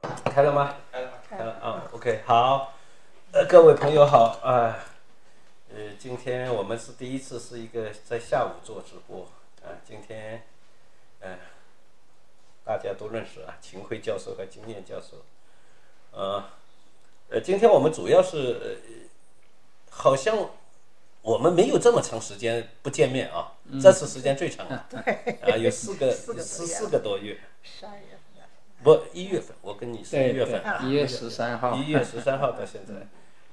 开了吗？开了啊、o k 好，呃，各位朋友好啊、呃，今天我们是第一次是一个在下午做直播啊、今天，呃，大家都认识啊，秦晖教授和金燕教授，呃，呃，今天我们主要是，呃好像我们没有这么长时间不见面啊，这次时间最长 了，啊，有四个嗯四个多十月四个多月，十二月份的，不，一月份，我跟你是对一月份对，，一月十三号一， 月十三号到现在，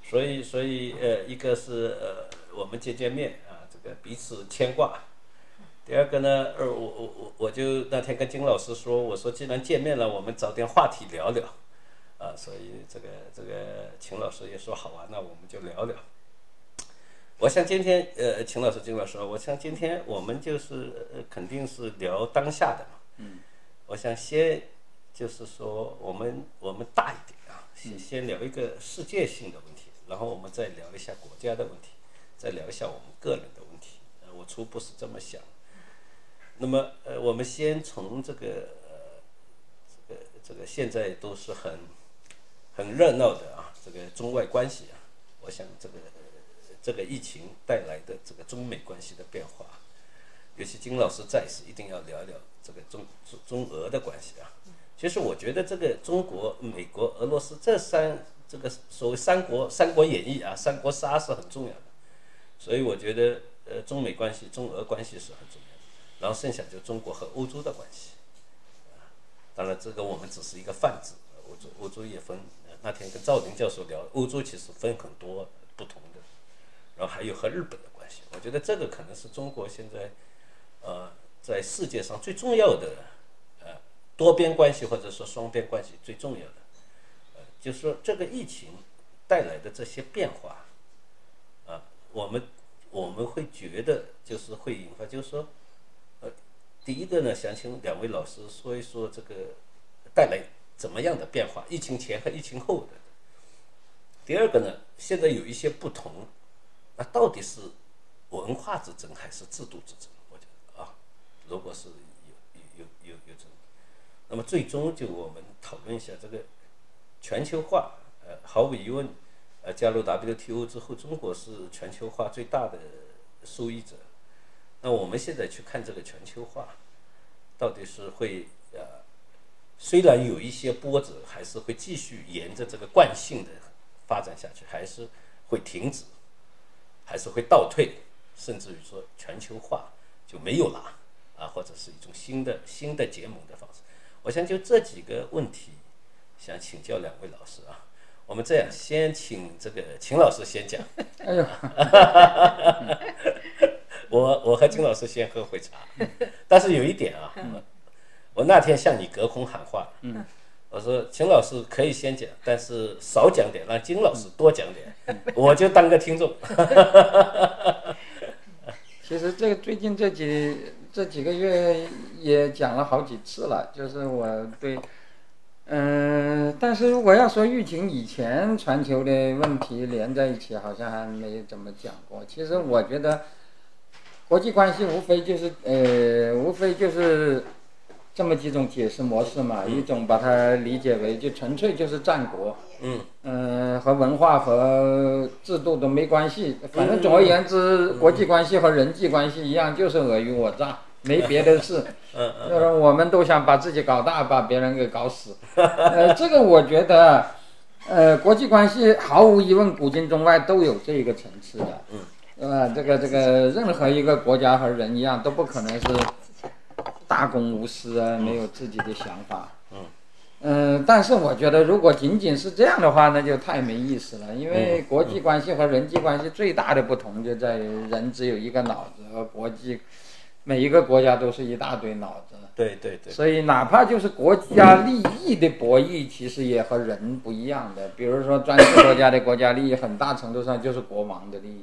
所以所以呃，一个是呃我们见见面啊，这个彼此牵挂。第二个呢，呃，我我我我就那天跟金老师说，我说既然见面了，我们找点话题聊聊，啊，所以这个这个秦老师也说好啊，那我们就聊聊。我想今天呃，秦老师、金老师，我想今天我们就是呃肯定是聊当下的嘛，嗯我想先就是说，我们我们大一点啊，先先聊一个世界性的问题，然后我们再聊一下国家的问题，再聊一下我们个人的问题。呃，我初步是这么想。那么，呃，我们先从这个呃，这个这个现在都是很很热闹的啊，这个中外关系啊，我想这个、呃这个疫情带来的这个中美关系的变化。尤其金老师在时，一定要聊聊这个中中中俄的关系啊。其实我觉得这个中国、美国、俄罗斯这三这个所谓三国《三国演义》啊，三国杀是很重要的。所以我觉得，呃，中美关系、中俄关系是很重要的。然后剩下就中国和欧洲的关系。啊当然，这个我们只是一个泛指。欧洲欧洲也分，呃那天跟赵林教授聊，欧洲其实分很多不同的，然后还有和日本的关系。我觉得这个可能是中国现在。呃，在世界上最重要的呃多边关系或者说双边关系最重要的，呃，就是说这个疫情带来的这些变化，啊、我们我们会觉得就是会引发，就是说，呃，第一个呢，想请两位老师说一说这个带来怎么样的变化，疫情前和疫情后的。第二个呢，现在有一些不同，那到底是文化之争还是制度之争？我觉得啊，如果是有有有有有这种，那么最终就我们讨论一下这个全球化。呃，毫无疑问，呃，加入 WTO 之后，中国是全球化最大的受益者。那我们现在去看这个全球化，到底是会呃，虽然有一些波折，还是会继续沿着这个惯性的发展下去，还是会停止？还是会倒退，甚至于说全球化就没有了啊，或者是一种新的新的结盟的方式。我想就这几个问题，想请教两位老师啊。我们这样，先请这个秦老师先讲， 哎呦， 我我和秦老师先喝回茶。但是有一点啊，我我那天向你隔空喊话，嗯，我说秦老师可以先讲，但是少讲点，让金老师多讲嗯点，我就当个听众。其实这个最近这几这几个月也讲了好几次了，就是我对，嗯、但是如果要说疫情以前全球的问题连在一起，好像还没怎么讲过。其实我觉得，国际关系无非就是呃，无非就是这么几种解释模式嘛，一种把它理解为就纯粹就是战国，嗯嗯，和文化和制度都没关系。嗯反正总而言之，国际关系和人际关系一样，就是尔虞我诈，没别的事。 嗯嗯就是我们都想把自己搞大，把别人给搞死。呃，这个我觉得，呃，国际关系毫无疑问，古今中外都有这一个层次的。嗯。呃，这个这个，任何一个国家和人一样，都不可能是大公无私啊，没有自己的想法。嗯。嗯，但是我觉得，如果仅仅是这样的话，那就太没意思了。因嗯为国际关系和人际关系最大的不同就在于，人只有一个脑子，而国际每一个国家都是一大堆脑子。对对对，所以，哪怕就是国家利益的博弈，其实也和人不一样的。比如说，专制国家的国家利益，很大程度上就是国王的利益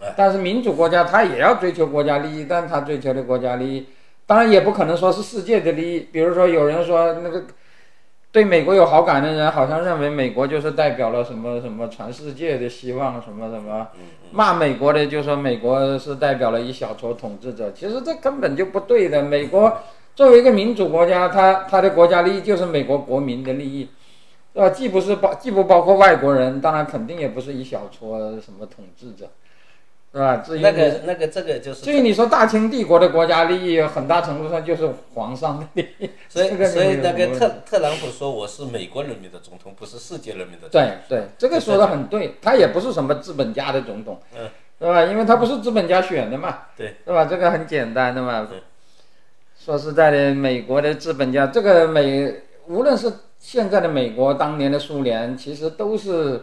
哎。但是民主国家，他也要追求国家利益，但他追求的国家利益，当然也不可能说是世界的利益。比如说，有人说那个对美国有好感的人，好像认为美国就是代表了什么什么全世界的希望，什么什么。嗯骂美国的就说美国是代表了一小撮统治者，其实这根本就不嗯对的。美国作为一个民主国家，它它的国家利益就是美国国民的利益，对吧？既不是包，既不包括外国人，当然肯定也不是一小撮什么统治者，对吧？至于那个那个这个就是至于你说大清帝国的国家利益，很大程度上就是皇上的利益。所以这个所以没有那什个么特特朗普说我是美国人民的总统，不是世界人民的总啊对对，这个说的很对，他也不是什么资本家的总统，嗯对吧？因为他不是资本家选的嘛，对，对吧？这个很简单的嘛对。说实在的，美国的资本家，这个美无论是现在的美国，当年的苏联，其实都是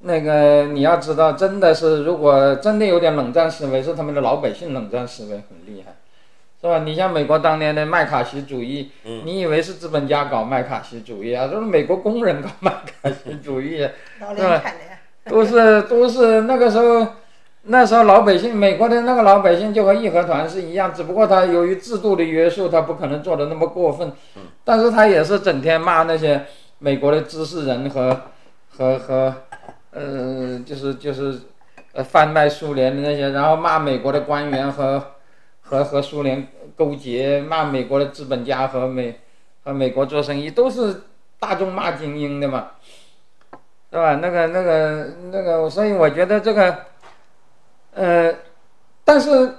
那个你要知道，真的是如果真的有点冷战思维，是他们的老百姓冷战思维很厉害。是吧？你像美国当年的麦卡锡主义，嗯你以为是资本家搞麦卡锡主义啊？都是美国工人搞麦卡锡主义啊、老两产的呀，都是都是那个时候，那时候老百姓，美国的那个老百姓就和义和团是一样，只不过他由于制度的约束，他不可能做的那么过分，但是他也是整天骂那些美国的知识人和和和，呃，就是就是，呃，贩卖苏联的那些，然后骂美国的官员和和和苏联勾结，骂美国的资本家和美和美国做生意，都是大众骂精英的嘛。对吧？那个、那个、那个，所以我觉得这个，呃，但是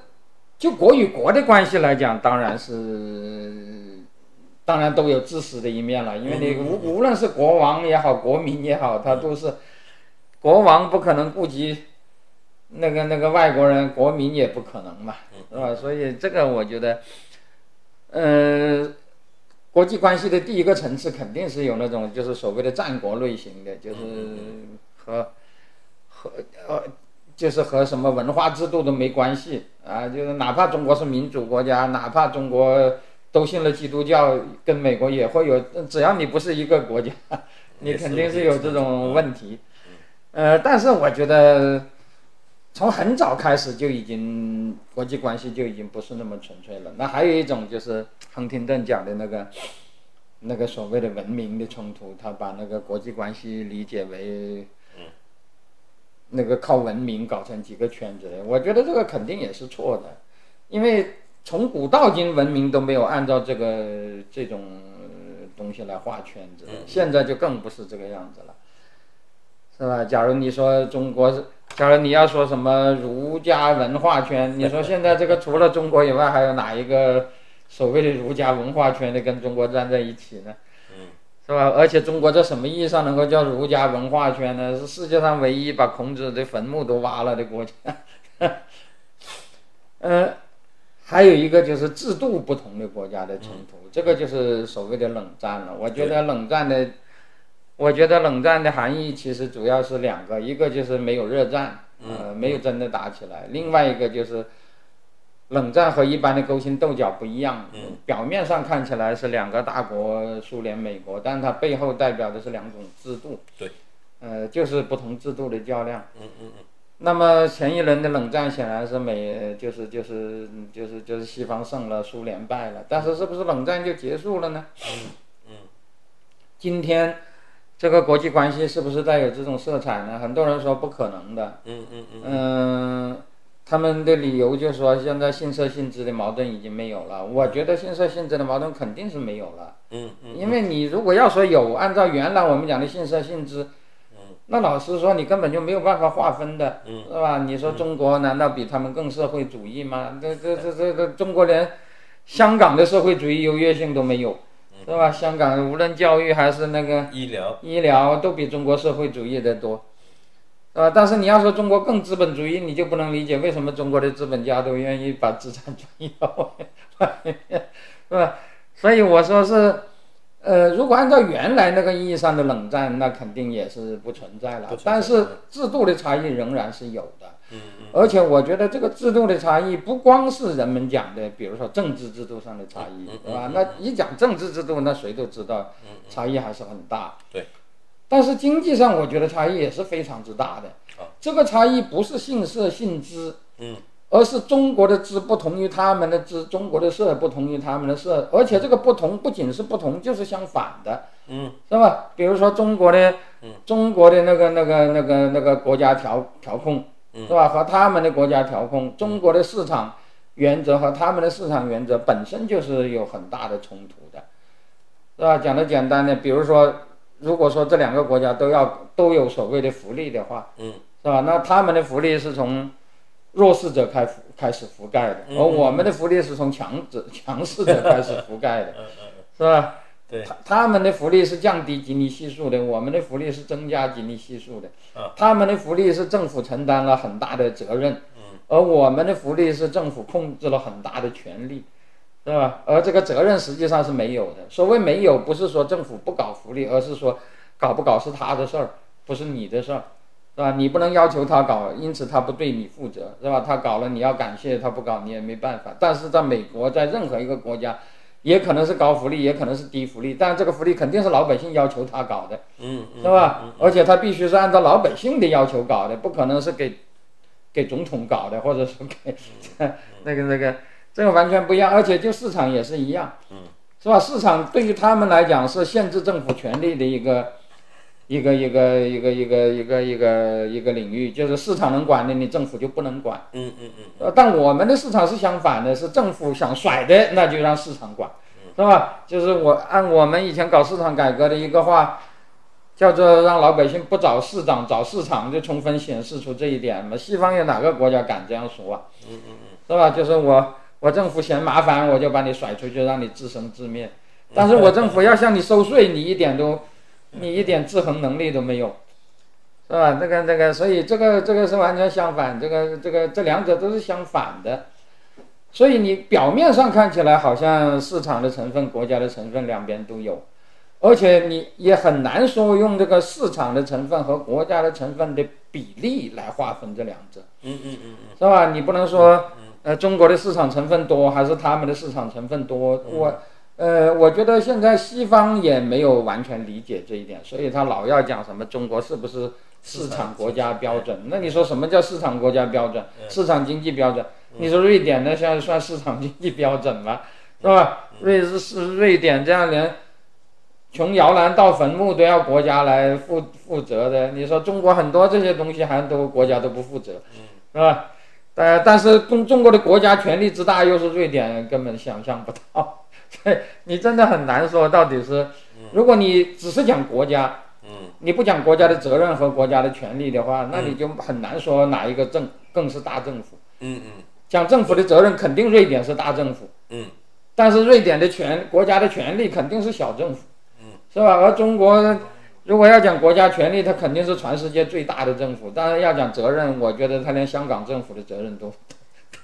就国与国的关系来讲，当然是，当然都有自私的一面了。因为你无无论是国王也好，国民也好，他都是国王不可能顾及那个那个外国人，国民也不可能嘛，是吧？所以这个我觉得，呃，国际关系的第一个层次肯定是有那种就是所谓的战国类型的，就是和和呃，就是和什么文化制度都没关系啊，就是哪怕中国是民主国家，哪怕中国都信了基督教，跟美国也会有，只要你不是一个国家， 你也是肯定是有这种嗯问题。呃，但是我觉得从很早开始就已经国际关系就已经不是那么纯粹了。那还有一种就是亨廷顿讲的那个那个所谓的文明的冲突，他把那个国际关系理解为。那个靠文明搞成几个圈子的，我觉得这个肯定也是错的，因为从古到今文明都没有按照这个这种呃东西来画圈子，现在就更不是这个样子了。是吧？假如你说中国是，假如你要说什么儒家文化圈，你说现在这个除了中国以外，还有哪一个所谓的儒家文化圈的跟中国站在一起呢？嗯，是吧？而且中国在什么意义上能够叫儒家文化圈呢？是世界上唯一把孔子的坟墓都挖了的国家。 呃，还有一个就是制度不同的国家的冲突，这个就是所谓的冷战了。我觉得冷战的我觉得冷战的含义其实主要是两个，一个就是没有热战，呃，没有真的打起来；另外一个就是冷战和一般的勾心斗角不一样，表面上看起来是两个大国，苏联、美国，但它背后代表的是两种制度，对，呃，就是不同制度的较量。嗯嗯嗯，那么前一轮的冷战显然是美，就是就是就是就是西方胜了，苏联败了，但是是不是冷战就结束了呢？嗯今天这个国际关系是不是带有这种色彩呢？很多人说不可能的，嗯嗯嗯，嗯，他们的理由就说现在性色性质的矛盾已经没有了。我觉得性色性质的矛盾肯定是没有了，嗯嗯，因为你如果要说有，按照原来我们讲的性色性质，那老实说你根本就没有办法划分的，是吧？你说中国难道比他们更社会主义吗？这这这这这中国连香港的社会主义优越性都没有，是吧？香港无论教育还是那个。医疗，医疗都比中国社会主义的多，啊，但是你要说中国更资本主义，你就不能理解为什么中国的资本家都愿意把资产转移到外面， 是吧？所以我说是，呃，如果按照原来那个意义上的冷战，那肯定也是不存在了。不存在但是制度的差异仍然是有的，嗯嗯而且我觉得这个制度的差异不光是人们讲的，比如说政治制度上的差异嗯嗯，对吧嗯？那一讲政治制度，那谁都知道嗯差异还是很大。对。但是经济上，我觉得差异也是非常之大的啊。这个差异不是姓社姓资，嗯，而是中国的资不同于他们的资，中国的社不同于他们的社，而且这个不同不仅是不同，就是相反的。嗯是吧？比如说中国的，中国的那个那个那个那个国家调调控，嗯是吧？和他们的国家调控，中国的市场原则和他们的市场原则本身就是有很大的冲突的，是吧？讲的简单点，比如说如果说这两个国家都要都有所谓的福利的话，嗯，是吧？那他们的福利是从弱势者开开始覆盖的，嗯而我们的福利是从强者强势者开始覆盖的，是吧？嗯对他他们的福利是降低吉尼系数的，我们的福利是增加吉尼系数的。啊他们的福利是政府承担了很大的责任，而我们的福利是政府控制了很大的权利，是吧？而这个责任实际上是没有的。所谓没有，不是说政府不搞福利，而是说搞不搞是他的事儿，不是你的事儿，是吧？你不能要求他搞，因此他不对你负责，是吧？他搞了你要感谢，他不搞你也没办法。但是在美国，在任何一个国家。也可能是高福利，也可能是低福利，但这个福利肯定是老百姓要求他搞的，嗯是吧？而且他必须是按照老百姓的要求搞的，不可能是给给总统搞的，或者是给嗯 那个那个，这个完全不一样。而且就市场也是一样，嗯是吧？市场对于他们来讲是限制政府权力的一个一个一个一个一个一个一个一个领域，就是市场能管的，你政府就不能管。嗯嗯嗯，呃，但我们的市场是相反的，是政府想甩的，那就让市场管，是吧？就是我按我们以前搞市场改革的一个话，叫做让老百姓不找市长，找市场，就充分显示出这一点嘛。西方有哪个国家敢这样说啊？是吧？就是我我政府嫌麻烦，我就把你甩出去，让你自生自灭。 但是我政府要向你收税，你一点都，你一点制衡能力都没有，是吧？这个这个，所以这个这个是完全相反，这个这个这两者都是相反的。所以你表面上看起来好像市场的成分、国家的成分两边都有，而且你也很难说用这个市场的成分和国家的成分的比例来划分这两者。嗯嗯嗯是吧？你不能说，呃，中国的市场成分多还是他们的市场成分多？我，呃，我觉得现在西方也没有完全理解这一点，所以他老要讲什么中国是不是市场嗯国家标准？那你说什么叫市场国家标准？市场经济标准？你说瑞典那算算市场经济标准吗？是吧？瑞是瑞典这样连从摇篮到坟墓都要国家来负负责的。你说中国很多这些东西还都国家都不负责，是吧？呃，但是中中国的国家权力之大，又是瑞典根本想象不到， 所以你真的很难说到底是。如果你只是讲国家，嗯你不讲国家的责任和国家的权利的话，那你就很难说哪一个政更是大政府。嗯嗯讲政府的责任，肯定瑞典是大政府。嗯但是瑞典的权，国家的权力肯定是小政府，嗯，是吧？而中国如果要讲国家权力，它肯定是全世界最大的政府。当然要讲责任，我觉得它连香港政府的责任都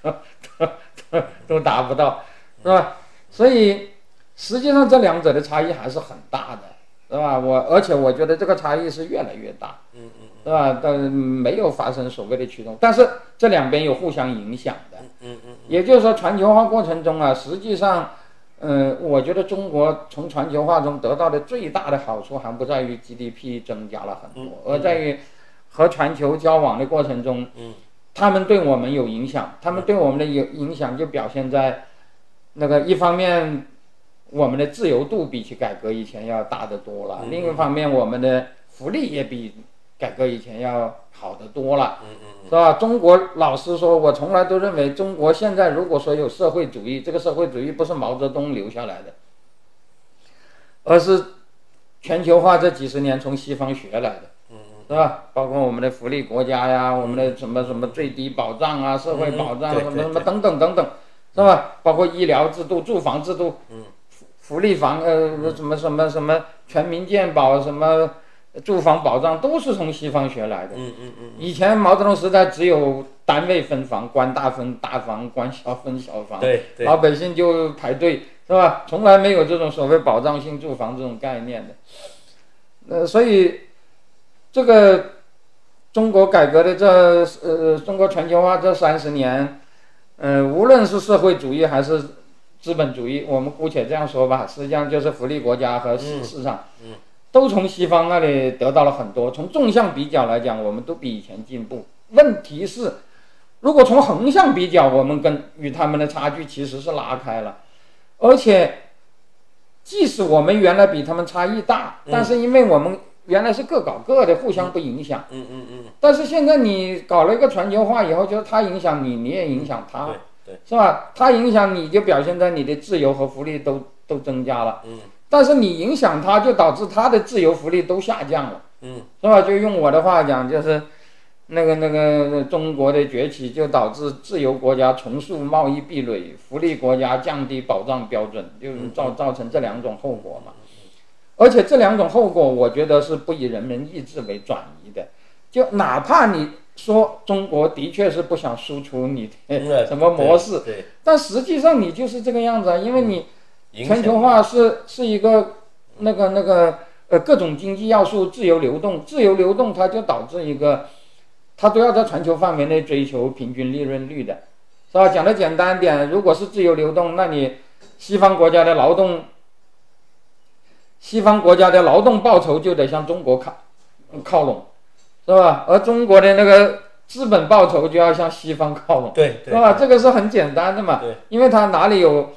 都都都都达不到，是吧？所以实际上这两者的差异还是很大的，是吧？我而且我觉得这个差异是越来越大，嗯嗯是吧？但没有发生所谓的驱动，但是这两边有互相影响的。嗯嗯也就是说，全球化过程中啊，实际上，嗯、我觉得中国从全球化中得到的最大的好处，还不在于 GDP 增加了很多，而在于和全球交往的过程中，嗯他们对我们有影响，他们对我们的有影响就表现在那个一方面，我们的自由度比起改革以前要大得多了；嗯另一方面，我们的福利也比改革以前要好得多了。嗯嗯是吧？中国老师说，我从来都认为中国现在如果说有社会主义，这个社会主义不是毛泽东留下来的，而是全球化这几十年从西方学来的，嗯嗯是吧？包括我们的福利国家呀，我们的什么什么最低保障啊、社会保障啊嗯嗯对什么对什么等等等等，是吧？包括医疗制度、住房制度，嗯福，福利房呃什么什么什么全民健保什么住房保障都是从西方学来的。嗯嗯嗯，以前毛泽东时代只有单位分房，官大分大房，官小分小房，对对，老百姓就排队，是吧？从来没有这种所谓保障性住房这种概念的。呃，所以这个中国改革的这呃中国全球化这三十年，呃，无论是社会主义还是资本主义，我们姑且这样说吧，实际上就是福利国家和市嗯市场，嗯都从西方那里得到了很多。从纵向比较来讲，我们都比以前进步。问题是，如果从横向比较，我们跟与他们的差距其实是拉开了，而且，即使我们原来比他们差异大，嗯但是因为我们原来是各搞各的，互相不影响。嗯嗯嗯，但是现在你搞了一个全球化以后，就是他影响你，你也影响他对，对，是吧？他影响你就表现在你的自由和福利都都增加了。嗯但是你影响他，就导致他的自由福利都下降了，嗯，是吧？就用我的话讲，就是那个那个中国的崛起，就导致自由国家重塑贸易壁垒，福利国家降低保障标准，就是嗯造造成这两种后果嘛。而且这两种后果，我觉得是不以人民意志为转移的，就哪怕你说中国的确是不想输出你的嗯什么模式，对，但实际上你就是这个样子啊，因为你。影响全球化是是一个那个那个呃各种经济要素自由流动，自由流动它就导致一个，它都要在全球范围内追求平均利润率的，是吧？讲的简单点，如果是自由流动，那你西方国家的劳动，西方国家的劳动报酬就得向中国靠靠拢，是吧？而中国的那个资本报酬就要向西方靠拢。对是对吧？这个是很简单的嘛对，因为它哪里有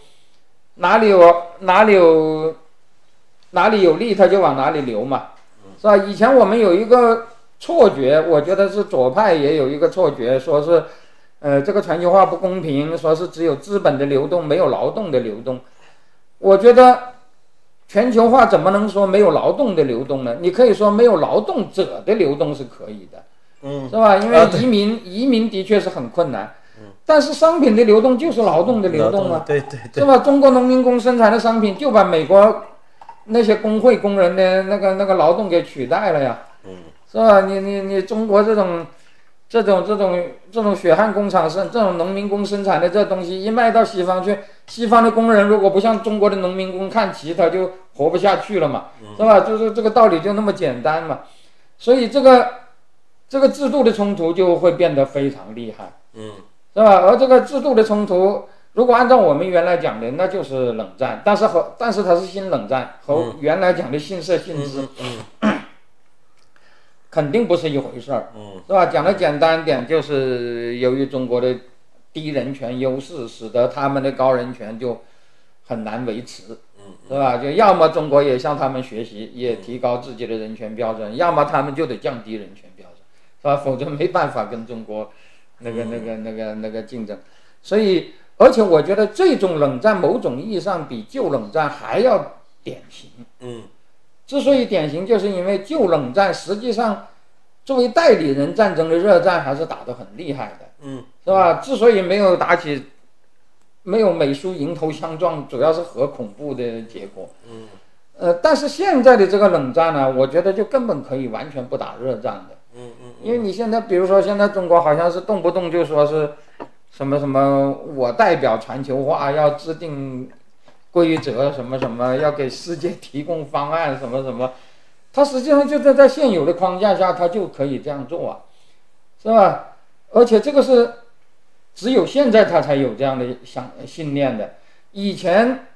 哪里有哪里有哪里有利，它就往哪里流嘛，嗯是吧？以前我们有一个错觉，我觉得是左派也有一个错觉，说是呃这个全球化不公平，说是只有资本的流动，没有劳动的流动。我觉得全球化怎么能说没有劳动的流动呢？你可以说没有劳动者的流动是可以的。嗯是吧？因啊为对嗯移民、移民的确是很困难，但是商品的流动就是劳动的流动啊，对对是吧？中国农民工生产的商品就把美国那些工会工人的那个那个劳动给取代了呀，嗯是吧？你你你中国这种这种这种这种血汗工厂生这种农民工生产的这东西一卖到西方去，西方的工人如果不向中国的农民工看齐，他就活不下去了嘛，嗯是吧？就是这个道理就那么简单嘛，所以这个这个制度的冲突就会变得非常厉害，嗯是吧？而这个制度的冲突。如果按照我们原来讲的，那就是冷战，但是和但是它是新冷战，和原来讲的新色新嗯知嗯嗯 肯定不是一回事儿，嗯是吧？讲的简单点，就是由于中国的低人权优势，使得他们的高人权就很难维持，嗯是吧？就要么中国也向他们学习，也提高自己的人权标准，要么他们就得降低人权标准，是吧？否则没办法跟中国那个、那个、那个、那个竞争。所以，而且我觉得这种冷战某种意义上比旧冷战还要典型。嗯之所以典型，就是因为旧冷战实际上作为代理人战争的热战还是打得很厉害的，嗯是吧？之所以没有打起，没有美苏迎头相撞，主要是核恐怖的结果。嗯呃，但是现在的这个冷战呢，我觉得就根本可以完全不打热战的，嗯嗯因为你现在比如说现在中国好像是动不动就说是什么什么，我代表全球化要制定规则什么什么，要给世界提供方案什么什么，它实际上就在在现有的框架下，它就可以这样做啊，是吧？而且这个是只有现在他才有这样的想信念的，以前。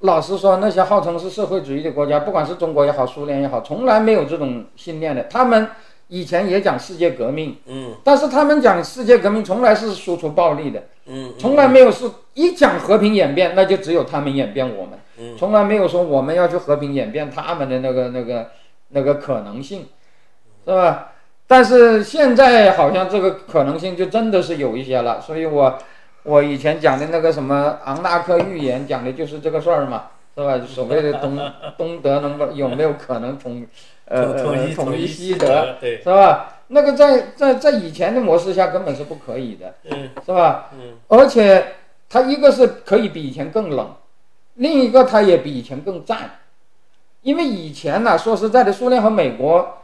老实说，那些号称是社会主义的国家，不管是中国也好，苏联也好，从来没有这种信念的。他们以前也讲世界革命，嗯但是他们讲世界革命从来是输出暴力的，嗯从来没有是一讲和平演变，那就只有他们演变我们，嗯从来没有说我们要去和平演变他们的那个那个那个可能性，是吧？但是现在好像这个可能性就真的是有一些了，所以我我以前讲的那个什么昂纳克预言讲的就是这个事儿嘛，是吧？所谓的东东德能不有没有可能统呃统呃一统一西德？德，对，是吧？那个在在在以前的模式下根本是不可以的，嗯是吧？嗯而且它一个是可以比以前更冷，另一个它也比以前更战，因为以前呢、说实在的，苏联和美国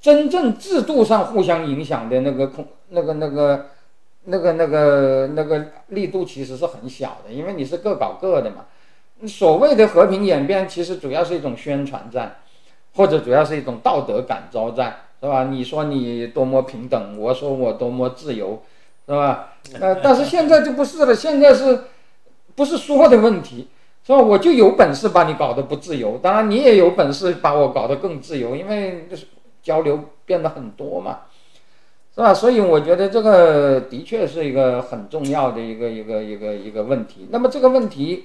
真正制度上互相影响的那个空那个那个那个那个那个力度其实是很小的，因为你是各搞各的嘛。所谓的和平演变，其实主要是一种宣传战，或者主要是一种道德感召战，是吧？你说你多么平等，我说我多么自由，是吧？呃，但是现在就不是了，现在是不是说的问题，是吧？我就有本事把你搞得不自由，当然你也有本事把我搞得更自由，因为就是交流变得很多嘛，是吧？所以我觉得这个的确是一个很重要的一个一个一个一个问题。那么这个问题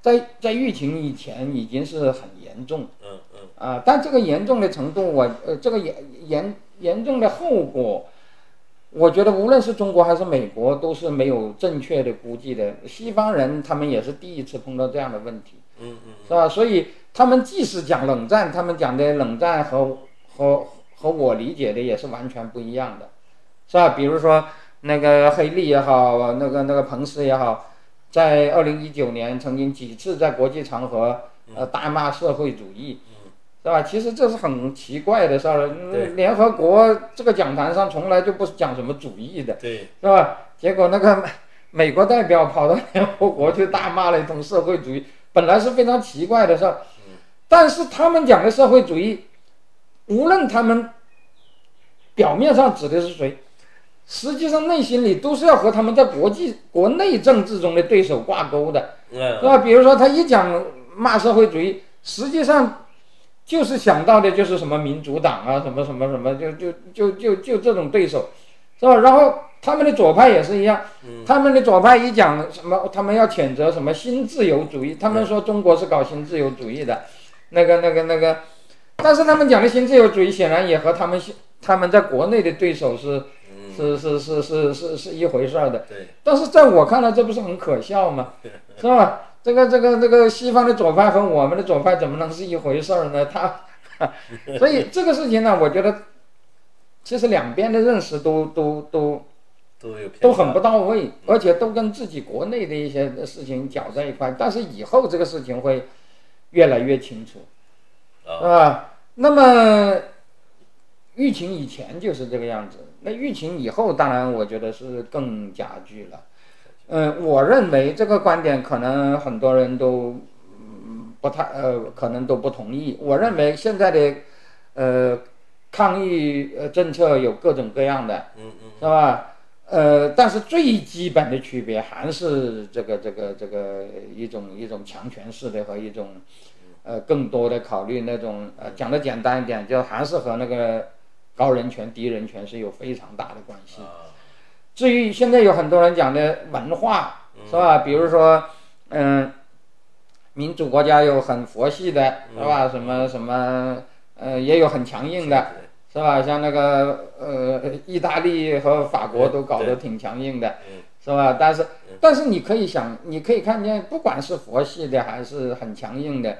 在在疫情以前已经是很严重。嗯嗯啊，但这个严重的程度我，呃，这个严严严重的后果，我觉得无论是中国还是美国，都是没有正确的估计的。西方人他们也是第一次碰到这样的问题，嗯嗯是吧？所以他们即使讲冷战，他们讲的冷战和和和我理解的也是完全不一样的，是吧？比如说那个黑利也好，那个那个彭斯也好，在二零一九年曾经几次在国际场合呃大骂社会主义，嗯是吧？其实这是很奇怪的事儿。对嗯联合国这个讲坛上从来就不是讲什么主义的，对，是吧？结果那个美美国代表跑到联合国去大骂了一通社会主义，本来是非常奇怪的事儿，但是他们讲的社会主义，无论他们表面上指的是谁，实际上内心里都是要和他们在国际国内政治中的对手挂钩的。嗯是吧？比如说他一讲骂社会主义，实际上就是想到的就是什么民主党啊，什么什么什么，就就就就就这种对手，是吧？然后他们的左派也是一样，嗯他们的左派一讲什么，他们要谴责什么新自由主义，他们说中国是搞新自由主义的，那个那个那个，但是他们讲的新自由主义显然也和他们现他们在国内的对手是是是是是是是一回事儿的。嗯对，但是在我看来，这不是很可笑吗？是吧？这个这个这个西方的左派和我们的左派怎么能是一回事儿 呢？他，所以这个事情呢，我觉得其实两边的认识都都都都有偏嗯都很差不到位，而且都跟自己国内的一些事情搅在一块。但是以后这个事情会越来越清楚，啊是吧？那么疫情以前就是这个样子，那疫情以后，当然我觉得是更加剧了。嗯，我认为这个观点可能很多人都嗯不太呃，可能都不同意。我认为现在的呃抗疫呃政策有各种各样的，嗯嗯是吧？呃，但是最基本的区别还是这个这个这个一种一种强权式的和一种，呃，更多的考虑那种呃，讲的简单一点，就还是和那个高人权、低人权是有非常大的关系。啊，至于现在有很多人讲的文化，是吧？比如说，嗯，民主国家有很佛系的，嗯是吧？什么什么，呃，也有很强硬的，是吧？像那个呃，意大利和法国都搞得挺强硬的，是吧？但是但是你可以想，你可以看见，不管是佛系的还是很强硬的，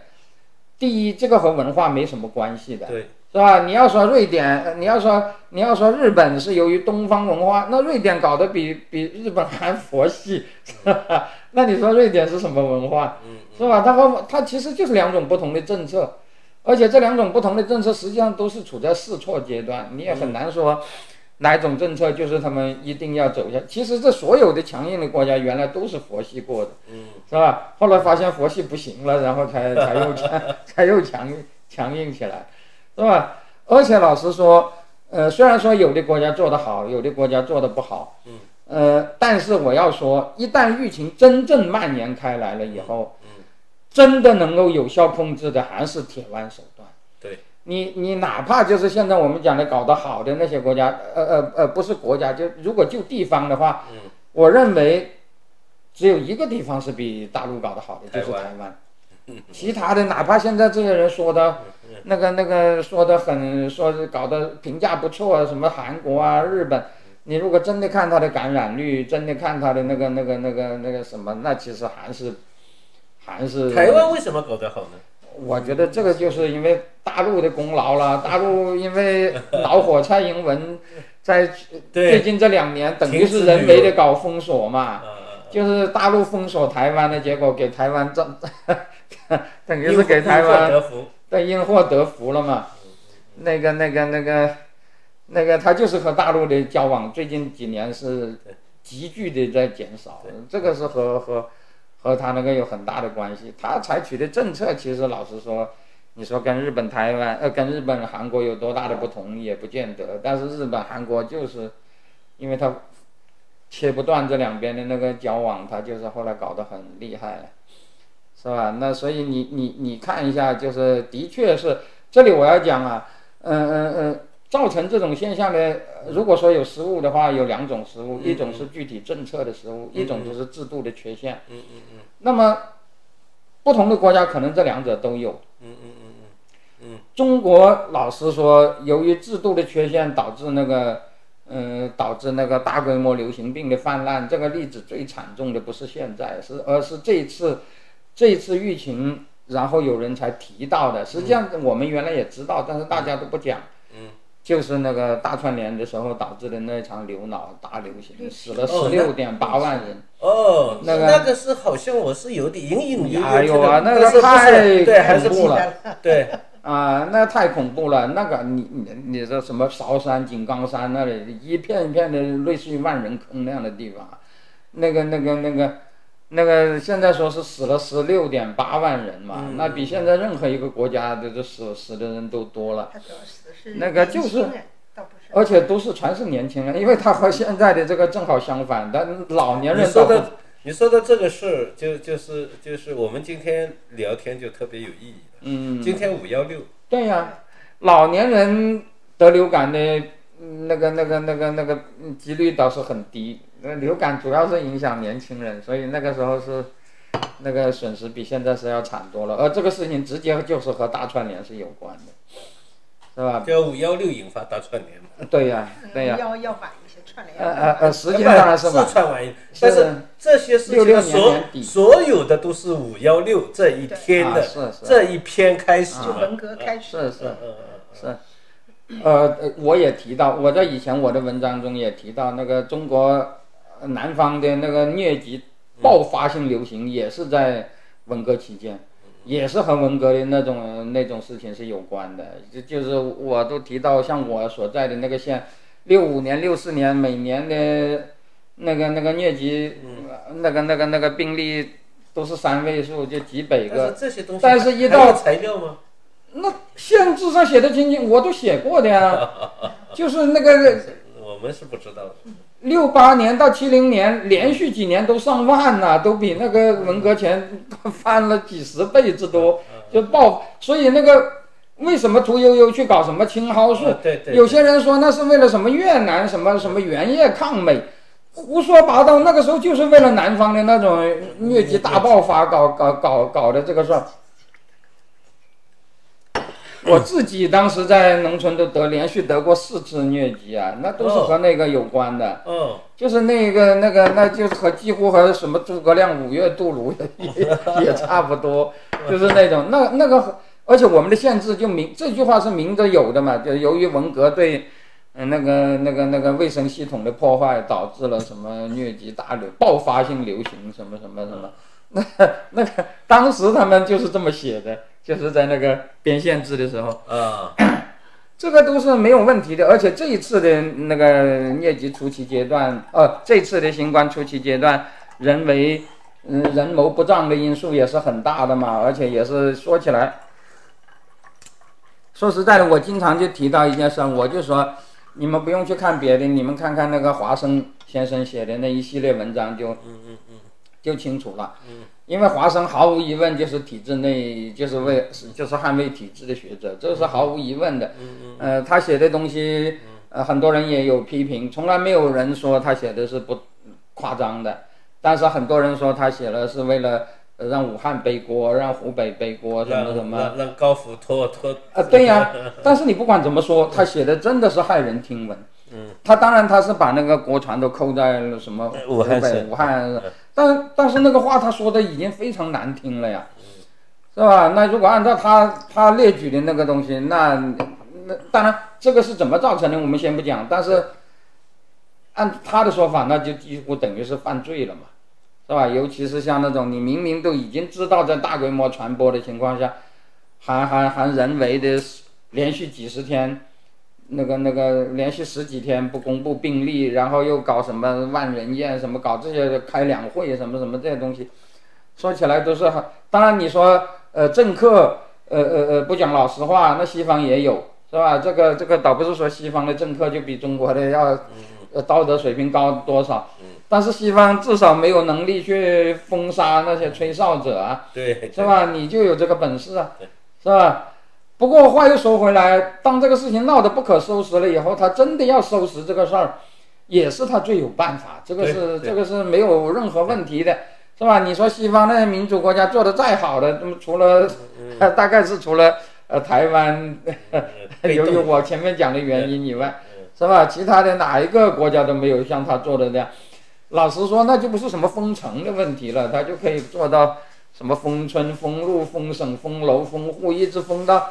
第一，这个和文化没什么关系的，对是吧？你要说瑞典，呃你要说你要说日本是由于东方文化，那瑞典搞得比比日本还佛系，是吧？那你说瑞典是什么文化？是吧？它和它其实就是两种不同的政策，而且这两种不同的政策实际上都是处在试错阶段，你也很难说哪一种政策就是他们一定要走下。其实这所有的强硬的国家原来都是佛系过的，嗯，是吧？后来发现佛系不行了，然 后才才又强才又强强硬起来，是吧？而且老实说，呃，虽然说有的国家做得好，有的国家做得不好，嗯，呃，但是我要说，一旦疫情真正蔓延开来了以后，嗯真的能够有效控制的还是铁腕手段。对，你你哪怕就是现在我们讲的搞得好的那些国家，呃呃呃，不是国家，就如果就地方的话，嗯我认为只有一个地方是比大陆搞得好的，就是台湾台 湾。其他的，哪怕现在这些人说的，嗯那个那个说的很，说是搞得评价不错啊，什么韩国啊、日嗯本，你如果真的看它的感染率，真的看它的那个那个那个那个什么，那其实还是还是台湾为什么搞得好呢？我觉得这个就是因为大陆的功劳了，大陆因为恼火蔡英文，在最对，近这两年等于停止是人旅游为的搞封锁嘛，啊，就是大陆封锁台湾的结果，给台湾 造，等嗯于是给台湾德福，对因祸得福了嘛。那个那个那个那个，他就是和大陆的交往，最近几年是急剧的在减少对，这个是和和和他那个有很大的关系。他采取的政策，其实老实说，你说跟日本、台湾呃，跟日本、韩国有多大的不同，也不见得。但是日本、韩国就是因为他切不断这两边的那个交往，他就是后来搞得很厉害，是吧？那所以你你你看一下，就是的确是这里我要讲啊，嗯嗯嗯，造成这种现象的，呃如果说有失误的话，有两种失误，嗯一种是具体政策的失误，一种就是制度的缺陷。嗯嗯嗯那么不同的国家可能这两者都有。嗯嗯嗯嗯，中国老实说，由于制度的缺陷，导致那个呃，导致那个大规模流行病的泛滥，这个例子最惨重的不是现在，是而是这一次，这一次疫情，然后有人才提到的。实际上我们原来也知道，但是大家都不讲。嗯，就是那个大串联的时候导致的那场流脑大流行，死了哦十那六点八万人。哦，那个那个是好像我是有点隐隐约约哎呦觉啊得，那但是个不太是对，还是恐怖了。对，啊，那太恐怖了！那个你你你说什么韶山、井冈山那里一片一片的类似于万人坑那样的地方，那个那个那个那个，现在说是死了十六点八万人嘛，嗯那比现在任何一个国家的这死死的人都多了，他主要死的是那个就是哦年轻人，倒不是而且都是全是年轻人，因为他和现在的这个正好相反，但老年你人说倒不的你说的这个事儿，就就是就是我们今天聊天就特别有意义了。嗯，今天五幺六，对呀、老年人得流感的嗯那个、那个、那个、那个嗯几率倒是很低。那流感主要是影响年轻人，所以那个时候是那个损失比现在是要惨多了。而这个事情直接就是和大串联是有关的，是吧？叫五幺六引发大串联嘛？对呀、对呀、嗯要要晚一些串联。啊呃呃呃，时间当然是晚四，川玩意，但是是这些事情的66年所年底所有的都是五幺六这一天啊的是啊是这一篇开始就嘛文。革开始，呃是是嗯嗯嗯是，呃，呃我也提到，我在以前我的文章中也提到，那个中国呃南方的那个疟疾爆发性流行，也是在文革期间，也是和文革的那种呃那种事情是有关的。就就是我都提到，像我所在的那个县，六五年、六四年每年的那个那个疟疾，呃那个那个那个病例都是三位数，就几百但个是。这些东西还，但是一还有到材料吗？那限制上写的清清，我都写过的呀， 就是那个我们是不知道的。六八年到七零年，连续几年都上万呐、都比那个文革前翻了几十倍之嗯多，就爆。所以那个为什么屠呦呦去搞什么青蒿素嗯？对对，有些人说那是为了什么越南什么什么原液抗美，胡说八道。那个时候就是为了南方的那种疟疾大爆发搞搞搞搞的这个事儿。我自己当时在农村都得连续得过四次疟疾啊，那都是和那个有关的，哦，就是那个那个，那就是和几乎和什么诸葛亮五月渡泸也也差不多，就是那种那那个，而且我们的限制就明这句话是明着有的嘛，就由于文革对，嗯那个那个那个卫生系统的破坏，导致了什么疟疾大流爆发性流行什么什么什么，那那个当时他们就是这么写的，就是在那个编限制的时候。啊，这个都是没有问题的，而且这一次的那个疟疾初期阶段，呃，这次的新冠初期阶段，人为，嗯、人谋不当的因素也是很大的嘛，而且也是说起来，说实在的，我经常就提到一件事儿，我就说，你们不用去看别的，你们看看那个华生先生写的那一系列文章就嗯嗯嗯，就清楚了，因为华生毫无疑问就是体制内，就是为就是捍卫体制的学者，这是毫无疑问的。嗯呃，他写的东西，呃，很多人也有批评，从来没有人说他写的是不夸张的，但是很多人说他写了是为了呃让武汉背锅，让湖北背锅，什么让什么。让让高福托托啊，对呀、但是你不管怎么说，他写的真的是骇人听闻。嗯，他当然他是把那个国传都扣在了什么呃武湖汉嗯北、省武汉，但但是那个话他说的已经非常难听了呀，嗯是吧？那如果按照他他列举的那个东西，那那当然这个是怎么造成的，我们先不讲，但嗯是按他的说法，那就几乎等于是犯罪了嘛。是吧？尤其是像那种你明明都已经知道在大规模传播的情况下，还还还人为的连续几十天，那个那个连续十几天不公布病例，然后又搞什么万人宴，什么搞这些开两会什么什么这些东西，说起来都是很。当然你说呃政客呃呃呃不讲老实话，那西方也有是吧？这个这个倒不是说西方的政客就比中国的要呃道德水平高多少，但是西方至少没有能力去封杀那些吹哨者啊。对是吧？你就有这个本事啊，是吧？不过话又说回来，当这个事情闹得不可收拾了以后，他真的要收拾这个事儿，也是他最有办法，这个对是对这个是没有任何问题的，是吧？你说西方那些民主国家做的再好的，那么除了、 大概是除了呃台湾，嗯由被于 动我前面讲的原因以外，是吧？其他的哪一个国家都没有像他做的那样。老实说，那就不是什么封城的问题了，他就可以做到什么封村、封路、封省、封楼、封户，一直封到，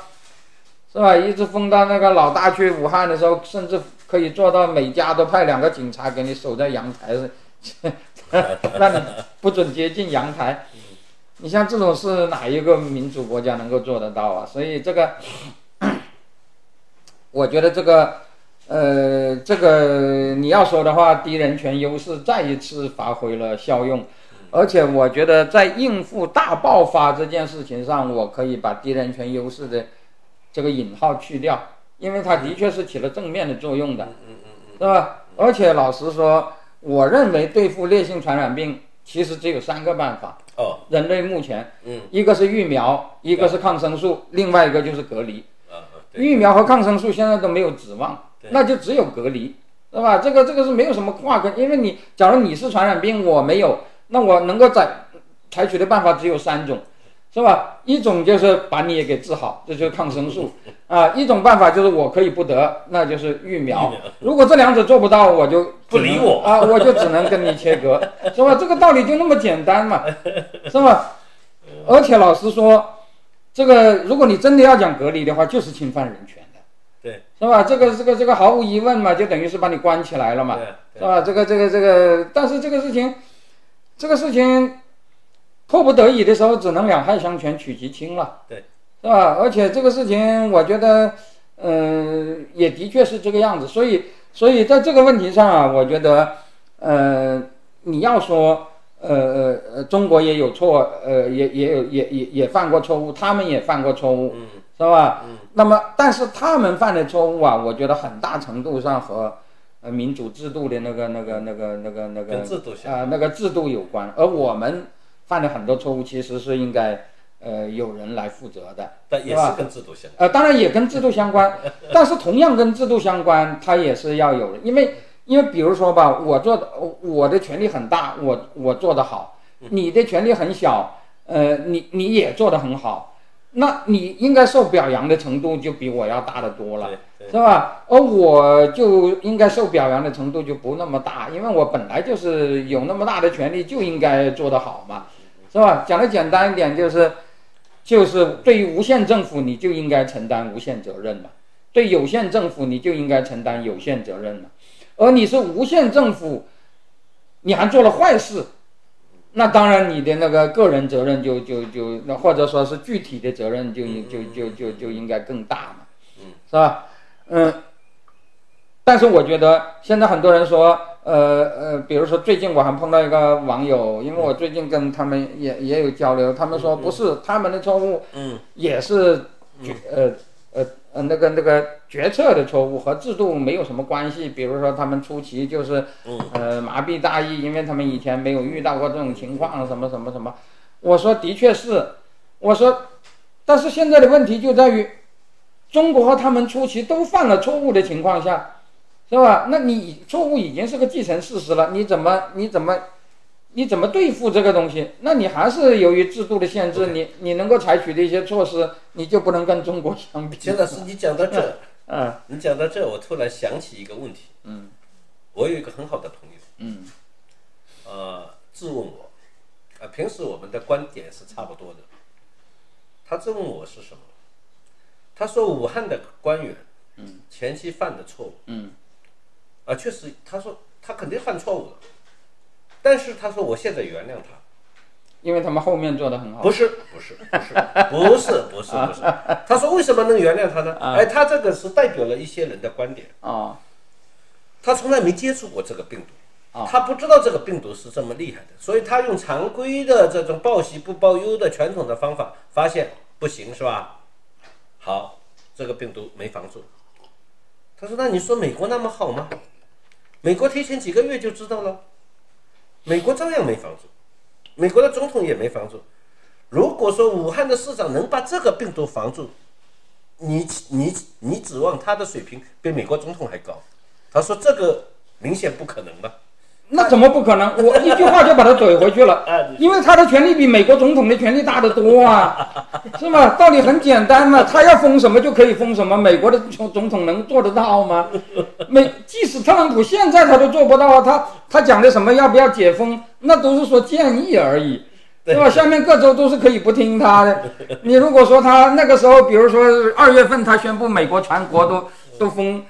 是吧？一直封到那个老大去武汉的时候，甚至可以做到每家都派两个警察给你守在阳台上，让你不准接近阳台。你像这种是哪一个民主国家能够做得到啊？所以这个，我觉得这个，呃，这个你要说的话，低人权优势再一次发挥了效用，而且我觉得在应付大爆发这件事情上，我可以把低人权优势的这个引号去掉，因为它的确是起了正面的作用的，对吧？而且老实说，我认为对付烈性传染病其实只有三个办法。哦，人类目前，嗯，一个是疫苗，一个是抗生素，另外一个就是隔离。啊，对，疫苗和抗生素现在都没有指望对，那就只有隔离，对吧？这个这个是没有什么跨跟，因为你假如你是传染病，我没有，那我能够采采取的办法只有三种，是吧？一种就是把你也给治好，这就是抗生素啊；一种办法就是我可以不得，那就是疫苗疫苗。如果这两者做不到，我就不只能理我啊，我就只能跟你切 割，是吧？这个道理就那么简单嘛，是吧？而且老实说，这个如果你真的要讲隔离的话，就是侵犯人权的，对，是吧？这个这个这个毫无疑问嘛，就等于是把你关起来了嘛，对啊是吧？啊这个这个这个，但是这个事情，这个事情，迫不得已的时候只能两害相权取其轻了，对，是吧？而且这个事情，我觉得，嗯、也的确是这个样子，所以所以在这个问题上啊，我觉得，呃，你要说。呃呃呃，中国也有错，呃，也也有也也也犯过错误，他们也犯过错误，嗯是吧？嗯那么，但是他们犯的错误啊，我觉得很大程度上和呃民主制度的那个那个那个那个那个跟制度相啊、那个制度有关，而我们犯的很多错误其实是应该呃有人来负责的，但也是吧是跟制度相关。呃，当然也跟制度相关，但是同样跟制度相关，它也是要有，因为因为比如说吧，我做的我的权利很大，我我做得好，你的权利很小，呃，你你也做得很好，那你应该受表扬的程度就比我要大得多了。对对是吧？而我就应该受表扬的程度就不那么大，因为我本来就是有那么大的权利，就应该做得好嘛，是吧？讲的简单一点，就是就是对于无限政府，你就应该承担无限责任嘛；对有限政府，你就应该承担有限责任嘛。而你是无限政府，你还做了坏事，那当然你的那个个人责任就就就那或者说是具体的责任就就就就就应该更大嘛，是吧？嗯，但是我觉得现在很多人说，呃呃，比如说最近我还碰到一个网友，因为我最近跟他们也也有交流，他们说不是他们的错误，嗯也是决呃呃呃那个那个决策的错误和制度没有什么关系。比如说他们初期就是嗯呃麻痹大意，因为他们以前没有遇到过这种情况，什么什么什么。我说的确是，我说，但是现在的问题就在于，中国和他们初期都犯了错误的情况下，是吧？那你错误已经是个既成事实了，你怎么你怎么？你怎么对付这个东西？那你还是由于制度的限制，你你能够采取的一些措施，你就不能跟中国相比。金老师，你讲到这儿，嗯你讲到这儿，我突然想起一个问题。嗯我有一个很好的朋友，嗯呃，质问我，啊、平时我们的观点是差不多的。他质问我是什么？他说武汉的官员，嗯，前期犯的错误，嗯啊，确实，他说他肯定犯错误了，但是他说我现在原谅他，因为他们后面做的很好。不是，不是，不是，不是，不是，不是。他说为什么能原谅他呢？哎，他这个是代表了一些人的观点，啊他从来没接触过这个病毒啊，他不知道这个病毒是这么厉害的，所以他用常规的这种报喜不报忧的传统的方法，发现不行是吧？好，这个病毒没防住。他说：“那你说美国那么好吗？美国提前几个月就知道了，美国照样没防住，美国的总统也没防住。如果说武汉的市长能把这个病毒防住，你你你指望他的水平比美国总统还高？他说这个明显不可能吧？那哎怎么不可 能？我一句话就把他怼回去 了。啊，你因为他的权力比美国总统的权力大得多 啊，是吧？道理很简单嘛，他要封什么就可以封什么，美国的总总统能做得到 吗？美即使特朗普现在他都做不到啊，他他讲的什么要不要解封，那都是说建议而已，对对吧？下面各州都是可以不听他 的。你如果说他那个时候，比如说二月份他宣布美国全国都都封，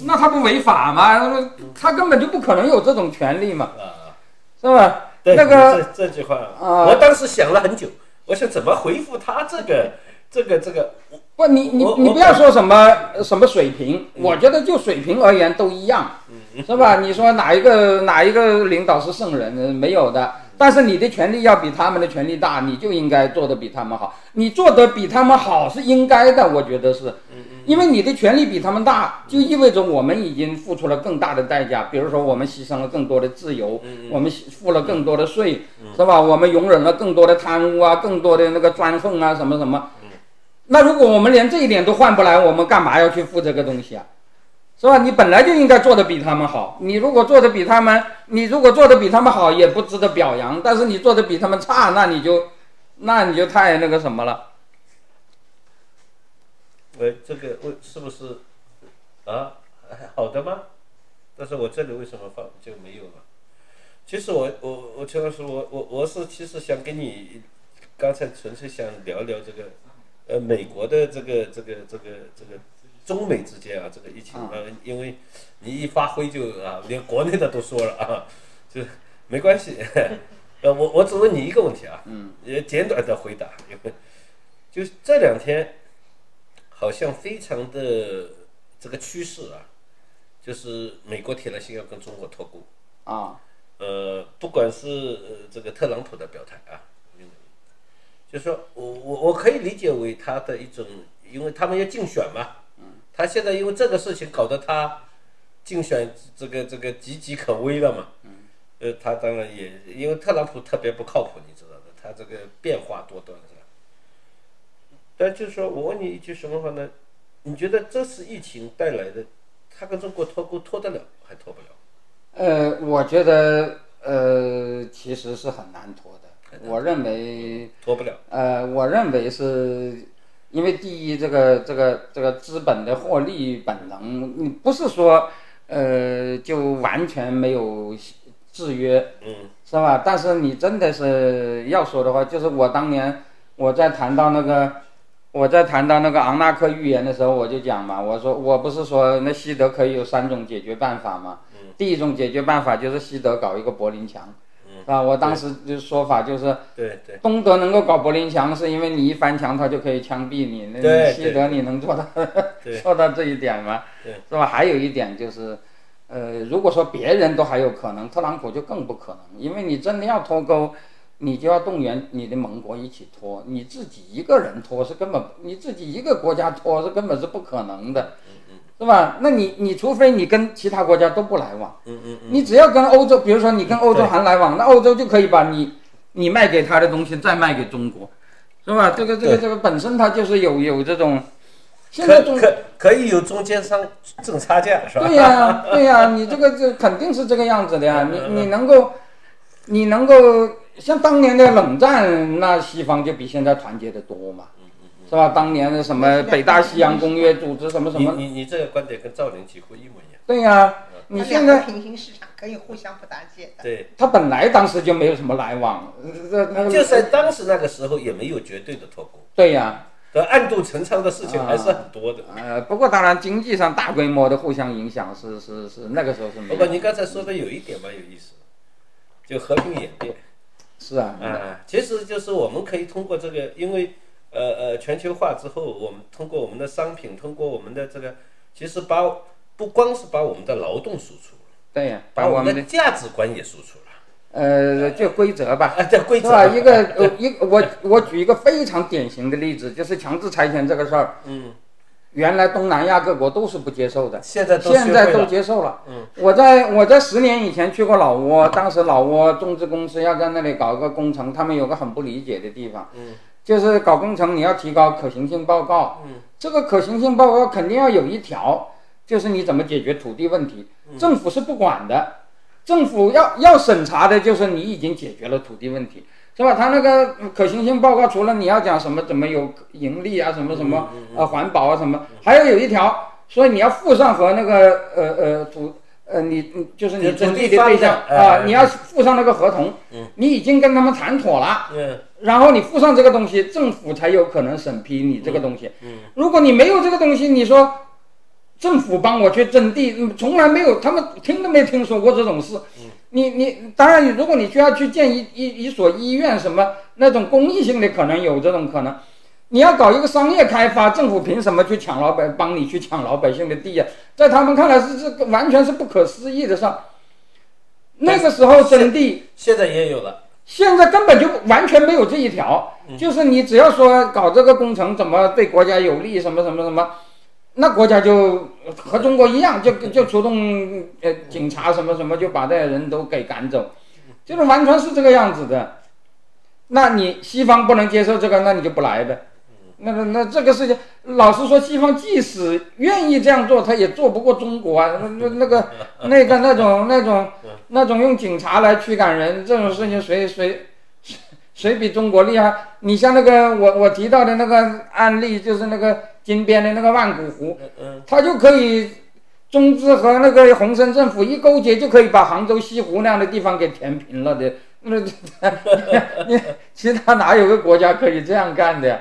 那他不违法吗？他根本就不可能有这种权利嘛，啊，是吧？对，那个这这句话，啊我当时想了很久，我想怎么回复他这个这个这个，不，你你我你我不要说什么什么水平，我觉得就水平而言都一样，嗯是吧？你说哪一个哪一个领导是圣人？呃没有的。但是你的权利要比他们的权利大，你就应该做得比他们好。你做得比他们好是应该的，我觉得是，因为你的权利比他们大，就意味着我们已经付出了更大的代价。比如说，我们牺牲了更多的自由，我们付了更多的税，是吧？我们容忍了更多的贪污啊，更多的那个专横啊，什么什么。那如果我们连这一点都换不来，我们干嘛要去付这个东西啊？是吧？你本来就应该做得比他们好。你如果做得比他们，你如果做得比他们好，也不值得表扬。但是你做得比他们差，那你就，那你就太那个什么了。呃，这个为是不是啊 好的吗？但是我这里为什么放就没有了？其实我我我陈老师，我我我是其实想跟你刚才纯粹想聊聊这个呃美国的这个这个这个这个中美之间啊这个疫情啊，因为你一发挥就啊连国内的都说了啊，就没关系。 呃，我我只问你一个问题啊，嗯，也简短的回答， 因为就是这两天好像非常的这个趋势啊，就是美国铁了心要跟中国脱钩。啊，呃，不管是呃这个特朗普的表态啊，因为就是说我我我可以理解为他的一种，因为他们要竞选嘛，他现在因为这个事情搞得他竞选这个这个岌岌可危了嘛，呃，他当然也因为特朗普特别不靠谱，你知道的，他这个变化多端是吧？但就是说我问你一句什么话呢？你觉得这次疫情带来的，他跟中国脱钩脱得了还脱不了？呃，我觉得呃，其实是很难脱的。我认为脱不了。呃，我认为是因为第一，这个这个这个资本的获利本能，你不是说呃就完全没有制约，嗯，是吧？但是你真的是要说的话，就是我当年我在谈到那个。我在谈到那个昂纳克预言的时候，我就讲嘛，我说我不是说那西德可以有三种解决办法嘛，第一种解决办法就是西德搞一个柏林墙，嗯是吧？我当时就说法就是对对。东德能够搞柏林墙，是因为你一翻墙，他就可以枪毙你。那对你西德你能做到 对做到这一点吗？对是吧？还有一点就是，呃，如果说别人都还有可能，特朗普就更不可能，因为你真的要脱钩，你就要动员你的盟国一起脱，你自己一个人脱是根本，你自己一个国家脱是根本是不可能的，嗯是吧？那你你除非你跟其他国家都不来往。嗯嗯你只要跟欧洲，比如说你跟欧洲对还来往，那欧洲就可以把你你卖给他的东西再卖给中国，是吧？这个这个对这个本身它就是有有这种，现在可中可可以有中间商挣差价是吧？对呀、对呀、你这个这肯定是这个样子的呀、嗯你你能够你能够像当年的冷战，那西方就比现在团结的多嘛，是吧？当年的什么北大西洋公约组织什么什你么，你你这个观点跟赵林几乎一模一样。对呀、你它现两在个平行市场可以互相不搭界的。对，他本来当时就没有什么来往，这这那个就算当时那个时候也没有绝对的脱钩，对呀、对，暗度陈仓的事情还是很多的。呃，不过当然，经济上大规模的互相影响是是是，那个时候是没不过有。您刚才说的有一点蛮有意思，就和平演变。是啊，啊，其实就是我们可以通过这个，因为呃呃全球化之后，我们通过我们的商品，通过我们的这个，其实把不光是把我们的劳动输出了，对呀、把把我我们们的的价值观也输出了。呃，就规则吧，啊，这规是则吧？一个呃一个我我举一个非常典型的例子，就是强制拆迁这个事儿。嗯，原来东南亚各国都是不接受的，现在都学现在会都了。接受了。嗯，我在我在十年以前去过老挝，当时老挝中资公司要在那里搞一个工程，他们有个很不理解的地方，嗯，就是搞工程你要提高可行性报告，嗯，这个可行性报告肯定要有一条，就是你怎么解决土地问题，政府是不管的。政府要要审查的就是你已经解决了土地问题，是吧？他那个可行性报告，除了你要讲什么怎么有盈利啊，什么什么呃环保啊什么，还要有一条，所以你要附上和那个呃呃土呃你你就是你征地的对象哎哎啊，你要附上那个合同，你已经跟他们谈妥了。嗯然后你附上这个东西，政府才有可能审批你这个东西。嗯如果你没有这个东西，你说政府帮我去征地，嗯从来没有，他们听都没听说过这种事。嗯你你当然，如果你需要去建一一一所医院什么那种公益性的，可能有这种可能。你要搞一个商业开发，政府凭什么去抢老百帮你去抢老百姓的地呀、在他们看来是这个完全是不可思议的事儿。那个时候征地。现在也有了，现在根本就完全没有这一条，就是你只要说搞这个工程怎么对国家有利，什么什么什么，那国家就和中国一样，就就出动呃警察什么什么，就把这些人都给赶走，就是完全是这个样子的。那你西方不能接受这个，那你就不来呗。那那那这个事情，老实说，西方即使愿意这样做，他也做不过中国啊。那那那个那个那种那种那种用警察来驱赶人这种事情谁，谁谁谁比中国厉害？你像那个我我提到的那个案例，就是那个金边的那个万古湖，嗯嗯他就可以中资和那个红参政府一勾结，就可以把杭州西湖那样的地方给填平了的。那你其他哪有个国家可以这样干的呀？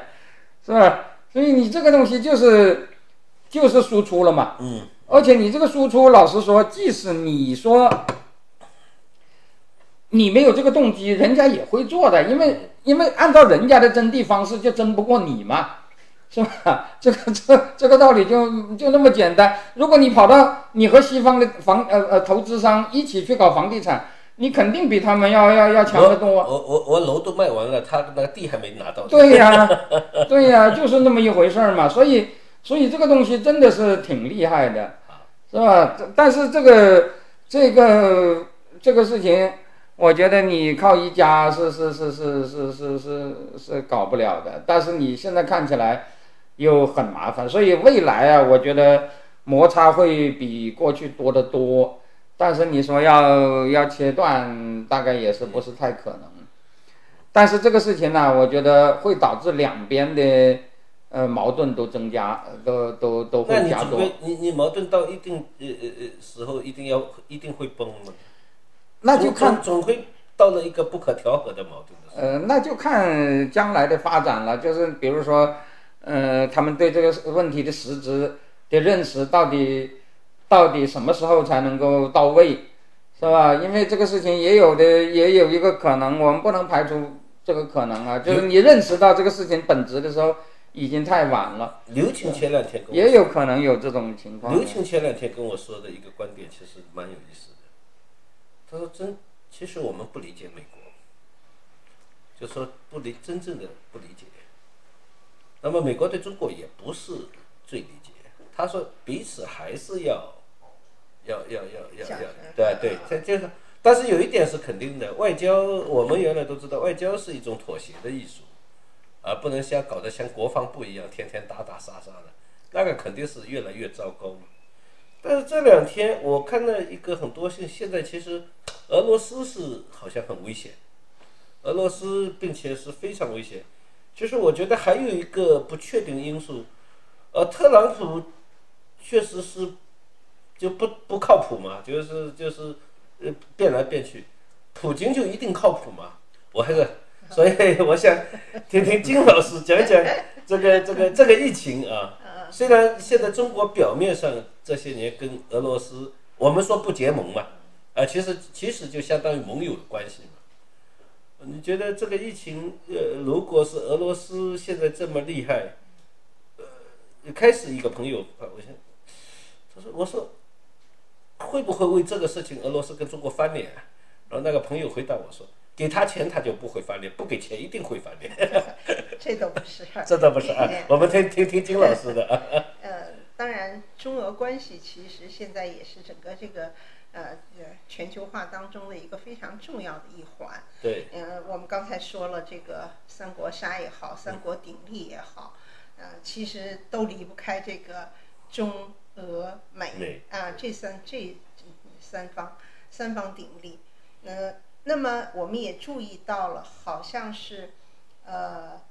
是吧？所以你这个东西就是就是输出了嘛。嗯而且你这个输出，老实说，即使你说你没有这个动机，人家也会做的，因为因为按照人家的征地方式就争不过你嘛，是吧？这个这这个道理就就那么简单。如果你跑到你和西方的房呃呃投资商一起去搞房地产，你肯定比他们要要要强得多我啊。我我我楼都卖完了，他那个地还没拿到。对呀、对呀、就是那么一回事儿嘛。所以，所以这个东西真的是挺厉害的，是吧？这但是这个这个这个事情，我觉得你靠一家是是是是是是是是搞不了的。但是你现在看起来又很麻烦，所以未来啊，我觉得摩擦会比过去多得多。但是你说要要切断，大概也是不是太可能。但是这个事情呢，我觉得会导致两边的呃矛盾都增加，呃都都都那会你加准多。备你你矛盾到一定呃呃呃时候，一定要一定会崩嘛？那就总看总总会到了一个不可调和的矛盾的时呃，那就看将来的发展了。就是比如说，呃，他们对这个问题的实质的认识到底到底什么时候才能够到位，是吧？因为这个事情也有的也有一个可能，我们不能排除这个可能啊。就是你认识到这个事情本质的时候，已经太晚了，候。刘琴前两天跟我也有可能有这种情况刘。庆前两天跟我说的一个观点，其实蛮有意思的。他说真，其实我们不理解美国，就说不理真正的不理解。那么美国对中国也不是最理解。他说彼此还是要，要要要要相要识，对对，这就是。但是有一点是肯定的，外交我们原来都知道，外交是一种妥协的艺术。啊，不能像搞得像国防部一样，天天打打杀杀的，那个肯定是越来越糟糕嘛。但是这两天我看到一个很多信，现在其实俄罗斯是好像很危险，俄罗斯并且是非常危险。其实我觉得还有一个不确定因素，呃，特朗普确实是就不不靠谱嘛，就是就是呃变来变去，普京就一定靠谱嘛？我还是，所以我想听听金老师讲讲这个这个这个疫情啊。虽然现在中国表面上这些年跟俄罗斯，我们说不结盟嘛，啊，其实其实就相当于盟友的关系嘛。你觉得这个疫情，呃，如果是俄罗斯现在这么厉害，呃，开始一个朋友啊，我想，他说，我说，会不会为这个事情俄罗斯跟中国翻脸啊？然后那个朋友回答我说，给他钱他就不会翻脸，不给钱一定会翻脸。 这都不 是。这倒不是啊，我们听听听金老师 的啊。呃，当然，中俄关系其实现在也是整个这个呃呃全球化当中的一个非常重要的一环。对，呃，我们刚才说了这个三国杀也好，三国鼎立也好，呃，其实都离不开这个中俄美美啊、这三这三方三方鼎立。呃，那么我们也注意到了，好像是呃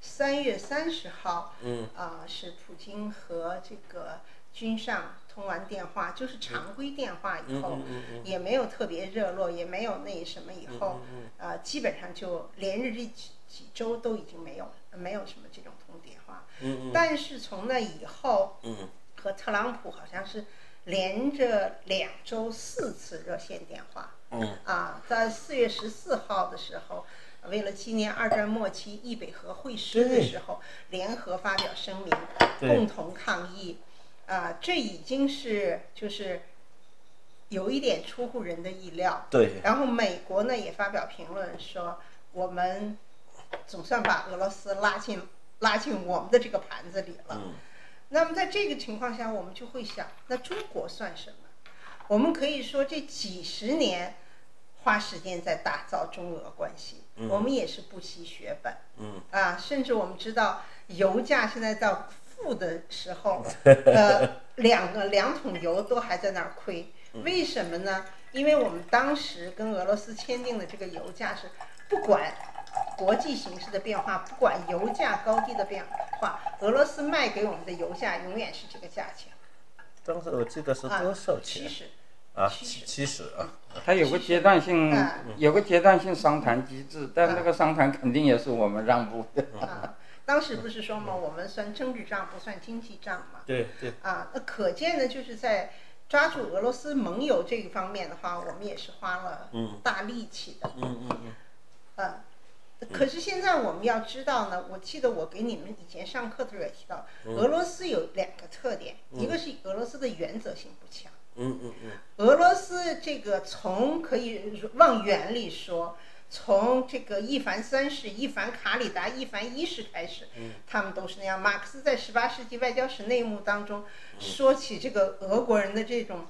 三月三十号嗯啊、是普京和这个君上通完电话，就是常规电话以嗯后，嗯嗯嗯也没有特别热络，也没有那什么以嗯后。嗯嗯呃，基本上就连日这几几周都已经没有没有什么这种通电话。嗯嗯但是从那以后，嗯和特朗普好像是连着两周四次热线电话。嗯啊，在四月十四号的时候，为了纪念二战末期易北河会师的对时候，联合发表声明，对共同抗议。啊，这已经是就是有一点出乎人的意料。对然后美国呢也发表评论说，我们总算把俄罗斯拉进拉进我们的这个盘子里了。嗯那么在这个情况下，我们就会想，那中国算什么？我们可以说这几十年花时间在打造中俄关系，嗯我们也是不惜血本。嗯啊，甚至我们知道油价现在到负的时 候，呃，两个两桶油都还在那儿亏，嗯为什么呢？因为我们当时跟俄罗斯签订的这个油价是不管国际形势的变化，不管油价高低的变化，俄罗斯卖给我们的油价永远是这个价钱，当时我记得是多少七钱十。啊？七七七十啊？它有个阶段性嗯，有个阶段性商谈机制，但那个商谈肯定也是我们让步的。啊，当时不是说嘛，我们算政治账不算经济账嘛。对对，啊，那可见呢，就是在抓住俄罗斯盟友这一方面的话，我们也是花了嗯大力气的。嗯嗯呃，可是现在我们要知道呢，我记得我给你们以前上课的时候也提到，俄罗斯有两个特点，一个是俄罗斯的原则性不强。嗯嗯嗯俄罗斯这个从可以往远里说，从这个伊凡三世、伊凡卡里达、伊凡一世开始，嗯他们都是那样。马克思在十八世纪外交史内幕当中嗯说起这个俄国人的这种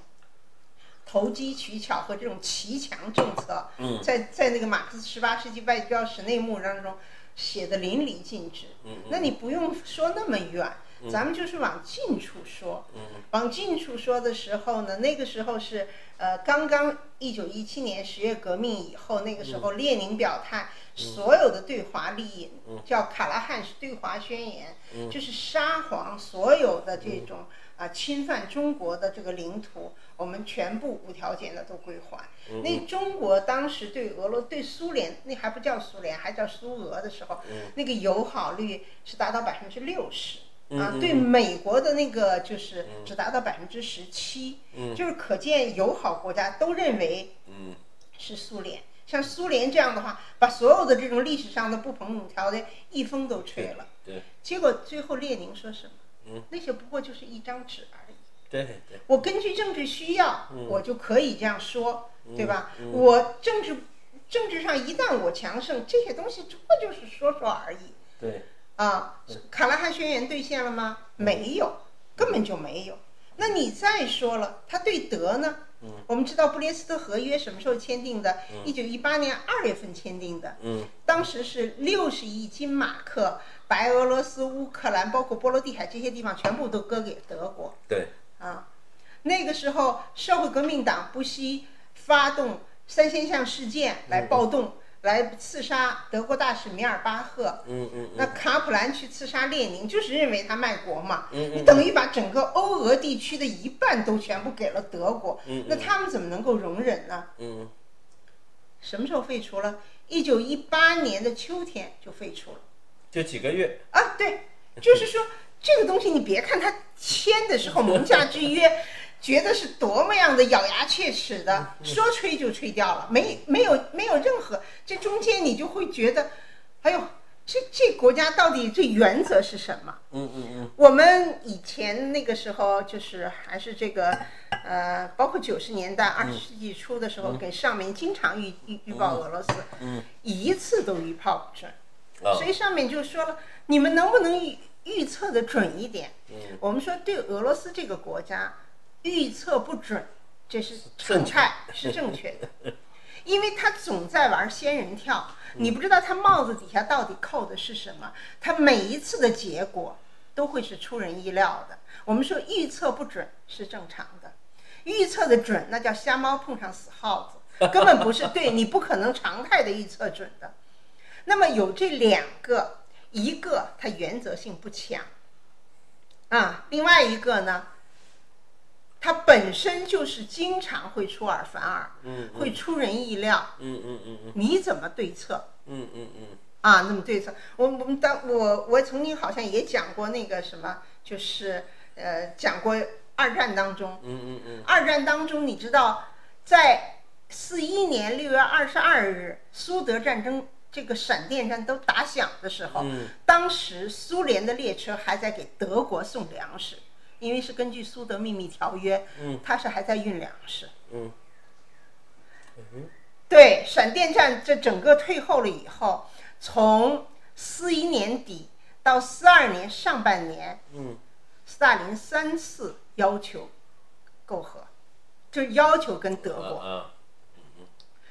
投机取巧和这种骑墙政策，嗯在在那个马克思十八世纪外交史内幕当中写的淋漓尽致。嗯那你不用说那么远，咱们就是往近处说。往近处说的时候呢，那个时候是呃，刚刚一九一七年十月革命以后，那个时候列宁表态，所有的对华利益、叫卡拉汉对华宣言，就是沙皇所有的这种啊、侵犯中国的这个领土，我们全部无条件的都归还。那中国当时对俄罗对苏联，那还不叫苏联，还叫苏俄的时候，那个友好率是达到百分之六十。嗯啊，对美国的那个就是只达到百分之十七，就是可见友好国家都认为嗯是苏联。像苏联这样的话，把所有的这种历史上的不平等条约一风都吹了。对嗯结果最后列宁说什么？那些不过就是一张纸而已。对对，我根据政治需要，嗯我就可以这样说，对吧？我政治政治上一旦我强盛，这些东西只不过就是说说而已。对嗯啊，卡拉汉宣言兑现了吗？没有，根本就没有。那你再说了，他对德呢？嗯我们知道布列斯特合约什么时候签订的？一九一八年二月份签订的。嗯当时是六十亿金马克，白俄罗斯、乌克兰，包括波罗的海这些地方，全部都割给德国。对，啊，那个时候社会革命党不惜发动三先巷事件来暴动，来刺杀德国大使米尔巴赫。嗯嗯那卡普兰去刺杀列宁，就是认为他卖国嘛。嗯你等于把整个欧俄地区的一半都全部给了德国，嗯那他们怎么能够容忍呢？嗯什么时候废除了？一九一八年的秋天就废除了。就几个月，啊，对，就是 说这个东西，你别看他签的时候盟价 之约，觉得是多么样的咬牙切齿嗯的，说吹就吹掉了，没没有没有任何这中间你就会觉得，哎呦，这这国家到底这原则是什么？嗯嗯我们以前那个时候就是还是这个，呃，包括九十年嗯代二十世纪初的时候，给上面经常预预预报俄罗斯，嗯一次都预报不准。嗯啊所以上面就说了，你们能不能预预测的准一点？嗯我们说对俄罗斯这个国家预测不准，这是常正确态，是正确的，因为他总在玩仙人跳，嗯你不知道他帽子底下到底扣的是什么，他每一次的结果都会是出人意料的。我们说预测不准是正常的，预测的准，那叫瞎猫碰上死耗子，根本不是对你不可能常态的预测准的。那么有这两个，一个它原则性不强，啊，另外一个呢，它本身就是经常会出尔反尔，嗯会出人意料，嗯嗯嗯嗯你怎么对策？嗯嗯嗯啊，那么对策，我我们当我我曾经好像也讲过那个什么，就是呃讲过二战当中，嗯嗯二战当中你知道，在四一年六月二十二日苏德战争这个闪电战都打响的时候，嗯当时苏联的列车还在给德国送粮食，因为是根据苏德秘密条约，嗯它是还在运粮食。嗯对，闪电战这整个退后了以后，从四一年底到四二年上半年，嗯斯大林三次要求媾和，就是要求跟德嗯国。啊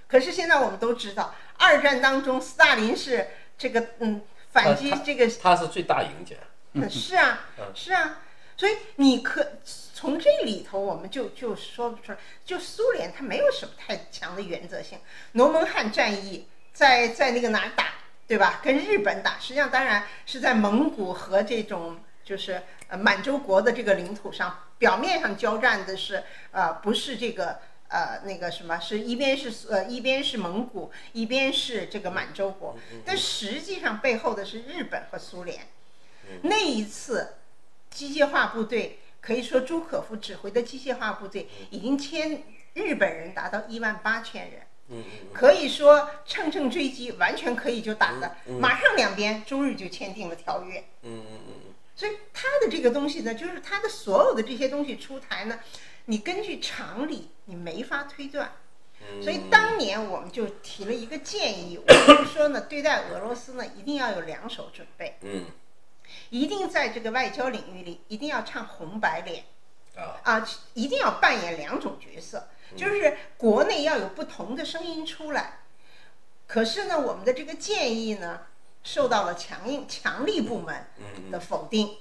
可是现在我们都知道，二战当中斯大林是这个嗯反击他这个他是最大赢家。嗯是啊嗯是啊，所以你可从这里头我们就就说不出来，就苏联它没有什么太强的原则性。农蒙汉战役在在那个哪儿打，对吧？跟日本打，实际上当然是在蒙古和这种就是呃满洲国的这个领土上，表面上交战的是呃不是这个。呃，那个什么，是一边是苏呃一边是蒙古，一边是这个满洲国，但实际上背后的是日本和苏联。嗯那一次，机械化部队可以说朱可夫指挥的机械化部队嗯已经迁日本人达到一万八千人，嗯可以说乘胜追击，完全可以就打的，马上两边周日就签订了条约。嗯嗯嗯所以他的这个东西呢，就是他的所有的这些东西出台呢，你根据常理你没法推断。嗯。所以当年我们就提了一个建议，我们就说呢，对待俄罗斯呢，一定要有两手准备。嗯一定在这个外交领域里，一定要唱红白脸啊啊，一定要扮演两种角色，就是国内要有不同的声音出来。可是呢，我们的这个建议呢，受到了强硬强力部门嗯的否定，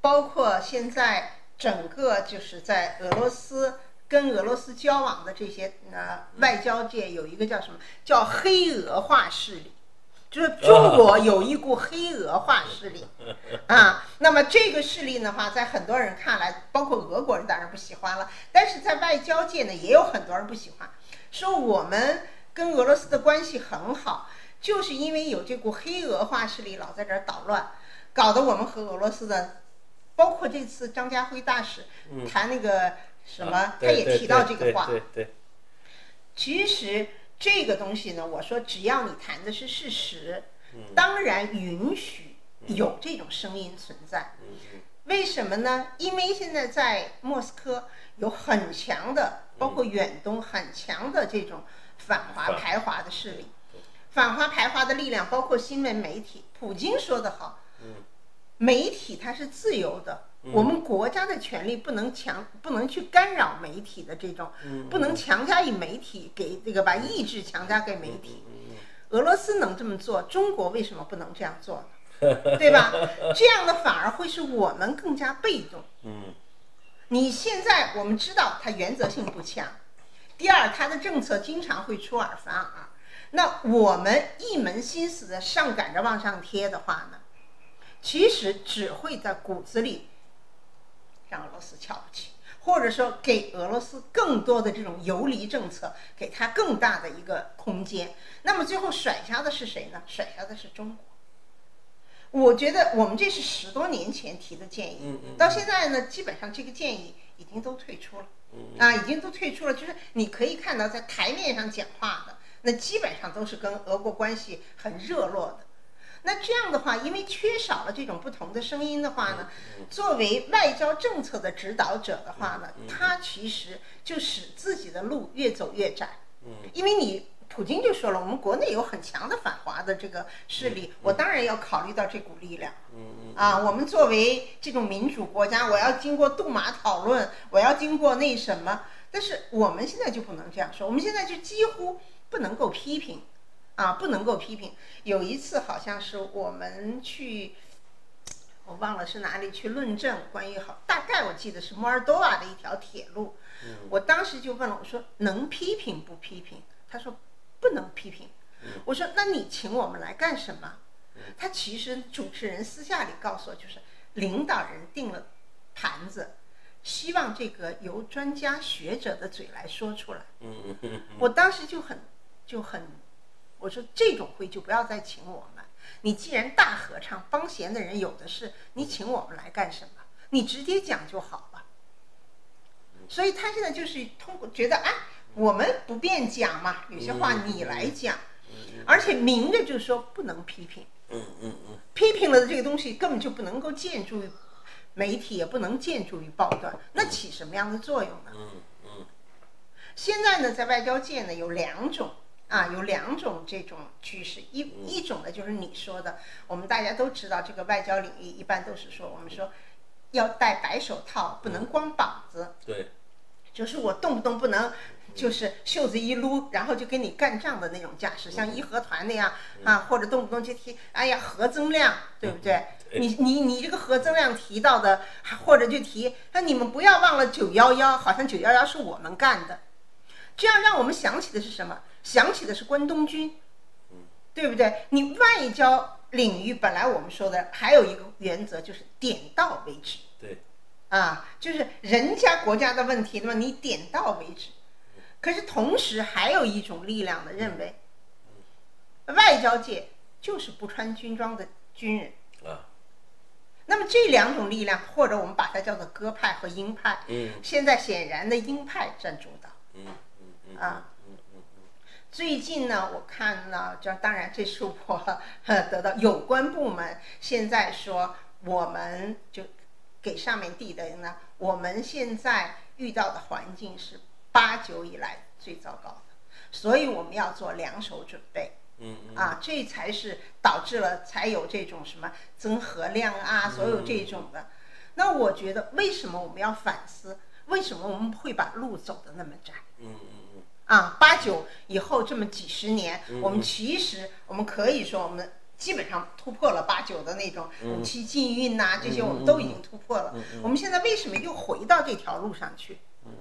包括现在整个就是在俄罗斯跟俄罗斯交往的这些呃嗯外交界有一个叫什么叫黑俄化势力，啊就是中国有一股黑俄化 势力啊。那么这个势力的话，在很多人看来，包括俄国人当然不喜欢了，但是在外交界呢，也有很多人不喜欢，说我们跟俄罗斯的关系很好。就是因为有这股黑俄化势力老在这儿捣乱，搞得我们和俄罗斯的，包括这次张家辉大使嗯谈那个什么，啊他也提到这个话。对对对其实这个东西呢，我说只要你谈的是事实，嗯当然允许有这种声音存在。对，嗯为什么呢？因为现在在莫斯科有很强的，包括远东很强的这种反嗯华反排华的势力，反华排华的力量包括新闻媒体。普京说得好，嗯媒体它是自由的，我们国家的权利不能强，不能去干扰媒体的这种，嗯不能强加于媒体给这个把意志强加给媒体。俄罗斯能这么做，中国为什么不能这样做呢？对吧？这样的反而会使我们更加被动。嗯你现在我们知道它原则性不强，第二，它的政策经常会出尔反尔。那我们一门心思的上赶着往上贴的话呢，其实只会在骨子里让俄罗斯瞧不起，或者说给俄罗斯更多的这种游离政策，给他更大的一个空间。那么最后甩下的是谁呢？甩下的是中国。我觉得我们这是十多年前提的建议，到现在呢，基本上这个建议已经都退出了，啊，已经都退出了。就是你可以看到，在台面上讲话的，那基本上都是跟俄国关系很热络的。那这样的话，因为缺少了这种不同的声音的话呢，作为外交政策的指导者的话呢，他其实就使自己的路越走越窄。因为你普京就说了，我们国内有很强的反华的这个势力，我当然要考虑到这股力量。啊，我们作为这种民主国家，我要经过杜马讨论，我要经过那什么。但是我们现在就不能这样说，我们现在就几乎不能够批评，啊，不能够批评。有一次好像是我们去，我忘了是哪里去论证关于好，大概我记得是摩尔多瓦的一条铁路。我当时就问了，我说能批评不批评？他说不能批评。我说那你请我们来干什么？他其实主持人私下里告诉我，就是领导人定了盘子，希望这个由专家学者的嘴来说出来。嗯嗯我当时就很就很，我说这种会就不要再请我们。你既然大合唱，帮闲的人有的是，你请我们来干什么？你直接讲就好了。所以他现在就是通过觉得，哎，我们不便讲嘛，有些嗯话你来讲，而且明着就说不能批评，嗯嗯嗯，批评了的这个东西根本就不能够建筑于媒体，也不能建筑于报端，那起什么样的作用呢？嗯嗯现在呢，在外交界呢有两种啊，有两种这种趋势，一一种呢就是你说的，我们大家都知道，这个外交领域一般都是说，我们说要戴白手套，不能光膀子，对，就是我动不动不能。就是袖子一撸，然后就跟你干仗的那种架势，像义和团那样啊，或者动不动就提，哎呀核增量，对不对？你你你这个核增量提到的，或者就提，那你们不要忘了九幺幺，好像九幺幺是我们干的，这样让我们想起的是什么？想起的是关东军，对不对？你外交领域本来我们说的还有一个原则就是点到为止，对，啊，就是人家国家的问题，那么你点到为止。可是同时还有一种力量的认为，外交界就是不穿军装的军人。啊，那么这两种力量，或者我们把它叫做鸽派和鹰派，嗯现在显然的鹰派占主导。嗯嗯嗯啊嗯嗯最近呢，我看呢，这当然这是我呃得到有关部门现在说，我们就给上面递的呢，我们现在遇到的环境是八九以来最糟糕的，所以我们要做两手准备。嗯嗯啊，这才是导致了才有这种什么增核量啊，所有嗯这种的。那我觉得，为什么我们要反思？为什么我们会把路走得那么窄？嗯嗯啊，八九以后这么几十年，我们其实我们可以说，我们基本上突破了八九的那种嗯武器禁运呐、这些我们都已经突破了。我们现在为什么又回到这条路上去？嗯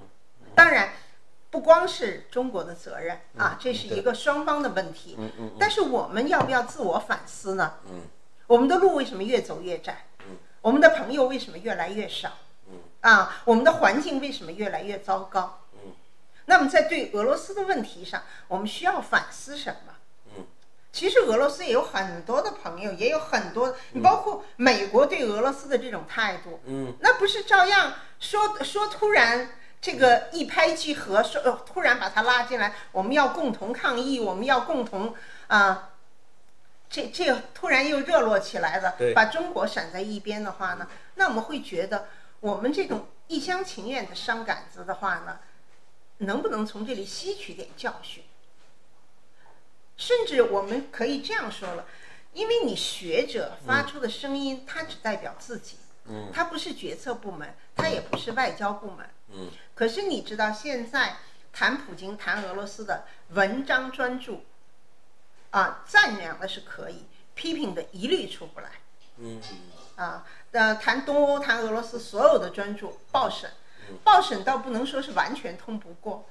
当然，不光是中国的责任嗯啊，这是一个双方的问题。但是我们要不要自我反思呢？我们的路为什么越走越窄？我们的朋友为什么越来越少？啊，我们的环境为什么越来越糟糕？那么在对俄罗斯的问题上，我们需要反思什么？嗯，其实俄罗斯也有很多的朋友，也有很多，你包括美国对俄罗斯的这种态度，嗯，那不是照样说说突然这个一拍即合，说、呃突然把他拉进来，我们要共同抗议，我们要共同啊、这这突然又热络起来了对，嗯把中国闪在一边的话呢，那我们会觉得我们这种一厢情愿的伤感子的话呢，能不能从这里吸取点教训？甚至我们可以这样说了，因为你学者发出的声音，它只代表自己，嗯它不是决策部门，它也不是外交部门。嗯可是你知道现在谈普京、谈俄罗斯的文章专注，啊，赞扬的是可以，批评的一律出不来。嗯啊，呃，谈东欧、谈俄罗斯所有的专著报审，嗯报审倒不能说是完全通不过，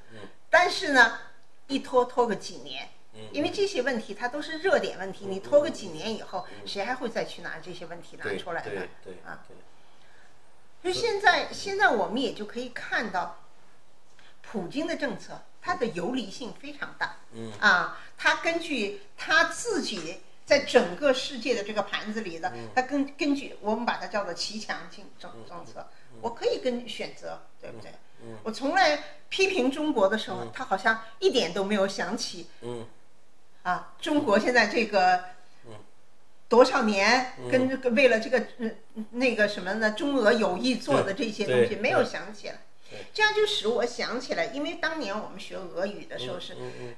但是呢，一拖拖个几年，嗯因为这些问题它都是热点问题，你拖个几年以后，谁还会再去拿这些问题嗯拿对出来呢对？对啊，就现在，现在我们也就可以看到，普京的政策它的游离性非常大。嗯啊，他根据他自己在整个世界的这个盘子里的，他根根据我们把它叫做骑墙政政政策，我可以跟选择，对不对？我从来批评中国的时候，他好像一点都没有想起嗯啊，中国现在这个多少年嗯跟这个为了这个嗯那个什么呢，中俄友谊做的这些东西对没有想起来对，这样就使我想起来，因为当年我们学俄语的时候是嗯嗯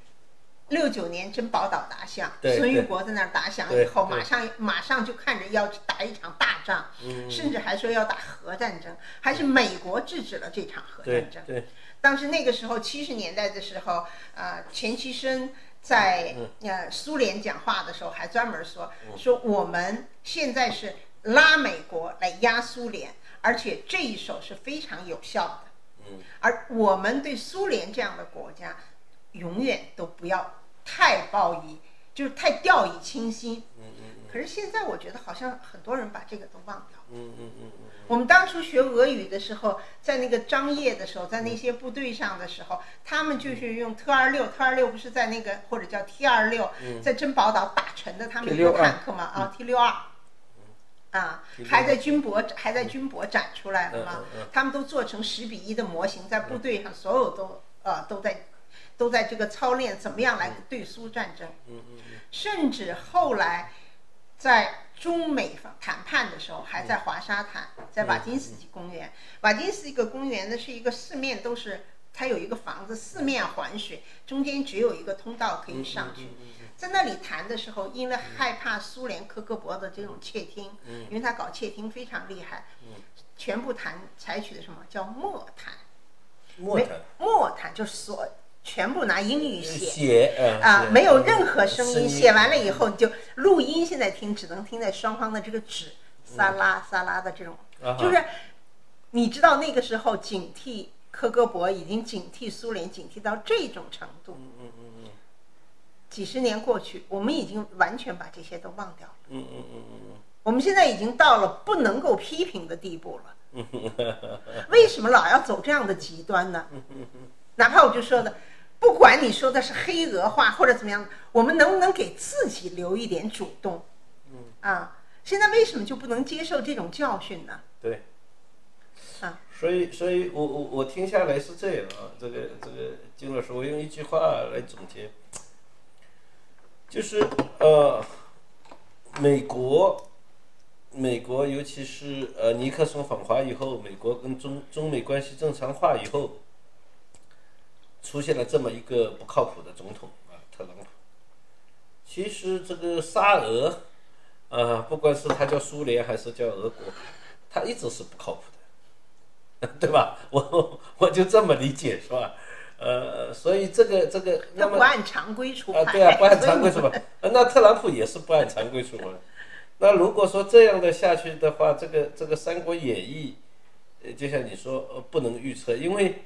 六九年珍宝岛打响，对孙玉对国在那儿打响对以后，对马上马上就看着要打一场大仗，嗯甚至还说要打核战争，还是美国制止了这场核对战争。对当时那个时候七十年代的时候，呃，钱其琛嗯在呃苏联讲话的时候还专门说说我们现在是拉美国来压苏联，而且这一手是非常有效的。嗯，而我们对苏联这样的国家，永远都不要太抱以，就是太掉以轻心。嗯嗯可是现在我觉得好像很多人把这个都忘掉了。嗯嗯嗯嗯我们当初学俄语的时候，在那个张掖的时候，在那些部队上的时候，他们就是用特二六，特二六不是在那个或者叫 T 二六，嗯在珍宝岛打沉的他们一个 T62 坦克嘛啊 T 六二，啊 T62 还在军博还在军博展出来了嘛嗯嗯嗯，他们都做成十比一的模型，在部队上所有都呃都在都在这个操练怎么样来对苏战争。嗯嗯甚至后来在中美方谈判的时候，还在华沙谈，在瓦金斯基公园。瓦金斯基公园呢是一个四面都是，它有一个房子四面环水，中间只有一个通道可以上去。在那里谈的时候，因为害怕苏联科克勃的这种窃听，因为他搞窃听非常厉害，全部谈采取的什么叫默谈？嗯，莫没的默谈就是所全部拿英语写。写啊，没有任何声声音，写完了以后你就录音，现在听只能听在双方的这个纸撒拉撒拉的这种，嗯啊哈就是你知道那个时候警惕科格勃已经警惕苏联，警惕到这种程度。嗯嗯嗯嗯几十年过去，我们已经完全把这些都忘掉了。嗯嗯嗯我们现在已经到了不能够批评的地步了。 为什么老要走这样的极端呢？ 哪怕我就说的，不管你说的是黑俄话或者怎么样，我们能不能给自己留一点主动？嗯啊，现在为什么就不能接受这种教训呢？对。啊，所以，所以我我我听下来是这样啊，这个这个金老师，我用一句话来总结，就是呃，美国，美国尤其是呃尼克松访华以后，美国跟中中美关系正常化以后，出现了这么一个不靠谱的总统啊，特朗普。其实这个沙俄，啊，不管是它叫苏联还是叫俄国，它一直是不靠谱的， 对吧？我我就这么理解，是吧？呃，所以这个这个，他那不么按常规出牌， 啊，对啊，不按常规所出牌。呃 那特朗普也是不按常规出牌。那如果说这样的下去的话，这个这个《三国演义》，呃，就像你说，呃，不能预测，因为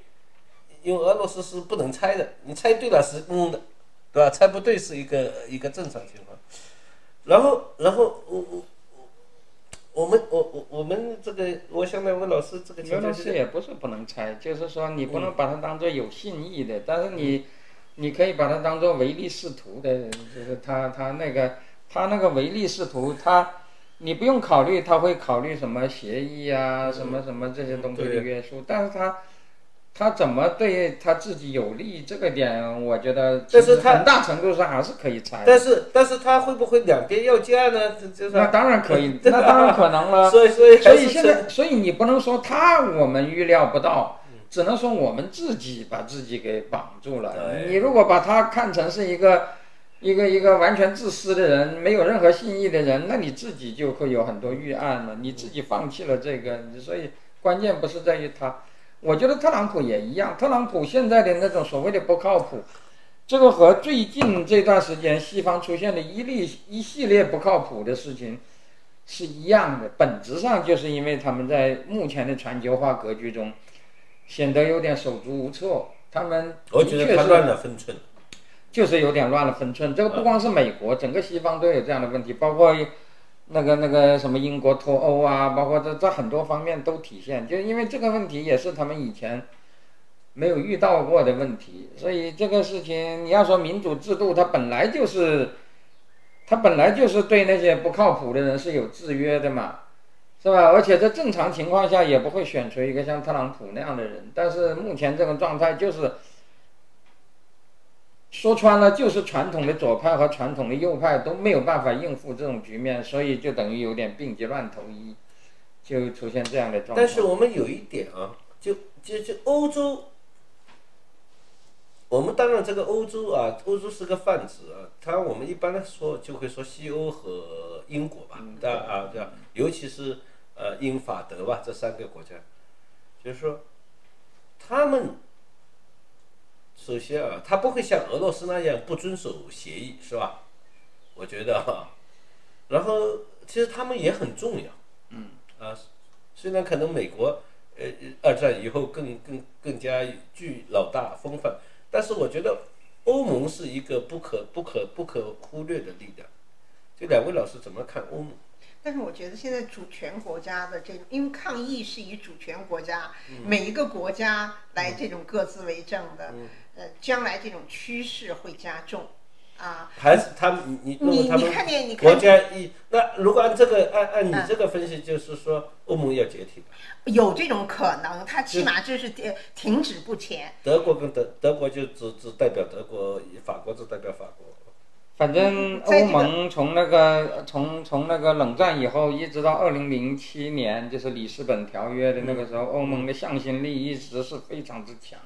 因为俄罗斯是不能猜的，你猜对了是嗯的，对吧？猜不对是一个一个正常情况。然后，然后我我我我们我我我们这个，我想来问老师这个俄情罗况斯是，嗯也不是不能拆，就是说你不能把它当做有信义的，但是你，你可以把它当做唯利是图的，就是他他那个他那个唯利是图，他你不用考虑他会考虑什么协议啊，什么什么这些东西的嗯对约束，但是他他怎么对他自己有利，这个点我觉得其但是实他很大程度上还是可以拆的。但是但是他会不会两边要价呢？这就是那啊，当然可以，那当然可能了。所以所以还所是以现这在，所以你不能说他我们预料不到，嗯只能说我们自己把自己给绑住了。对你如果把他看成是一个一个一个完全自私的人，没有任何信义的人，那你自己就会有很多预案嗯了。你自己放弃了这个，所以关键不是在于他。我觉得特朗普也一样，特朗普现在的那种所谓的不靠谱，这个和最近这段时间西方出现的一例一系列不靠谱的事情是一样的，本质上就是因为他们在目前的全球化格局中显得有点手足无措，他们我的觉确得他是乱了嗯分寸。就是有点乱了分寸。这个不光是美国，整个西方都有这样的问题，包括那个那个什么英国脱欧啊，包括这这很多方面都体现。就因为这个问题也是他们以前没有遇到过的问题，所以这个事情你要说民主制度，它本来就是它本来就是对那些不靠谱的人是有制约的嘛。是吧？而且在正常情况下也不会选出一个像特朗普那样的人，但是目前这个状态就是说穿了就是传统的左派和传统的右派都没有办法应付这种局面，所以就等于有点病急乱投医，就出现这样的状况。但是我们有一点啊，就就就欧洲，我们当然这个欧洲啊，欧洲是个泛指啊，它我们一般来说就会说西欧和英国吧，嗯对啊对吧？尤其是呃英法德吧这三个国家，就是说他们。首先啊，他不会像俄罗斯那样不遵守协啊议，是吧？我觉得哈、然后其实他们也很重要，嗯啊，虽然可能美国呃二战以后更更更加具老大风范，但是我觉得欧盟是一个不可不可不可忽略的力量。就两位老师怎么看欧盟？但是我觉得现在主权国家的这种，因为抗议是以主权国家、嗯每一个国家来这种各自为政的，嗯呃，将来这种趋势会加重，啊，还是他们你你认为他你看们见你嗯看国见家一那如果按这个按按你这个分析，就是说欧盟要解体吧？有这种可能，它起码就是停停止不前，德国跟德德国就只只代表德国，法国只代表法国。反正嗯在欧这个盟从那个从从那个冷战以后，一直到二零零七年，就是里斯本条约的那个时候，欧盟的向心力一直是非常之强。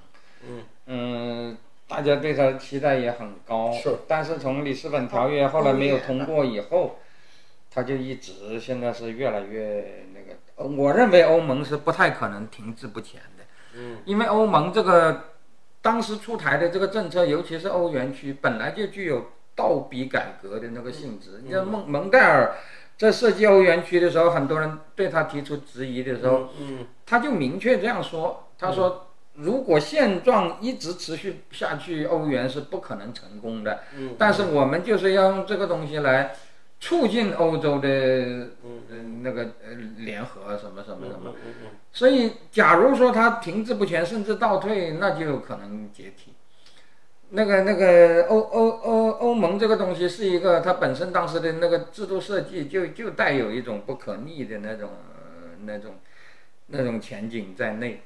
嗯嗯，大家对它的期待也很高。是。但是从里斯本条约后来没有通过以后，它就一直现在是越来越那个。呃我认为欧盟是不太可能停滞不前的。嗯，因为欧盟这个当时出台的这个政策，尤其是欧元区，本来就具有倒逼改革的那个性嗯质。你像蒙蒙代尔在设计欧元区的时候，很多人对他提出质疑的时候，嗯他就明确这样说：“他说，如果现状一直持续下去，欧元是不可能成功的。嗯但是我们就是要用这个东西来促进欧洲的嗯呃那个呃联合什么什么什么。”嗯嗯所以，假如说它停滞不前，甚至倒退，那就有可能解体。那个、那个欧欧欧欧盟这个东西是一个，它本身当时的那个制度设计就就带有一种不可逆的那种、呃那种那种前景在内，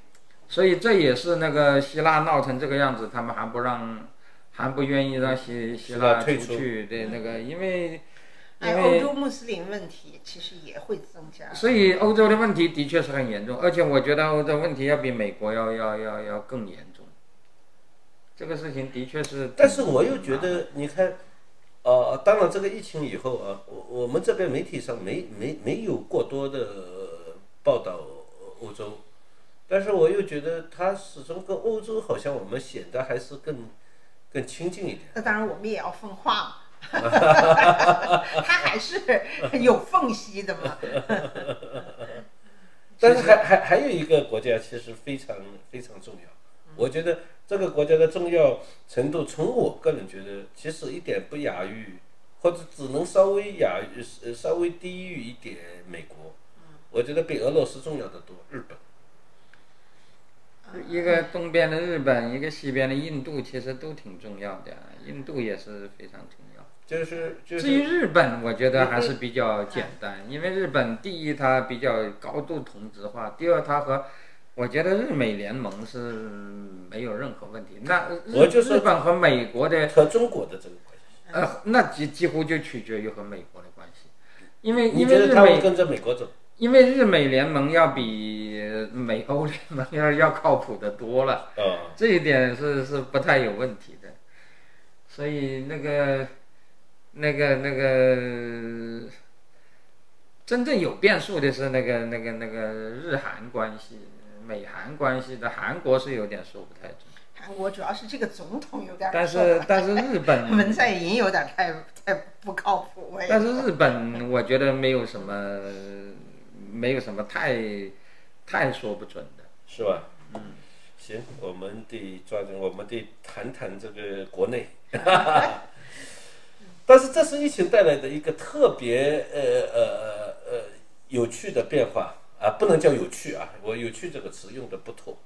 所以这也是那个希腊闹成这个样子，他们还不让，还不愿意让希希希腊腊出退去对那个，因为哎，因欧为洲穆斯林问题其实也会增加，所以欧洲的问题的确是很严重，而且我觉得欧洲问题要比美国要要要要更严重。这个事情的确是，但是我又觉得，你看，呃，当然这个疫情以后啊，我我们这边媒体上没没没有过多的呃报道欧洲，但是我又觉得它始终跟欧洲好像我们显得还是更更亲近一点。那当然我们也要奉化嘛。他还是有缝隙的嘛，但是还还还有一个国家其实非常非常重要，嗯我觉得这个国家的重要程度，从我个人觉得，其实一点不亚于，或者只能稍微亚于呃稍微低于一点美国，嗯我觉得比俄罗斯重要的多，日本。一个东边的日本，一个西边的印度，其实都挺重要的，印度也是非常重要。就是就至于是日本，我觉得还是比较简单，因为日本第一它比较高度同质化，第二它和我觉得日美联盟是没有任何问题。那日我就说日本和美国的和中国的这个关系，呃，那几几乎就取决于和美国的关系，因为你因觉为得日他会美跟着美国走？因为日美联盟要比呃美欧联盟要要靠谱的多了，啊，这一点是是不太有问题的，所以那个那个那个真正有变数的是那个那个那个日韩关系、美韩关系的，韩国是有点说不太准，韩国主要是这个总统有点儿但受不 了是但是日本文在寅有点太太不靠谱，我也但是日本，我觉得没有什么，没有什么太太说不准的。是吧？嗯，行，我们得抓紧，我们得谈谈这个国内。但是这是疫情带来的一个特别呃呃呃呃有趣的变化啊，不能叫有趣啊，我“有趣”这个词用的不妥，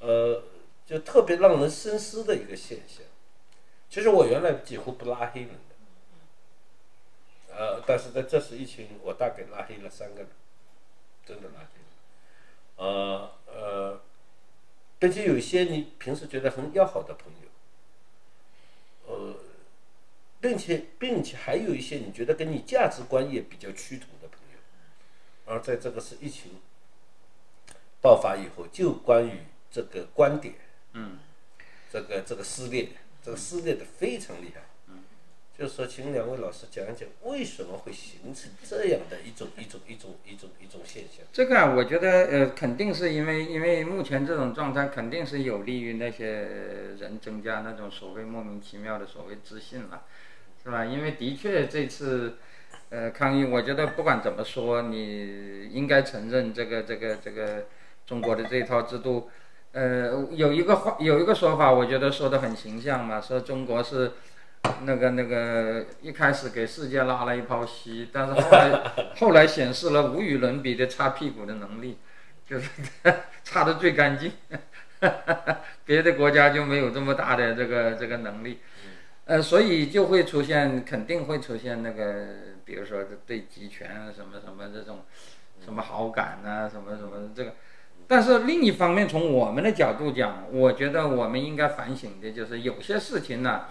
呃，就特别让人深思的一个现象。其实我原来几乎不拉黑人的，呃，但是在这次疫情，我大概拉黑了三个人，真的拉黑了。呃呃，并且有一些你平时觉得很要好的朋友，呃，并且并且还有一些你觉得跟你价值观也比较趋同的朋友，而在这个是疫情爆发以后，就关于这个观点，嗯，这个这个撕裂，这个撕裂的非常厉害。就是说，请两位老师讲一讲为什么会形成这样的一种一种一种一种一种现象。这个啊我觉得呃，肯定是因为因为目前这种状态，肯定是有利于那些人增加那种所谓莫名其妙的所谓自信了，是吧？因为的确这次呃，抗议，我觉得不管怎么说，你应该承认这个这个这个中国的这套制度。呃，有一个话，有一个说法，我觉得说的很形象嘛，说中国是那个那个一开始给世界拉了一泡稀，但是后来后来显示了无与伦比的擦屁股的能力，就是擦的最干净， 别的国家就没有这么大的这个这个能力。呃，所以就会出现，肯定会出现那个，比如说对集权啊什么什么这种，什么好感呐、什么什么这个。但是另一方面，从我们的角度讲，我觉得我们应该反省的就是有些事情呢、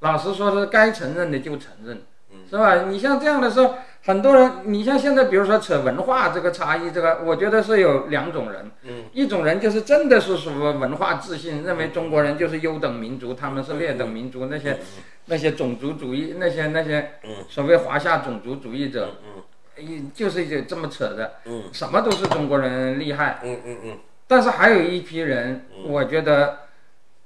老实说是该承认的就承认，是吧？你像这样的时候，很多人，你像现在比如说扯文化这个差异，这个我觉得是有两种人，嗯一种人就是真的是什么文化自信，认为中国人就是优等民族，他们是劣等民族，那嗯些那些种族主义，那些那些所谓华夏种族主义者，嗯一就是这这么扯的，什么都是中国人厉害。嗯嗯嗯但是还有一批人，我觉得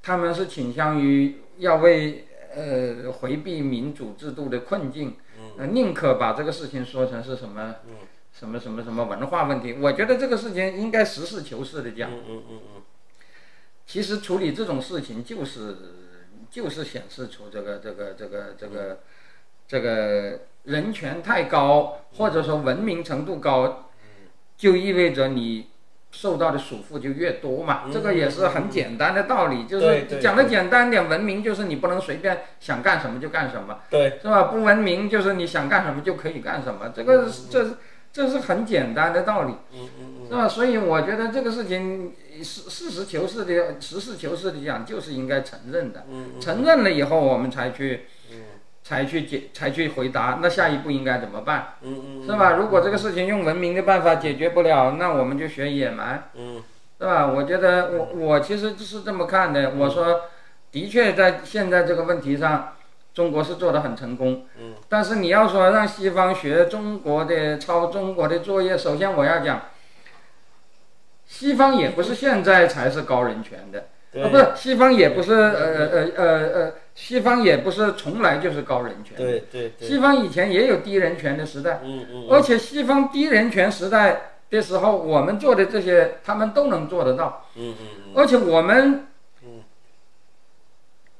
他们是倾向于要为呃回避民主制度的困境，呃宁可把这个事情说成是什么嗯什么什么什么文化问题。我觉得这个事情应该实事求是的讲。嗯嗯嗯嗯，其实处理这种事情就是就是显示出这个这个这个这嗯个这个人权太高，或者说文明程度高，嗯就意味着你受到的束缚就越多嘛。嗯这个也是很简单的道理，就对是对讲的简单点，文明就是你不能随便想干什么就干什么。对，是吧？不文明就是你想干什么就可以干什么，这嗯个是这是这是很简单的道理，嗯是吧？所以我觉得这个事情实事实求是的，实事求是的讲，就是应该承认的。嗯承认了以后，我们才去，才去解，才去回答。那下一步应该怎么办？嗯嗯是吧？如果这个事情用文明的办法解决不了，那我们就学野蛮。嗯是吧？我觉得我我其实是这么看的。我嗯说，的确在现在这个问题上，中国是做得很成功。嗯。但是你要说让西方学中国的抄中国的作业，首先我要讲，西方也不是现在才是高人权的，对啊，不是西方也不是呃呃呃呃呃，西方也不是从来就是高人权。。对对对，西方以前也有低人权的时代。嗯嗯而且西方低人权时代的时候，我们做的这些，他们都能做得到。嗯嗯而且我们嗯，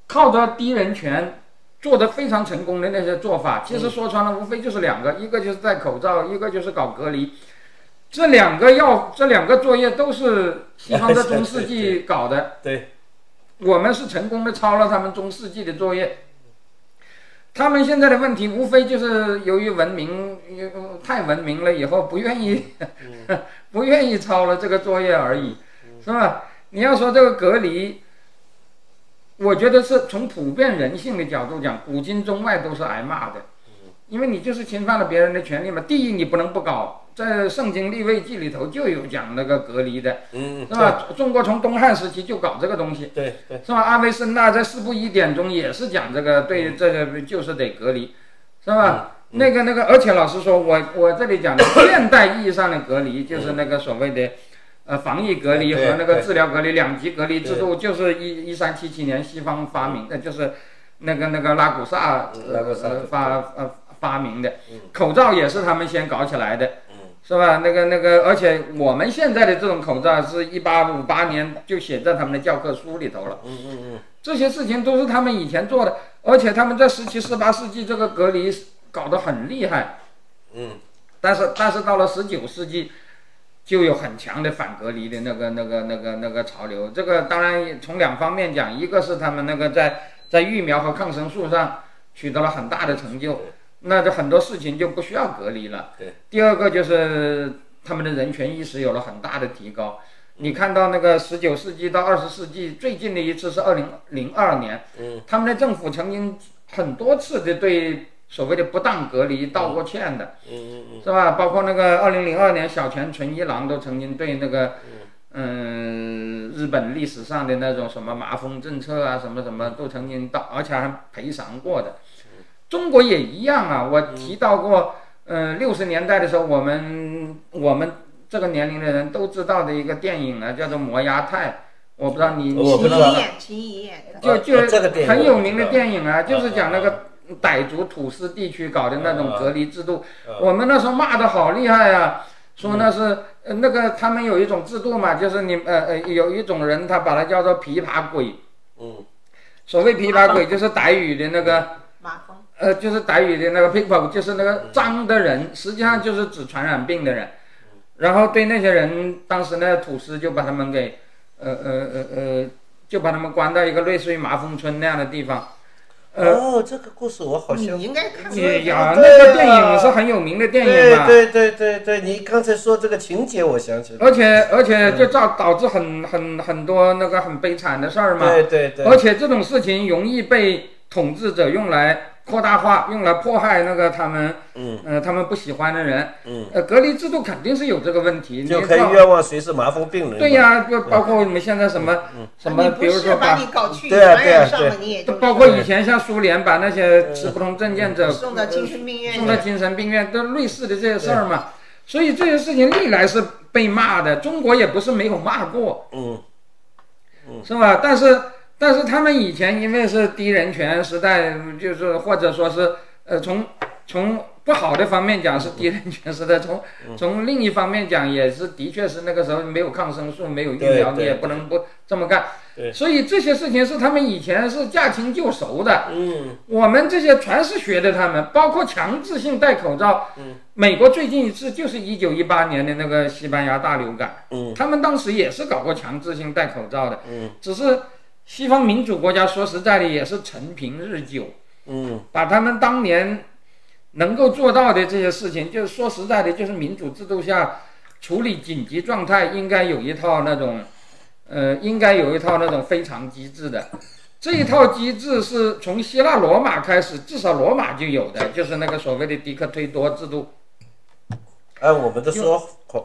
靠着低人权做得非常成功的那些做法，其实说穿了，无非就是两个，一个就是戴口罩，一个就是搞隔离。这两个要，这两个作业都 是西方在中世对纪搞的。嗯，对，我们是成功的抄了他们中世纪的作业。他们现在的问题无非就是由于文明呃太文明了以后不愿意 不愿意抄了这个作业而已，是吧？你要说这个隔离，我觉得是从普遍人性的角度讲，古今中外都是挨骂的，因为你就是侵犯了别人的权利嘛。第一，你不能不搞，在《圣经立位记》里头就有讲那个隔离的，嗯是吧？中国从东汉时期就搞这个东西。对对，是吧？阿维森纳在《四部一典》中也是讲这个，嗯对这个就是得隔离，是吧？那个那个，而且老实说，我我这里讲的现代意义上的隔离，就是那个所谓的，呃，防疫隔离嗯对和那个对治疗隔离两级隔离制度，就是一一三七七年西方发明的，就是那个那个拉古萨嗯拉古萨呃对发呃发明的嗯，口罩也是他们先搞起来的。嗯是吧？那个那个，而且我们现在的这种口罩是一八五八年就写在他们的教科书里头了。嗯嗯这些事情都是他们以前做的，而且他们在十七、十八世纪这个隔离搞得很厉害，嗯但是但是到了十九世纪，就有很强的反隔离的那个那个那个那个潮流。这个当然也从两方面讲，一个是他们那个在在疫苗和抗生素上取得了很大的成就，那就很多事情就不需要隔离了。对。第二个就是他们的人权意识有了很大的提高。你看到那个十九世纪到二十世纪最近的一次是二零零二年，嗯，他们的政府曾经很多次的对所谓的不当隔离道过歉的，嗯嗯是吧？包括那个二零零二年小泉纯一郎都曾经对那个，嗯，日本历史上的那种什么麻风政策啊，什么什么都曾经到，而且还赔偿过的。中国也一样啊，我提到过，嗯，六十年代的时候，我们我们这个年龄的人都知道的一个电影啊呢，叫做《磨牙太》，我不知道你哦我不你知道秦怡演，秦怡演的，就哦就这个电影很我有知名的道电影啊，就是讲那啊个傣族土司地区搞的那种啊隔离制度，啊嗯我们那时候骂的好厉害呀、说那是、呃那个他们有一种制度嘛，就是你呃呃有一种人，他把它叫做琵琶鬼。嗯所谓琵琶鬼就是傣语的那个马蜂呃，就是傣语的那个 people，就是嗯那个脏的人，实际上就是指传染病的人。然后对那些人，当时呢，土司就把他们给，呃呃呃呃，就把他们关到一个类似于麻风村那样的地方。呃，嗯哦，这个故事我好你像应该看过也有呀哎那对个啊电影是很有名的电影嘛。对对对对对，你刚才说这个情节，我想起来。而且而且就造导致很很很多那个很悲惨的事儿嘛。对对对，而且这种事情容易被统治者用来扩大化，用来迫害那个他们，嗯呃，他们不喜欢的人。嗯，呃，隔离制度肯定是有这个问题，就你可以嗯包冤枉谁是麻风病人嘛。对呀、就包括你们现在什么、嗯什么，你比不如是说把把你，搞去对啊传对啊染上了，对你也就包括以前像苏联把那嗯些持不同证件者送到精神病院送到去。精神病院，都类似的这些事儿嘛。所以这些事情历来是被骂的，中国也不是没有骂过，嗯是吧？但是但是他们以前因为是低人权时代，就是或者说是呃从从不好的方面讲嗯是低人权时代，从从另一方面讲也是的确是那个时候没有抗生素，没有疫苗，对对你也不能不这么干对。所以这些事情是他们以前是驾轻就熟的，嗯我们这些全是学的他们，包括强制性戴口罩。嗯美国最近一次就是一九一八年的那个西班牙大流感。嗯他们当时也是搞过强制性戴口罩的，嗯只是西方民主国家说实在的也是陈平日久，嗯把他们当年能够做到的这些事情，就是说实在的，就是民主制度下处理紧急状态应该有一套那种，呃，应该有一套那种非常机制的。这一套机制是从希腊罗马开始，至少罗马就有的，就是那个所谓的迪克推多制度。按哎我们的说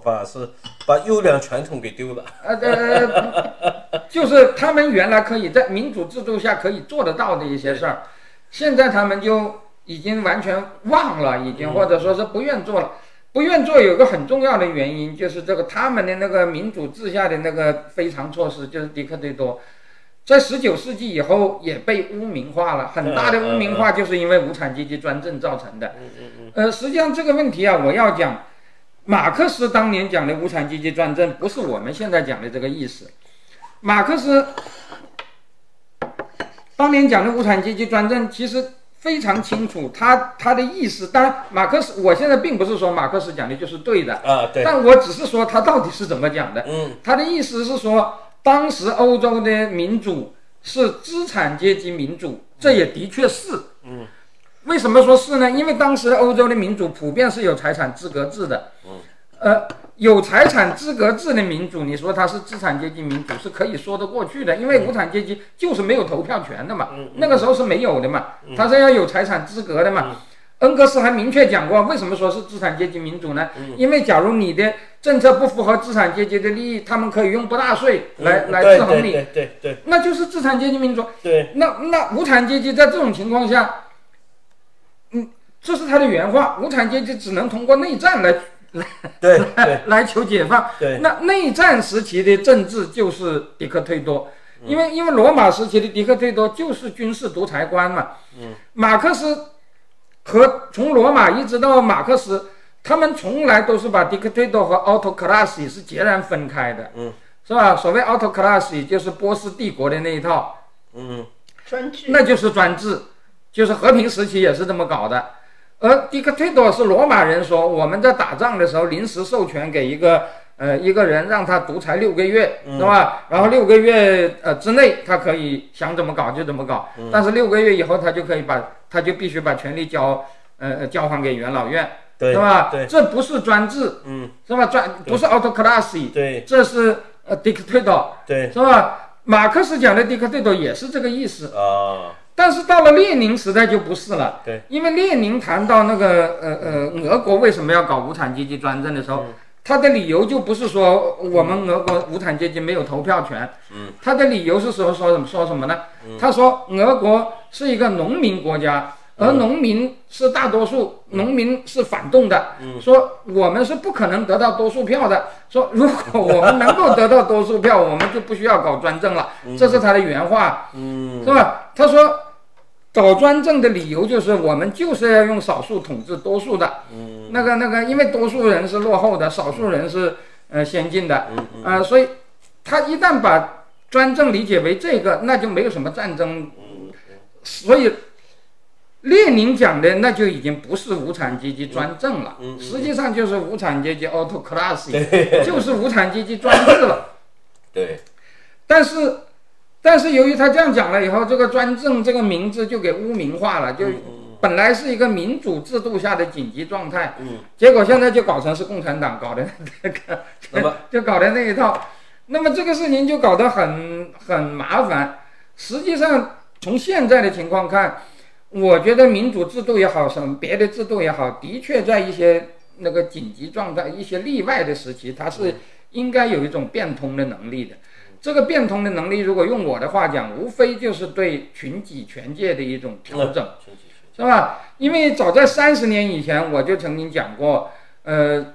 法是把优良传统给丢了。呃呃， 就是他们原来可以在民主制度下可以做得到的一些事儿，现在他们就已经完全忘了，已嗯经或者说是不愿做了。不愿做有个很重要的原因，就是这个他们的那个民主制下的那个非常措施，就是迪克最多，在十九世纪以后也被污名化了，很大的污名化就是因为无产阶级专政造成的。嗯嗯呃，实际上这个问题啊，我要讲，马克思当年讲的无产阶级专政，不是我们现在讲的这个意思。马克思当年讲的无产阶级专政，其实非常清楚他他的意思。当然，马克思，我现在并不是说马克思讲的就是对的，嗯啊对，但我只是说他到底是怎么讲的。嗯他的意思是说，当时欧洲的民主是资产阶级民主，这也的确是。嗯，为什么说是呢？因为当时的欧洲的民主普遍是有财产资格制的。嗯，呃，有财产资格制的民主，你说它是资产阶级民主是可以说得过去的，因为无产阶级就是没有投票权的嘛，嗯嗯嗯嗯那个时候是没有的嘛，他是要有财产资格的嘛。恩格斯还明确讲过，为什么说是资产阶级民主呢？嗯因为假如你的政策不符合资产阶级的利益，他们可以用不大税来、嗯来对制衡你，对对对那就是资产阶级民主。对那那无产阶级在这种情况下，嗯，这是他的原话，无产阶级只能通过内战来 对对对来求解放。对，那内战时期的政治就是迪克忒多，嗯因为因为罗马时期的迪克忒多就是军事独裁官嘛。嗯，马克思和从罗马一直到马克思，他们从来都是把迪克忒多和 autocracy 是截然分开的。嗯，是吧？所谓 autocracy 就是波斯帝国的那一套。嗯专制那就是专制，就是和平时期也是这么搞的。而迪克忒多是罗马人说，我们在打仗的时候临时授权给一个呃一个人，让他独裁六个月，嗯是吧？然后六个月呃之内，他可以想怎么搞就怎么搞，嗯但是六个月以后，他就可以把他就必须把权力交呃交还给元老院，对是吧？对这不是专制，嗯是吧？专不是 autocracy，对这是呃 dictator，对是吧？马克思讲的 dictator 也是这个意思。啊但是到了列宁时代就不是了，对，因为列宁谈到那个呃呃俄国为什么要搞无产阶级专政的时候，嗯他的理由就不是说我们俄国无产阶级没有投票权，嗯，他的理由是说说什么说什么呢？他说俄国是一个农民国家。嗯而农民是大多数，农民是反动的，嗯说我们是不可能得到多数票的。说如果我们能够得到多数票，我们就不需要搞专政了。这是他的原话。嗯是吧？他说，搞专政的理由就是我们就是要用少数统治多数的，嗯那个那个，因为多数人是落后的，少数人是呃先进的，嗯嗯啊，所以他一旦把专政理解为这个，那就没有什么战争，嗯所以列宁讲的那就已经不是无产阶级专政了，嗯嗯嗯实际上就是无产阶级 autocracy，就 是无产阶级专制了。对，哎但是，但是由于他这样讲了以后，这个专政这个名字就给污名化了，就本来是一个民主制度下的紧急状态，嗯，结果现在就搞成是共产党搞的那个，那么就搞的那一套，那么这个事情就搞得很很麻烦。实际上，从现在的情况看，我觉得民主制度也好，什么别的制度也好，的确在一些那个紧急状态、一些例外的时期，它是应该有一种变通的能力的。这个变通的能力，如果用我的话讲，无非就是对群体权界的一种调整。群体学是吧？因为早在三十年以前，我就曾经讲过，呃，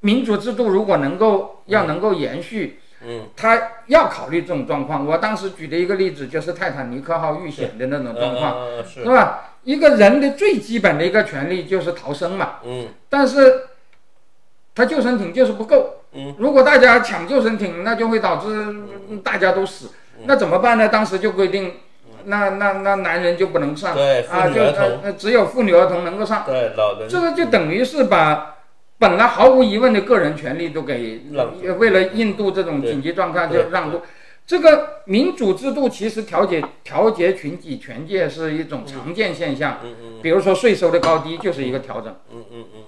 民主制度如果能够要能够延续，嗯，它要考虑这种状况。我当时举的一个例子就是泰坦尼克号遇险的那种状况，呃是是，吧？一个人的最基本的一个权利就是逃生嘛，嗯但是他救生艇就是不够。嗯，如果大家抢救生艇，那就会导致大家都死，嗯那怎么办呢？当时就规定，那那那男人就不能上。对，妇啊，女就儿呃童，呃只有妇女儿童能够上，对老人，这个就等于是把本来毫无疑问的个人权利都给让渡呃为了印度这种紧急状态对就让渡。这个民主制度其实调节调节群体权界是一种常见现象，嗯嗯比如说税收的高低就是一个调整。嗯嗯嗯嗯，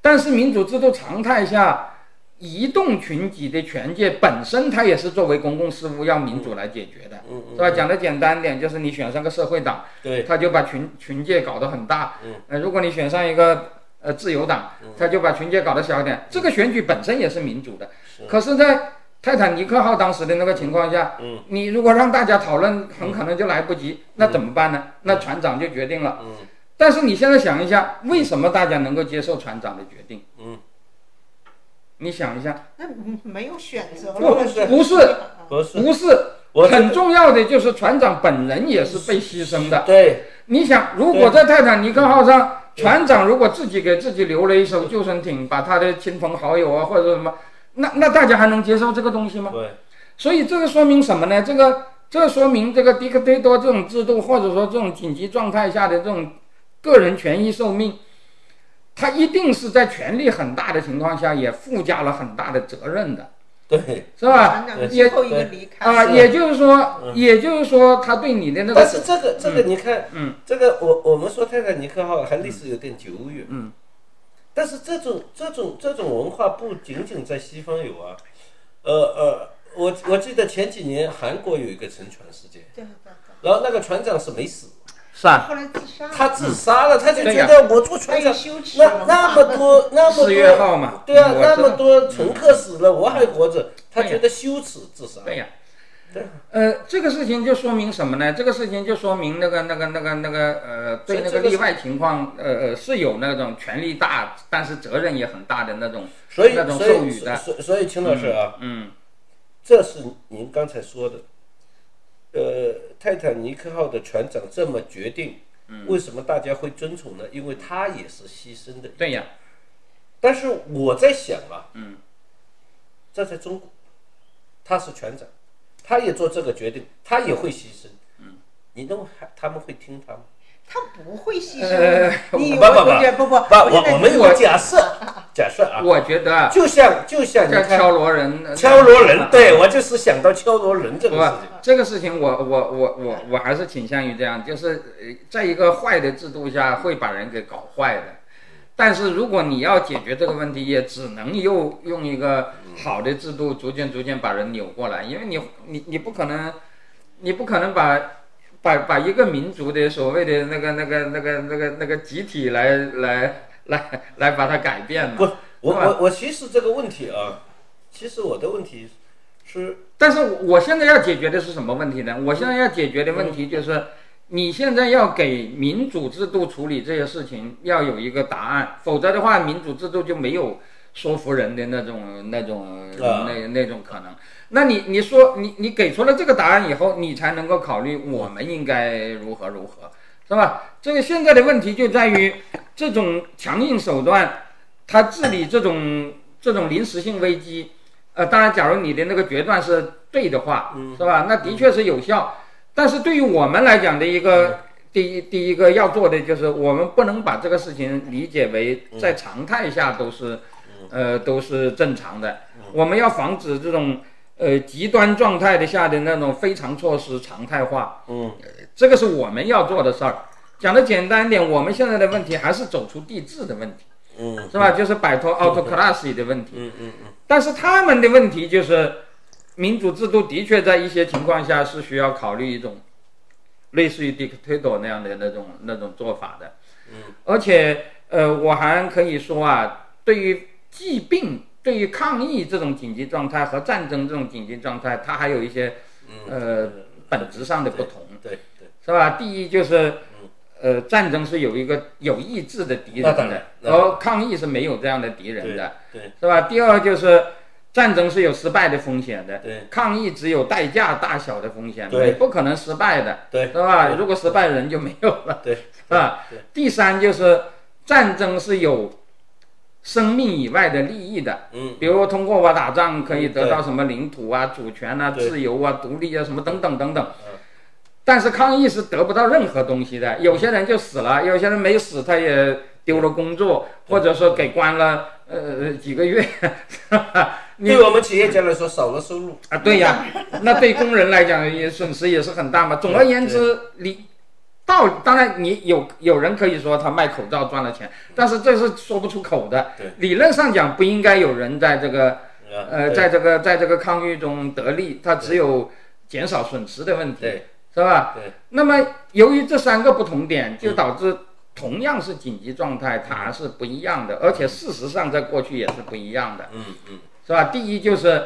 但是民主制度常态下，移动群体的权界本身它也是作为公共事务要民主来解决的，嗯是吧？讲的简单点，就是你选上个社会党。对，他就把群群界搞得很大。嗯，呃，如果你选上一个呃自由党，他就把群界搞得小一点。这个选举本身也是民主的，是可是，在泰坦尼克号当时的那个情况下，嗯，你如果让大家讨论，很可能就来不及，那怎么办呢？那船长就决定了。嗯但是你现在想一下，为什么大家能够接受船长的决定？嗯，你想一下，那没有选 择不了，啊是不是不是，不是我很重要的就是船长本人也是被牺牲的。对，你想，如果在泰坦尼克号上，船长如果自己给自己留了一艘救生艇，把他的亲朋好友啊或者什么，那那大家还能接受这个东西吗？对，所以这个说明什么呢？这个这说明这个 dictator 这种制度，或者说这种紧急状态下的这种个人权益受命，他一定是在权力很大的情况下，也附加了很大的责任的，对，是吧？船长最后一个离开啊、嗯是也就是说，也就是说，他对你的那但个是这个这个你看，嗯，这个我我们说泰坦尼克号还历史有点久远，嗯，但是这种这种这种文化不仅仅在西方有啊，呃呃，我我记得前几年韩国有一个沉船事件，对对对，然后那个船长是没死，是啊，后来自杀了，他自杀了，他就对觉呀得我做船长太羞耻那了，那么多那么四月多，号嘛，嗯对啊，我那知道么多乘客死了，我还活着，他对呀觉得羞耻自杀，对呀、对呃，这个事情就说明什么呢？这个事情就说明那个、那个、那个、那个，呃，对这那这个个例外情况，呃呃，是有那种权力大，但是责任也很大的那种，所以那种所授以予的，所以所以秦老师啊，嗯，这是您刚才说的，呃，泰坦尼克号的船长这么决定，嗯为什么大家会遵从呢？因为他也是牺牲的。对呀，但是我在想啊，嗯，这在中国，他是船长，他也做这个决定，他也会牺牲，嗯，你认为还他们会听他吗？他不会牺牲呃的。你 不我不不我觉得不不，不，现在我我们有觉个得假 设，假设啊，我觉得啊就像就像你叫看敲锣人，呃敲锣人，对我就是想到敲锣人这不个事情，这个事情我，我我我我我还是倾向于这样，就是呃在一个坏的制度下会把人给搞坏的。但是如果你要解决这个问题，也只能又用一个好的制度，逐渐逐渐把人扭过来，因为你你你不可能，你不可能把把把一个民族的所谓的那个那个那个那个那个集体来来来来把它改变嘛。不，我是吧我我其实这个问题啊，其实我的问题是，但是我现在要解决的是什么问题呢？我现在要解决的问题就是，你现在要给民主制度处理这些事情要有一个答案，否则的话，民主制度就没有说服人的那种、那种、啊那那种可能。那你你说你你给出了这个答案以后，你才能够考虑我们应该如何如何，是吧？这个现在的问题就在于这种强硬手段，它治理这种这种临时性危机。呃，当然，假如你的那个决断是对的话，嗯是吧？那的确是有效。但是对于我们来讲的一嗯个第一第一个要做的就是，我们不能把这个事情理解为嗯在常态下都是，呃，都是正常的。嗯我们要防止这种呃极端状态的下的那种非常措施常态化，呃嗯这个是我们要做的事儿。讲的简单一点，我们现在的问题还是走出地质的问题，嗯是吧？就是摆脱 autocracy 的问题。嗯嗯嗯但是他们的问题就是，民主制度的确在一些情况下是需要考虑一种类似于 dictator 那样的那种那种做法的。嗯，而且呃，我还可以说啊，对于疾病、对于抗疫这种紧急状态和战争这种紧急状态，它还有一些呃嗯，本质上的不同，对对，嗯是吧？第一就是。呃，战争是有一个有意志的敌人那当的然，那当然然后抗疫是没有这样的敌人的。对是吧？第二就是战争是有失败的风险的，对抗议只有代价大小的风险，对你不可能失败的，对是吧？对如果失败人就没有了，对是吧对？第三就是战争是有生命以外的利益的，嗯比如通过我打仗可以得到对什么领土啊、主权啊、嗯对自由啊、独立啊什么等等等等嗯。但是抗议是得不到任何东西的，有些人就死了，有些人没死，他也丢了工作，对或者说给关了呃几个月， 是吧？你对我们企业家来说少了收入，啊，对呀，那对工人来讲也损失也是很大嘛。嗯总而言之，你道当然你有有人可以说他卖口罩赚了钱，但是这是说不出口的对。理论上讲，不应该有人在这个。啊呃，对在这个在这个抗疫中得利，它只有减少损失的问题，对是吧？对。那么由于这三个不同点，就导致同样是紧急状态，它嗯是不一样的，而且事实上在过去也是不一样的，嗯嗯是吧？第一就是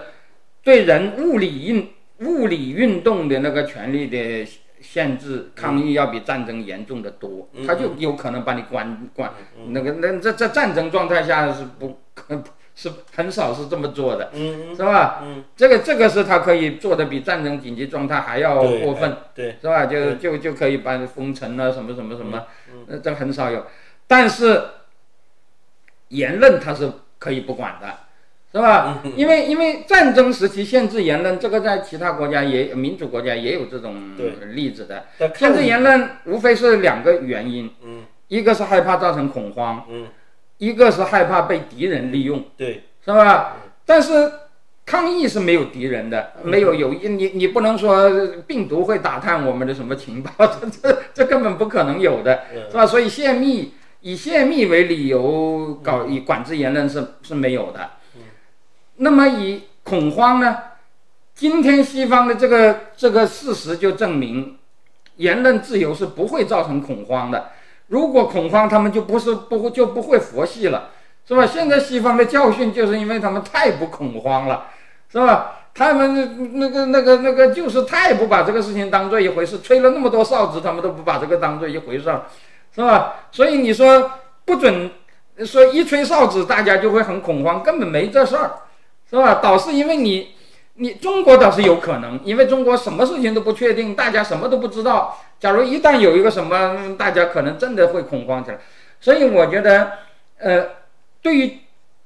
对人物理运物理运动的那个权利的限制，抗议要比战争严重的多，嗯它就有可能把你关关嗯那个那这在战争状态下是不 是很少是这么做的，嗯是吧？嗯这个这个是他可以做的比战争紧急状态还要对过分，对嗯是吧？就就就可以把封城啊，什么什么什么，那这很少有。但是言论他是可以不管的，是吧？嗯因为因为战争时期限制言论，这个在其他国家也民主国家也有这种对例子的。但看限制言论无非是两个原因，嗯一个是害怕造成恐慌，嗯一个是害怕被敌人利用。对是吧？但是抗疫是没有敌人的，没有有一你你不能说病毒会打探我们的什么情报，这这这根本不可能有的，嗯是吧？所以泄密以泄密为理由搞以管制言论是是没有的。那么以恐慌呢？今天西方的这个这个事实就证明，言论自由是不会造成恐慌的。如果恐慌，他们就不是不会就不会佛系了，是吧？现在西方的教训就是因为他们太不恐慌了，是吧？他们那个那个那个就是太不把这个事情当做一回事，吹了那么多哨子，他们都不把这个当做一回事儿，是吧？所以你说不准说一吹哨子，大家就会很恐慌，根本没这事儿，是吧？倒是因为你。你中国倒是有可能，因为中国什么事情都不确定，大家什么都不知道。假如一旦有一个什么，嗯大家可能真的会恐慌起来。所以我觉得，呃，对于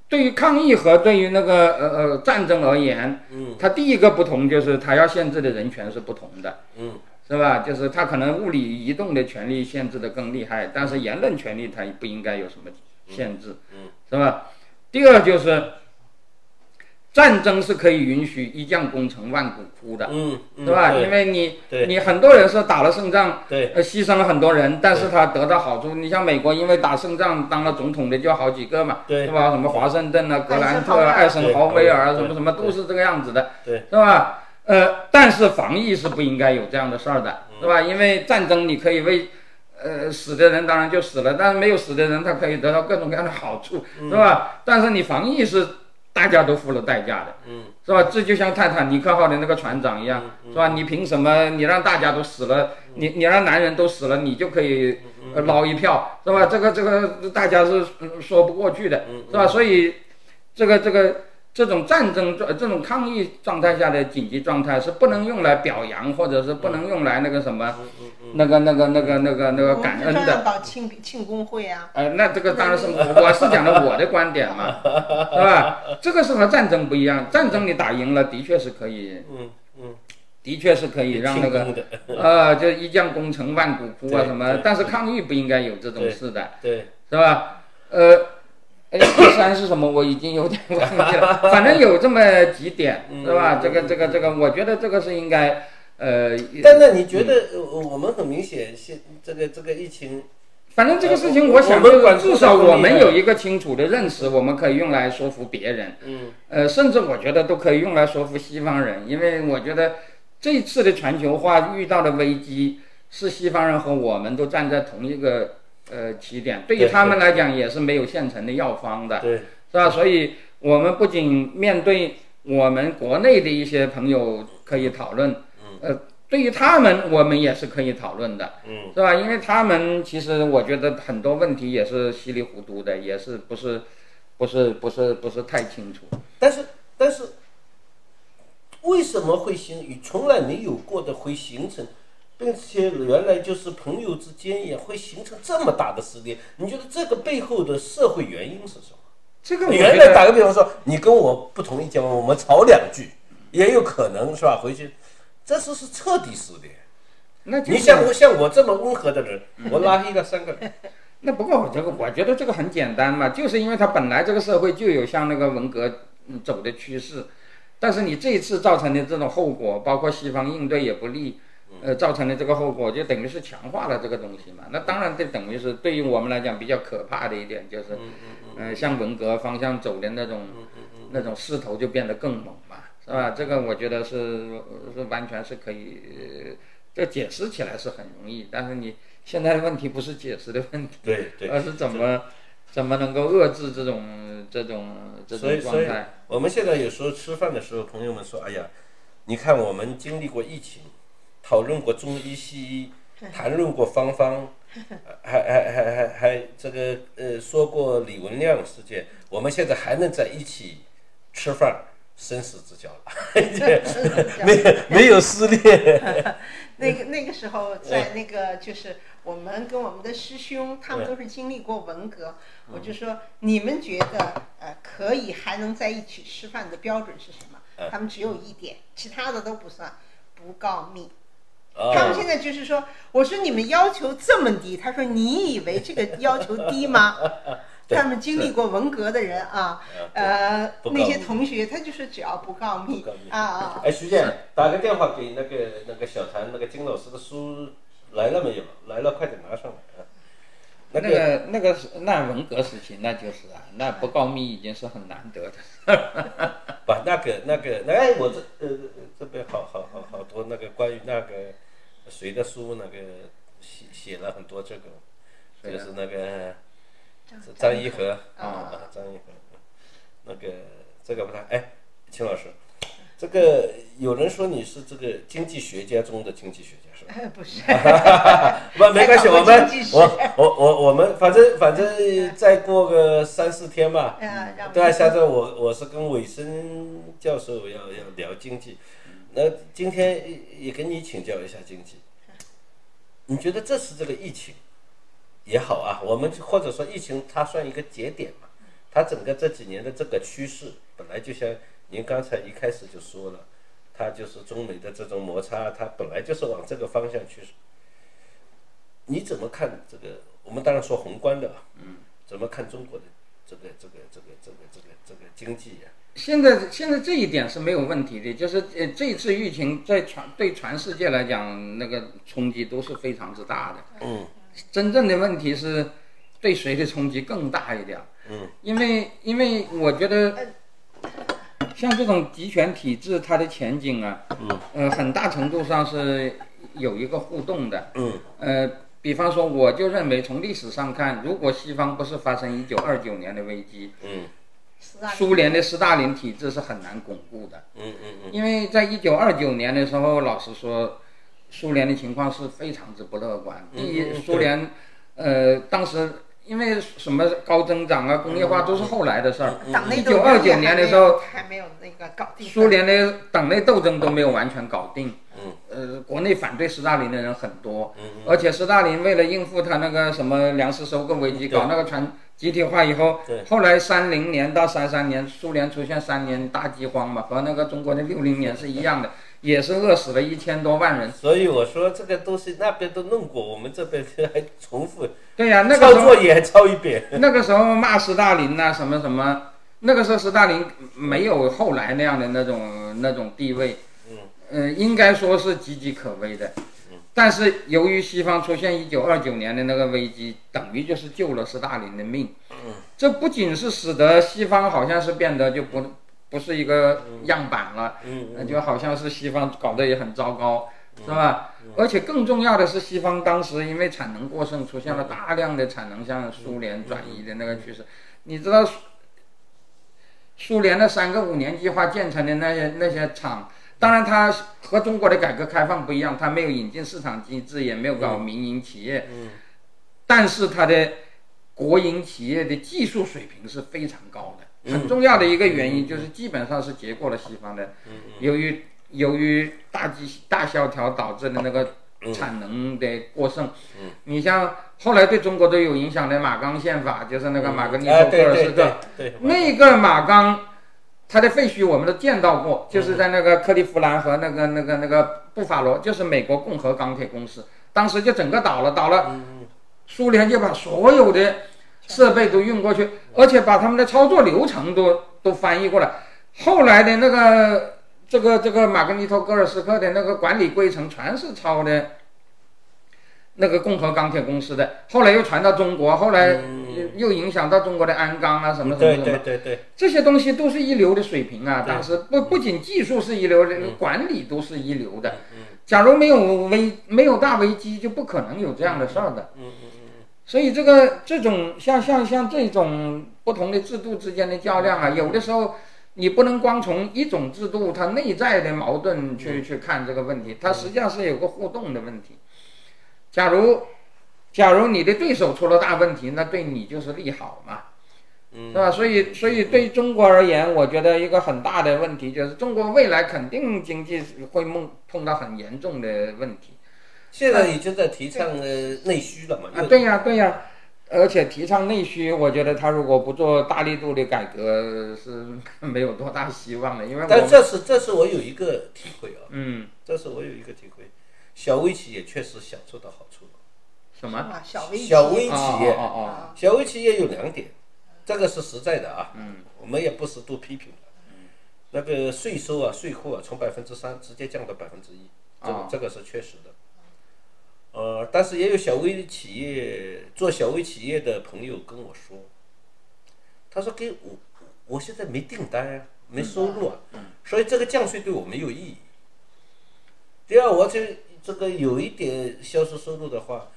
对于抗疫和对于那个呃呃战争而言，嗯它第一个不同就是它要限制的人权是不同的，嗯是吧？就是它可能物理移动的权利限制的更厉害，但是言论权利它不应该有什么限制，嗯是吧？第二就是战争是可以允许一将功成万骨枯的，嗯嗯是吧？对因为你对你很多人是打了胜仗，对呃，牺牲了很多人，但是他得到好处。你像美国，因为打胜仗当了总统的就好几个嘛，对是吧？什么华盛顿啊、格兰特、啊、艾艾森森豪豪威威尔尔啊，对什么什么对都是这个样子的，对是吧？呃，但是防疫是不应该有这样的事儿的，嗯是吧？因为战争你可以为。呃，死的人当然就死了，但是没有死的人，他可以得到各种各样的好处，嗯是吧？但是你防疫是大家都付了代价的，嗯是吧？这就像泰坦尼克号的那个船长一样，是吧？你凭什么你让大家都死了，嗯你你让男人都死了，你就可以呃捞一票，是吧？这个这个大家是嗯说不过去的，是吧？所以。这个这个这种战争状这种抗议状态下的紧急状态是不能用来表扬，或者是不能用来那个什么，嗯那个那个那个那个那个我感们恩照的。样搞庆庆功会 啊，呃，那这个当然是我是讲的我的观点嘛，是吧？这个是和战争不一样，战争你打赢了，的确是可以，嗯嗯，的确是可以让那庆个功的，呃，就一将功成万骨枯啊对什么对，但是抗议不应该有这种事的，对，是吧？呃，哎，第三是什么？我已经有点忘记了，反正有这么几点，是吧？嗯这个这个这个，我觉得这个是应该，呃，但是你觉嗯得呃我们很明显，现这个这个疫情，反正这个事呃情，我我想我们就是管至不少到我你们的有一个清楚的认识，我们可以用来说服别人，嗯呃，甚至我觉得都可以用来说服西方人，因为我觉得这次的全球化遇到的危机是西方人和我们都站在同一个呃起点，对于对他们来讲也是没有现成的药方的，对，是吧？所以我们不仅面对我们国内的一些朋友可以讨论，呃，对于他们我们也是可以讨论的，嗯是吧？因为他们其实我觉得很多问题也是稀里糊涂的，也是不是不是不是不是太清楚。但是但是为什么会形与从来没有过的会形成，并且原来就是朋友之间也会形成这么大的撕裂？你觉得这个背后的社会原因是什么？这个我觉原来打得，个比方说，你跟我不同意见，我们吵两句，也有可能是吧？回去，这次是彻底撕裂。那就你是像我像我这么温和的人，我拉黑了三个 人。那不过我这个我觉得这个很简单嘛，就是因为它本来这个社会就有向那个文革嗯走的趋势，但是你这一次造成的这种后果，包括西方应对也不利。呃，造成的这个后果就等于是强化了这个东西嘛。那当然，这等于是对于我们来讲比较可怕的一点，就是，嗯、向文革方向走的那种，那种势头就变得更猛嘛，是吧？这个我觉得是是完全是可以，呃这解释起来是很容易，但是你现在的问题不是解释的问题，对对，而是怎么怎么能够遏制这种这种这所以所种状以态？我们现在有时候吃饭的时候，朋友们说：“哎呀，你看我们经历过疫情，讨论过中医西医，谈论过芳芳， 还还还还还这个呃说过李文亮事件，我们现在还能在一起吃饭，生死之交 了，没有没有撕裂。那个那个时候嗯在那个就是我们跟我们的师兄，他们都是经历过文革，我就说你们觉得呃可以还能在一起吃饭的标准是什么？嗯他们只有一点，其他的都不算，不告密。他们啊，现在就是说，我说你们要求这么低，他说你以为这个要求低 吗？对嗯他们经历过文革的人啊，呃，不告密那些同学，他就是只要不告密不告密啊啊，哎，徐姐，打个电话给那个那个小谭那个金老师的书来了没有？来了，快点拿上来啊。那个哎个那个是那文革时期，那就是啊，那不告密已经是很难得的。不，那个那个，那哎，我这呃这边好好好好多那个关于那个谁的书，那个写写了很多这个，谁就的是那个呃张张一和啊啊，张一和，那个这个不谈。哎，秦老师，这个有人说你是这个经济学家中的经济学家是吧？ 呃不是，不，没关系，在搞我们经济学我我我我们反正反正再过个三四天吧。呃，让对啊，下周我我是跟韦森教授要要聊经济，那今天也跟你请教一下经济。你觉得这次这个疫情也好啊，我们或者说疫情它算一个节点嘛，它整个这几年的这个趋势，本来就像您刚才一开始就说了，它就是中美的这种摩擦，它本来就是往这个方向去。你怎么看这个？我们当然说宏观的啊，嗯怎么看中国的这个这个这个这个这个这个经济啊呀、现在现在这一点是没有问题的，就是呃这一次疫情在全对全世界来讲，那个冲击都是非常之大的。嗯，真正的问题是对谁的冲击更大一点。嗯，因为因为我觉得像这种集权体制，它的前景啊，嗯，呃，很大程度上是有一个互动的。嗯，呃，比方说，我就认为从历史上看，如果西方不是发生一九二九年的危机，嗯斯大林苏联的斯大林体制是很难巩固的。嗯嗯因为在一九二九年的时候，老实说，苏联的情况是非常之不乐观。第一，苏联，呃，当时因为什么高增长啊、工业化都是后来的事儿。党内一斗嗯九争二也九还年的没时候有，还没有那个搞定。 苏联的党内斗争都没有完全搞定。嗯，呃，国内反对斯大林的人很多，嗯而且斯大林为了应付他那个什么粮食收购危机，对搞那个全集体化以后对，后来三零年到三三年，苏联出现三年大饥荒嘛，和那个中国的六零年是一样的，也是饿死了一千多万人。所以我说这个东西那边都弄过，我们这边还重复，对呀、那个时抄候作业还抄一遍。 那个时候骂斯大林呐、什么什么，那个时候斯大林没有后来那样的那种那种地位，嗯呃，应该说是岌岌可危的。但是由于西方出现一九二九年的那个危机，等于就是救了斯大林的命。这不仅是使得西方好像是变得就不不是一个样板了，嗯那就好像是西方搞得也很糟糕，是吧？嗯而且更重要的是，西方当时因为产能过剩，出现了大量的产能向苏联转移的那个嗯趋势。你知道，苏苏联的三个五年计划建成的那些那些厂，嗯当然它和中国的改革开放不一样，它没有引进市场机制，也没有搞民营企业，嗯但是它的国营企业的技术水平是非常高嗯的。很重要的一个原因就是，基本上是结过了西方的嗯由于由于大饥大萧条导致的那个产能的过剩，嗯你像后来对中国都有影响的马纲宪法，就是那个马格尼托哎赫尔对斯对克，对对，嗯那个马纲，它的废墟我们都见到过，嗯就是在那个克利夫兰和那个那个那个布法罗，就是美国共和钢铁公司，当时就整个倒了，倒了，嗯苏联就把所有的设备都运过去，而且把他们的操作流程都都翻译过来。后来的那个这个这个马格尼托戈尔斯克的那个管理规程全是抄的那个共和钢铁公司的，后来又传到中国，后来嗯又影响到中国的鞍钢啊什么嗯，什对么什么。对对对，这些东西都是一流的水平啊！对当时不不仅技术是一流的，嗯管理都是一流的。嗯假如没有危没有大危机，就不可能有这样的事儿的。嗯嗯所以这个这种像像像这种不同的制度之间的较量啊，有的时候你不能光从一种制度它内在的矛盾去、去看这个问题，它实际上是有个互动的问题。假如假如你的对手出了大问题，那对你就是利好嘛，嗯，是吧？所以所以对中国而言，我觉得一个很大的问题就是中国未来肯定经济会碰碰到很严重的问题。现在已经在提倡呃内需了嘛？啊，对呀、对呀、而且提倡内需，我觉得他如果不做大力度的改革，是 没有多大希望的，因为我但们这是这是我有一个体会啊，嗯这是我有一个体会，小微企业确实享受到好处。什是么吗啊小微小微企业企业哦哦哦啊，小微企业有两点，这个是实在的啊，我们也不适度批评了。那个税收啊、税后啊，从百分之三直接降到百分之一，这个、啊这个是确实的。呃，但是也有小微企业做小微企业的朋友跟我说，他说给我，我现在没订单啊，没收入啊，所以这个降税对我没有意义。第二，我这这个有一点销售收入的话，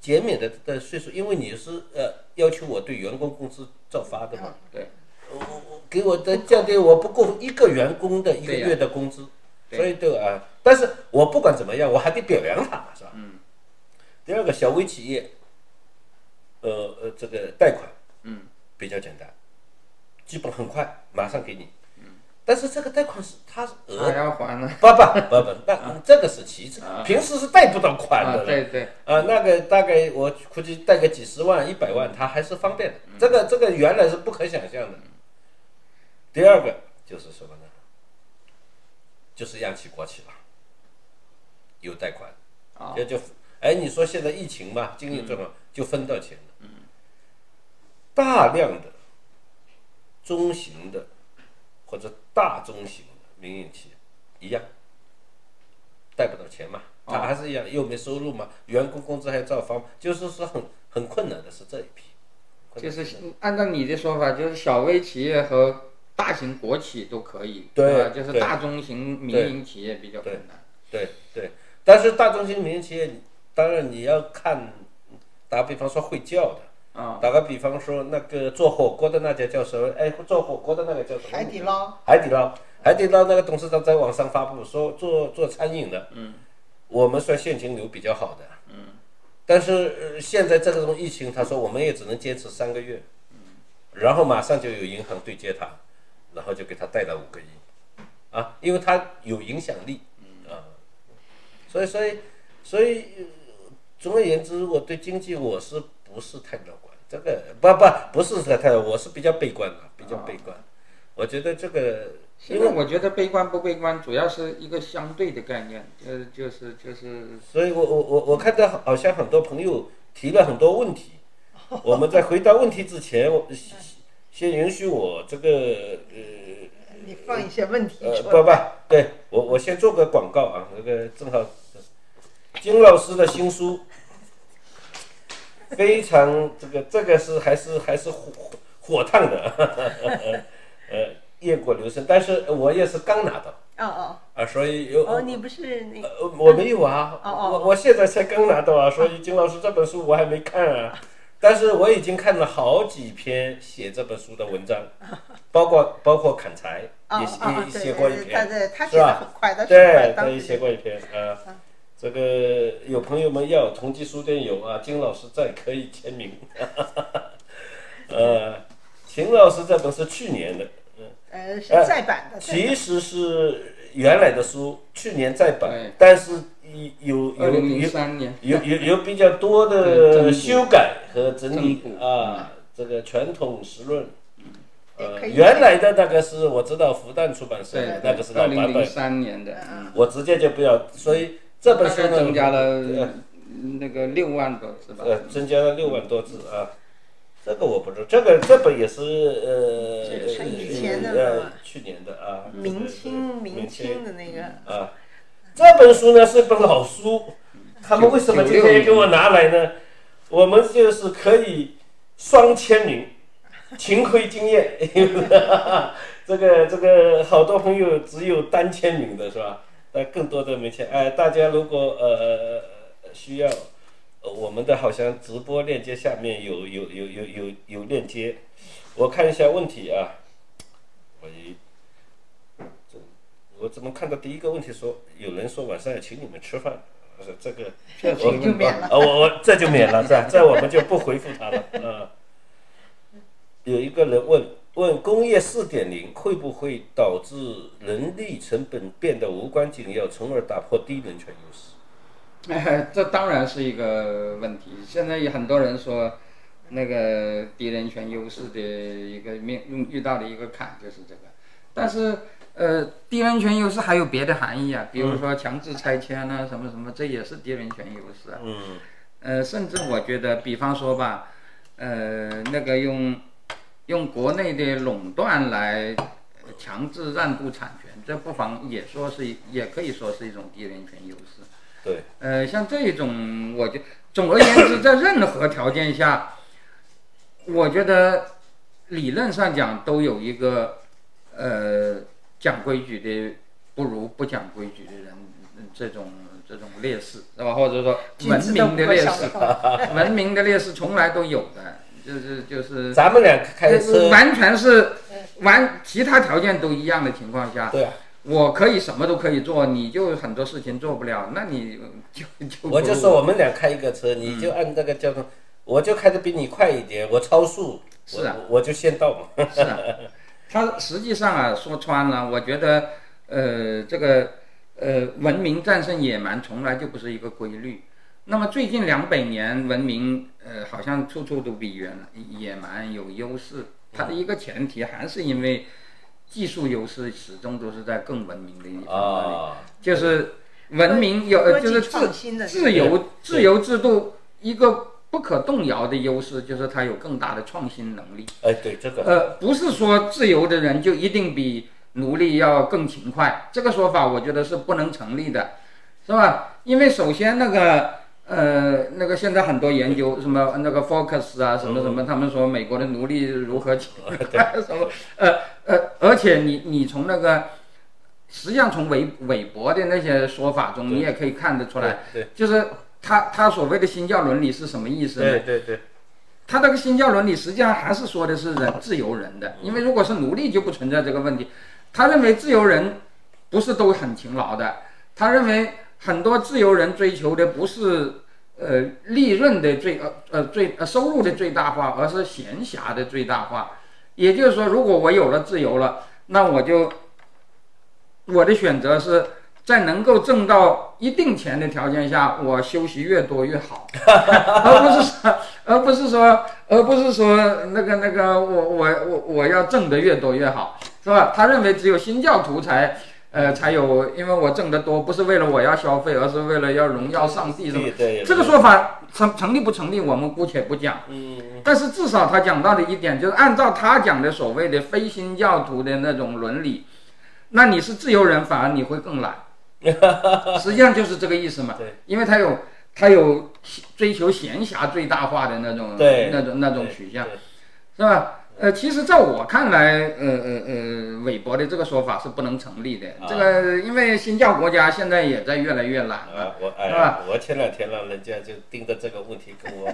减免的的税收，因为你是呃要求我对员工工资照发的嘛，对，我我给我的降低我不够一个员工的一个对呀月的工资，对所以对吧？啊但是我不管怎么样，我还得表扬他嘛，是吧？嗯。第二个，小微企业，呃呃，这个贷款，嗯，比较简单，基本很快，马上给你。嗯但是这个贷款是它是额还要还呢不不 不不，那嗯这个是其次，平时是贷不到款啊的，。对对，啊，那个大概我估计贷个几十万、一百万，他还是方便的。嗯这个这个原来是不可想象的。第二个就是什么呢？就是央企国企了，有贷款，啊嗯这就哎，你说现在疫情嘛，经济状况就分到钱了。大量的中型的或者大中型的民营企业一样，贷不到钱嘛，啊他还是一样，又没收入嘛，员工工资还照发嘛，就是说很很困难的是这一批。困就难是按照你的说法，就是小微企业和大型国企都可以，对是吧就是对大中型民营企业比较困难。对对，但是大中型民营企业，当然你要看，打个比方说会叫的，啊，打个比方说那个做火锅的那家叫什么？哎，做火锅的那个叫什么？海底捞海底捞，海底捞那个董事长在网上发布说做做餐饮的，嗯，我们算现金流比较好的，嗯，但是、呃现在这种疫情，他说我们也只能坚持三个月，嗯然后马上就有银行对接他，然后就给他贷了五个亿，啊，因为他有影响力，啊，所以所以所以，呃总而言之，我对经济我是不是太乐观？这个不不不是太太，我是比较悲观的，比较悲观。我觉得这个，现因在为我觉得悲观不悲观，主要是一个相对的概念，呃，就是就是所以我我我我看到好像很多朋友提了很多问题，我们在回答问题之前，我先先允许我这个呃你放一些问题呃出不来。不，对我我先做个广告啊，那个正好金老师的新书非常这个这个是还是还是火火火烫的， 呃夜过留声，但是我也是刚拿到哦哦啊，所以有哦，你不是那呃，我没有啊，哦哦我我现在才刚拿到啊，所以金老师这本书我还没看啊，但是我已经看了好几篇写这本书的文 章，包括包括砍柴哦也哦哦写，也对写对过呃一对，他篇，的他是写的吧很快，他很快对，他当也写时过一篇啊。这个有朋友们要同济书店有啊，金老师在可以签名。 呃，秦老师这本是去年的，呃是哎再版的，再版其实是原来的书，去年再版对，但是有二有零有零三年，有有有比较多的修改和整理嗯啊，这个传统时论。也呃，可以原来的那个是我知道复旦出版社对的，那个是老二零版零本，三年的，嗯我直接就不要。所以这本大书概呢，增加对了那个六万多是吧？呃，增加了六万多字啊。这个我不知道，这个这本也是这呃是以前的呃嘛去年的啊，明对对对清明明清的那个，啊，这本书呢是本老书，他们为什么今天也给我拿来呢？我们就是可以双签名，秦晖经验， 这个这个好多朋友只有单签名的是吧？但更多的没签。哎，大家如果呃需要，呃我们的好像直播链接下面有有有有有有链接，我看一下问题啊。我一我怎么看到第一个问题说有人说晚上要请你们吃饭？我说这个这这就免了啊，我我这就免了，是吧？这我们就不回复他了。啊、有一个人问问工业四点零会不会导致人力成本变得无关紧要，从而打破低人权优势？哎， 这当然是一个问题。现在有很多人说，那个敌人权优势的一个面遇到的一个坎就是这个。但是，呃，敌人权优势还有别的含义啊，比如说强制拆迁啊，什么什么，这也是敌人权优势啊。嗯呃，甚至我觉得，比方说吧，呃，那个用用国内的垄断来呃强制让渡产权，这不妨也说是一也可以说是一种敌人权优势。对，呃，像这种，我就总而言之，在任何条件下，我觉得理论上讲都有一个呃讲规矩的不如不讲规矩的人嗯这种这种劣势，是吧？或者说君文子都不明的啊会劣少势，说。文明的劣势从来都有的，就是就是咱们俩开车，完全是完其他条件都一样的情况下，对啊，我可以什么都可以做，你就很多事情做不了，那你呃就就不我就如说我们俩开一个车，你就按那个交通，我就开的比你快一点，我超速，我是啊我我就先到嘛。是啊，他实际上啊，说穿了，我觉得，呃，这个，呃，文明战胜野蛮从来就不是一个规律。那么最近两百年，文明呃，好像处处都比原野蛮有优势。它的一个前提还是因为技术优势始终都是在更文明的一方那里，啊，就是文明有科呃技就是自创新的这个自由自由制度一个不可动摇的优势，就是它有更大的创新能力。哎，对这个，呃，不是说自由的人就一定比奴隶要更勤快，这个说法我觉得是不能成立的，是吧？因为首先那个呃，那个现在很多研究什么那个 Focus 啊，什么什嗯么，他们说美国的奴隶如 何勤快，什么呃呃，而且你你从那个。实际上，从韦韦伯的那些说法中，对你也可以看得出来，对就是他他所谓的新教伦理是什么意思呢？对对对，他这个新教伦理实际上还是说的是人自由人的，因为如果是奴隶就不存在这个问题。他认为自由人不是都很勤劳的，他认为很多自由人追求的不是呃利润的最呃呃最呃收入的最大化，而是闲暇的最大化。也就是说，如果我有了自由了，那我就我的选择是在能够挣到一定钱的条件下，我休息越多越好，而不是说而不是说而不是说那个那个我我我我要挣得越多越好，是吧？他认为只有新教徒才。呃，才有，因为我挣得多，不是为了我要消费，而是为了要荣耀上帝，是吧？对对，这个说法成成立不成立，我们姑且不讲。嗯，但是至少他讲到的一点，就是按照他讲的所谓的非新教徒的那种伦理，那你是自由人，反而你会更 懒。实际上就是这个意思嘛。对，因为他有他有追求闲暇最大化的那种对那种那种取向，对是吧？呃，其实在我看来，呃呃呃，韦伯的这个说法是不能成立的。啊这个因为新教国家现在也在越来越懒了。啊，我哎是吧呀，我前两天让人家就盯着这个问题跟我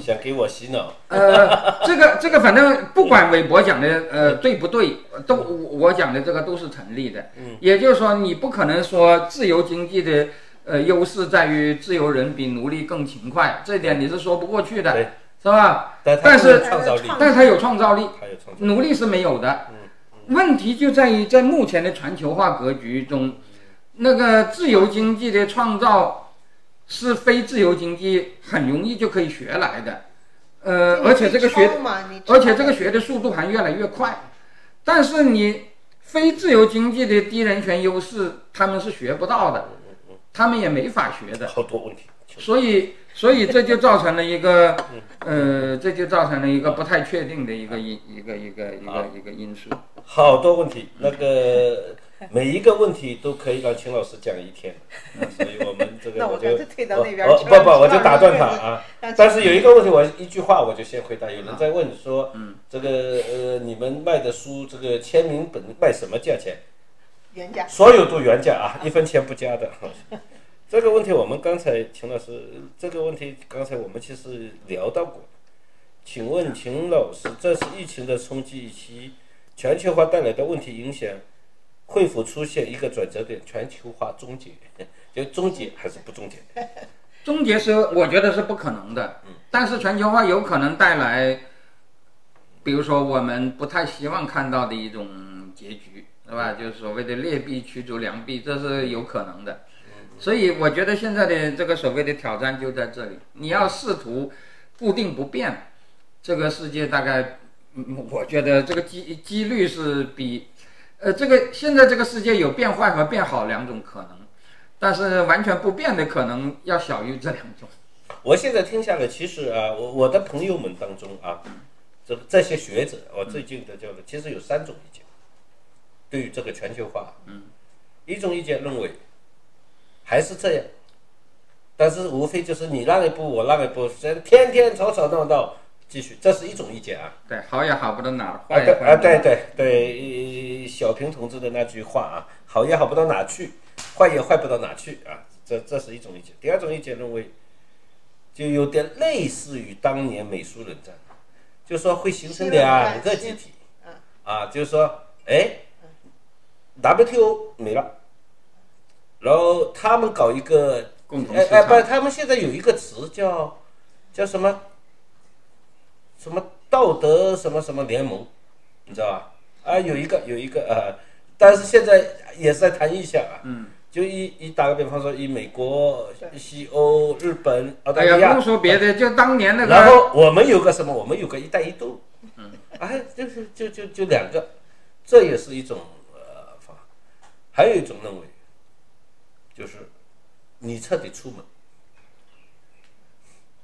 想给我洗 脑，呃，这个这个，反正不管韦伯讲的呃对不对，都我我讲的这个都是成立的。嗯，也就是说，你不可能说自由经济的呃优势在于自由人比奴隶更勤快，这一点你是说不过去的对，是吧？但啊他但是有创造力，创但是他有创造力，他有创造力，奴隶是没有的嗯。问题就在于在目前的全球化格局中，那个自由经济的创造是非自由经济很容易就可以学来的，呃，而且这个学你抄嘛，你抄而且这个学的速度还越来越快。但是你非自由经济的低人权优势，他们是学不到的，他们也没法学的。好多问题，所以，所以这就造成了一个，呃，这就造成了一个不太确定的一个因一个一个一个一个因素。好多问题，那 个每一个问题都可以让秦老师讲一天，啊所以我们这个那我就干脆退到那边我去不不，让我秦就老打师断问他你啊。 让但秦是有一个问题，我一句话我就先回答。有人在问说，嗯这个呃，你们卖的书，这个签名本卖什么价钱？原价所有都原价啊， 一分钱不加的。这个问题我们刚才秦老师，这个问题刚才我们其实聊到过。请问秦老师，这次疫情的冲击以及全球化带来的问题影响，会否出现一个转折点？全球化终结， 就终结还是不终结？终结是我觉得是不可能的，但是全球化有可能带来，比如说我们不太希望看到的一种结局，是吧？就是所谓的劣币驱逐良币，这是有可能的。所以我觉得现在的这个所谓的挑战就在这里，你要试图固定不变，这个世界大概，嗯我觉得这个几几率是比，呃，这个现在这个世界有变坏和变好两种可能。但是完全不变的可能要小于这两种。我现在听下来，其实啊，我我的朋友们当中啊，这这些学者，我最近的交流，其实有三种意见，对于这个全球化，嗯，一种意见认为还是这样，但是无非就是你让一步，我让一步，虽然天天吵吵闹闹，继续，这是一种意见啊。对，好也好不到哪儿，啊坏也对坏不到哪啊对儿对对，小平同志的那句话啊，好也好不到哪去，坏也坏不到哪去啊，这这是一种意见。第二种意见认为，就有点类似于当年美苏冷战，就说会形成两个集体，啊，就是说，哎，WTO 没了，然后他们搞一个共同哎市哎，场。不，他们现在有一个词叫叫什么什么道德什么什么联盟，你知道吧？啊，有一个有一个呃，但是现在也是在谈意向啊。嗯。就以以打个比方说，以美国、西欧、日本、澳大哎利呀，亚不用，说别的，就当年那然个，后我们有个什么？我们有个“一带一路”，哎，就是就就就两个，这也是一种呃方法。还有一种认为，就是你彻底出门，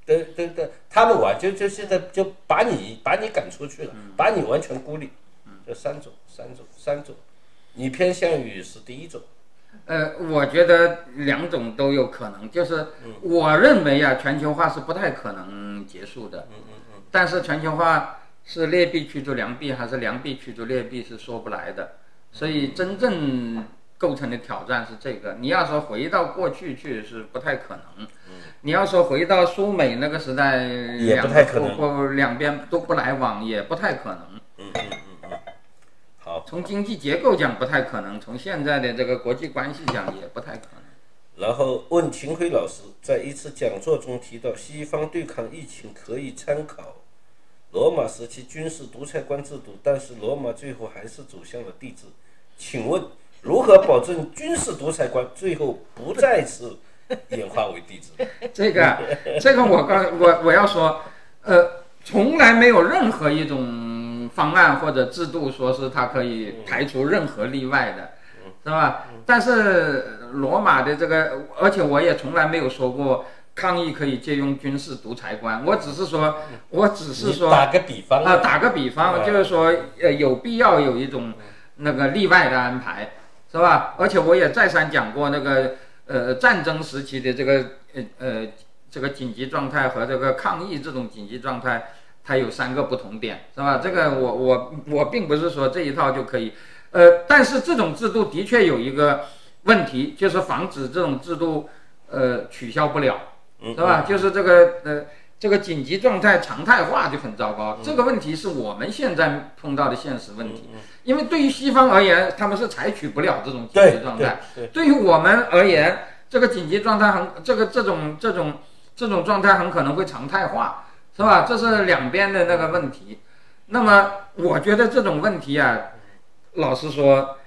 对对对，他们玩就就现在就把你把你赶出去了，把你完全孤立，这三种三种三种，你偏向于是第一种，呃，我觉得两种都有可能。就是嗯我认为啊，全球化是不太可能结束的。嗯嗯嗯。但是全球化是劣币驱逐良币，还是良币驱逐劣币，是说不来的。所以嗯真正构成的挑战是这个。你要说回到过去去是不太可能。你要说回到苏美那个时代，嗯也不太可能两不不两边都不来往也不太可能。好。从经济结构讲不太可能，从现在的这个国际关系讲也不太可能。然后问秦晖老师，在一次讲座中提到，西方对抗疫情可以参考罗马时期军事独裁官制度，但是罗马最后还是走向了帝制。请问如何保证军事独裁官最后不再次演化为帝制？ 这个，这个我刚我我要说，呃，从来没有任何一种方案或者制度说是它可以嗯排除任何例外的，是吧？但是罗马的这个，而且我也从来没有说过抗议可以借用军事独裁官，我只是说，我只是说你打个比方啊，打个比方，就是说，呃，有必要有一种那个例外的安排，是吧？而且我也再三讲过，那个呃，战争时期的这个呃呃这个紧急状态和这个抗疫这种紧急状态，它有三个不同点，是吧？这个我我我并不是说这一套就可以，呃，但是这种制度的确有一个问题，就是防止这种制度呃取消不了，嗯是吧？就是这个呃，这个紧急状态常态化就很糟嗯糕。这个问题是我们现在碰到的现实问题，嗯因为对于西方而言，他们是采取不了这种紧对急状对态；对于我们而言，这个紧急状态很这个这种这种这种状态很可能会常态化，是吧？这是两边的那个问题。那么我觉得这种问题啊，老实说，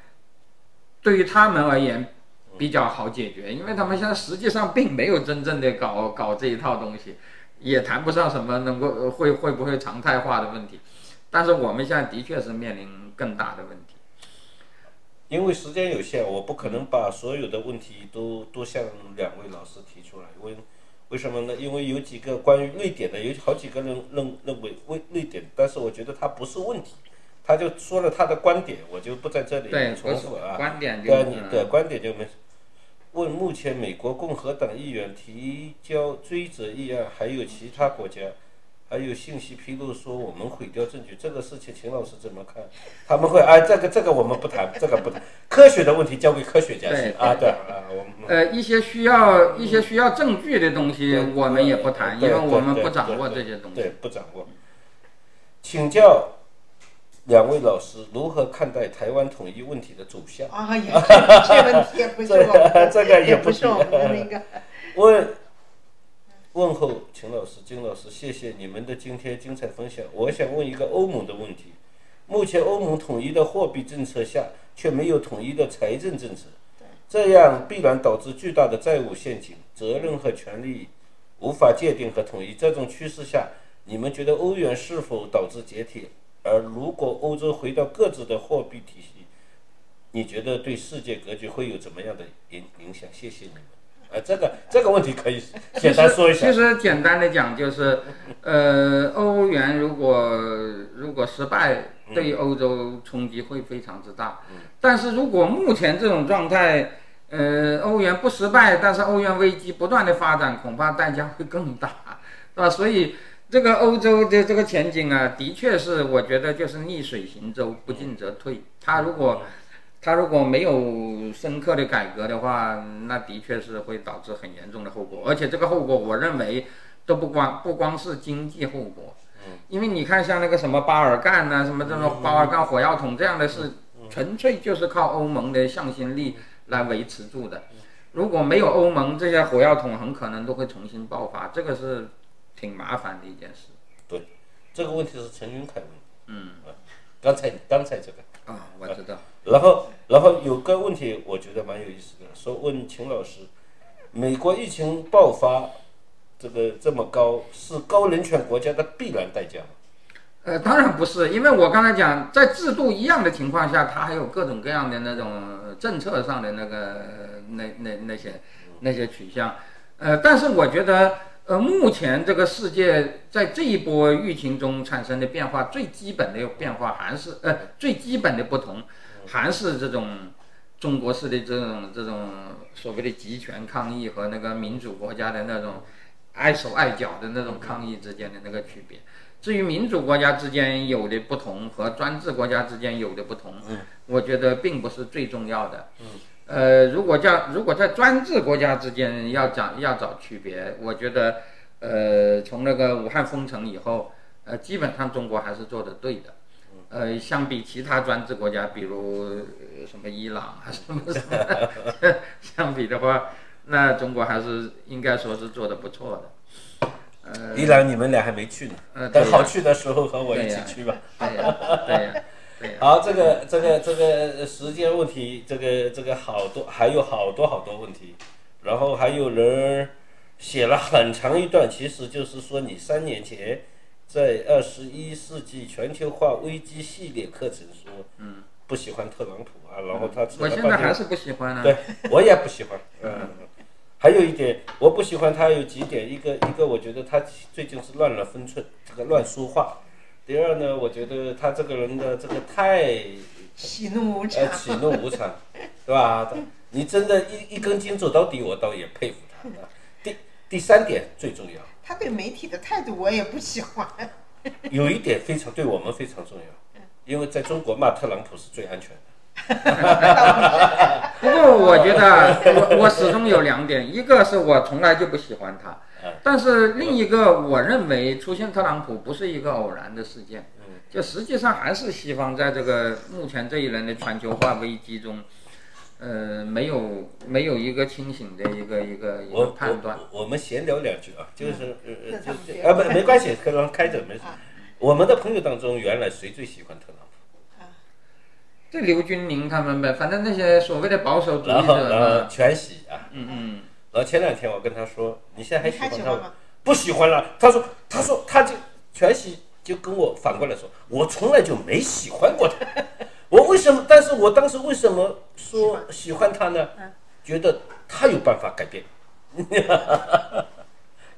对于他们而言比较好解决，因为他们现在实际上并没有真正的搞搞这一套东西，也谈不上什么能够呃会会不会常态化的问题。但是我们现在的确是面临更大的问题。因为时间有限，我不可能把所有的问题都都向两位老师提出来。为为什么呢？因为有几个关于瑞典的，有好几个人认认为瑞瑞典，但是我觉得他不是问题，他就说了他的观点，我就不在这里对，重复啊。观点就对你是的观点就没。问目前美国共和党议员提交追责议案，还有其他国家，还有信息披露说我们毁掉证据，这个事情秦老师怎么看？他们会哎，这个这个我们不谈，这个不谈，科学的问题交给科学家去对啊，对啊，我们呃，一些需要一些需要证据的东西，对我们也不谈，因对为对我们对不对掌对握这些东西。对不掌握。请教两位老师如何看待台湾统一问题的走向？啊，也是这问题也不是我 们，这个也也不不是是我们的那个。问问候秦老师、金老师，谢谢你们的今天精彩分享。我想问一个欧盟的问题：目前欧盟统一的货币政策下，却没有统一的财政政策，这样必然导致巨大的债务陷阱，责任和权利无法界定和统一。这种趋势下，你们觉得欧元是否导致解体？而如果欧洲回到各自的货币体系，你觉得对世界格局会有怎么样的影影响？谢谢你们。啊，这个这个问题可以 其简单实说一下其。实简单的讲就是，呃，欧元如果如果失败，嗯对于欧洲冲击会非常之大。但是如果目前这种状态，呃，欧元不失败，但是欧元危机不断的发展，恐怕代价会更大，是吧？所以这个欧洲的这个前景啊，的确是我觉得就是逆水行舟，不进则退。它如果它如果没有深刻的改革的话，那的确是会导致很严重的后果，而且这个后果我认为都不光不光是经济后果，因为你看像那个什么巴尔干啊呐、什么这种巴尔干火药桶这样的事，纯粹就是靠欧盟的向心力来维持住的。如果没有欧盟，这些火药桶很可能都会重新爆发，这个是挺麻烦的一件事对，这个问题是陈云凯问的。嗯，刚才刚才这个，啊、我知道。然后然后有个问题我觉得蛮有意思的，说问秦老师，美国疫情爆发这个这么高，是高人权国家的必然代价吗？呃，当然不是，因为我刚才讲，在制度一样的情况下，它还有各种各样的那种政策上的那个那那那些那些取向。呃，但是我觉得，呃，目前这个世界在这一波疫情中产生的变化，最基本的变化还是呃最基本的不同，还是这种中国式的这种这种所谓的集权抗议和那个民主国家的那种碍手碍脚的那种抗议之间的那个区别。至于民主国家之间有的不同和专制国家之间有的不同，我觉得并不是最重要的。呃，如果叫如果在专制国家之间要讲要找区别，我觉得，呃，从那个武汉封城以后，呃，基本上中国还是做得对的。呃，相比其他专制国 家，比如呃什么伊朗啊什么什么，相比的话，那中国还是应该说是做的不错的。呃，伊朗你们俩还没去呢，呃对等呀好去的时候和我一起对呀去吧。对呀，对呀，对呀。好，这个这个这个时间问题，这个这个好多还有好多好多问题，然后还有人写了很长一段，其实就是说你三年前在二十一世纪全球化危机系列课程说，嗯，不喜欢特朗普啊，然后他扯嗯我了现在半还天，是不喜欢啊呢。对我也不喜欢，嗯。还有一点，我不喜欢他有几点，一个一个，我觉得他最近是乱了分寸，这个乱说话。第二呢，我觉得他这个人的这个太喜怒无 常呃，。喜怒无常，对吧？你真的一一根筋走到底，我倒也佩服他。啊第第三点最重要，他对媒体的态度我也不喜欢。有一点非常对我们非常重要，因为在中国骂特朗普是最安全的。不过我觉得我我始终有两点，一个是我从来就不喜欢他嗯，但是另一个我认为出现特朗普不是一个偶然的事件，嗯就实际上还是西方在这个目前这一轮的全球化危机中，呃，没有没有一个清醒的一个一个一个我判断。我我们闲聊两句啊，就是呃那呃他们啊就别啊不没关系，可能开着没事。我们的朋友当中，原来谁最喜欢特朗普？这刘军明他们呗，反正那些所谓的保守主义然后然者后嘛，全喜啊。嗯嗯。然后前两天我跟他说，你现在还喜欢你还喜他欢吗吗？不喜欢了。他说，他说，他就全喜就跟我反过来说，我从来就没喜欢 过他。我为什么？但是我当时为什么说喜欢嗯他呢？觉得他有办法改变，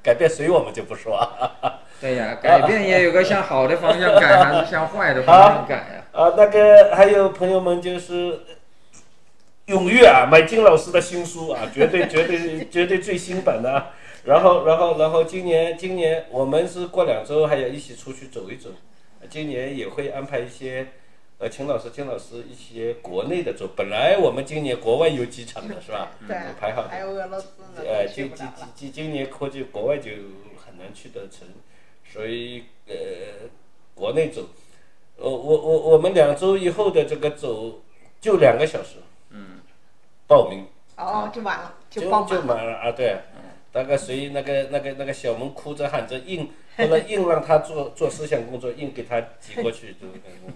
改变谁我们就不说啊。对呀，改变也有个向好的方向改，还是向坏的方向改呀、啊，那个还有朋友们就是踊跃啊，买金老师的新书啊， 绝对绝对绝对最新版的、啊。然后然后然后今年今年我们是过两周还要一起出去走一走，今年也会安排一些。呃，秦老师，秦老师一些国内的走，本来我们今年国外有几场的是吧？对嗯排好的还有俄罗斯呢，呃，都今去不今了今了。今今年估计国外就很难去得成，所以呃，国内走，呃，我我我们两周以后的这个走就两个小时，嗯，报名哦，就完了，嗯就爆满就了。满了啊，对，大概谁那个那个那个小萌哭着喊着硬，后来硬让他做做思想工作，硬给他挤过去，就，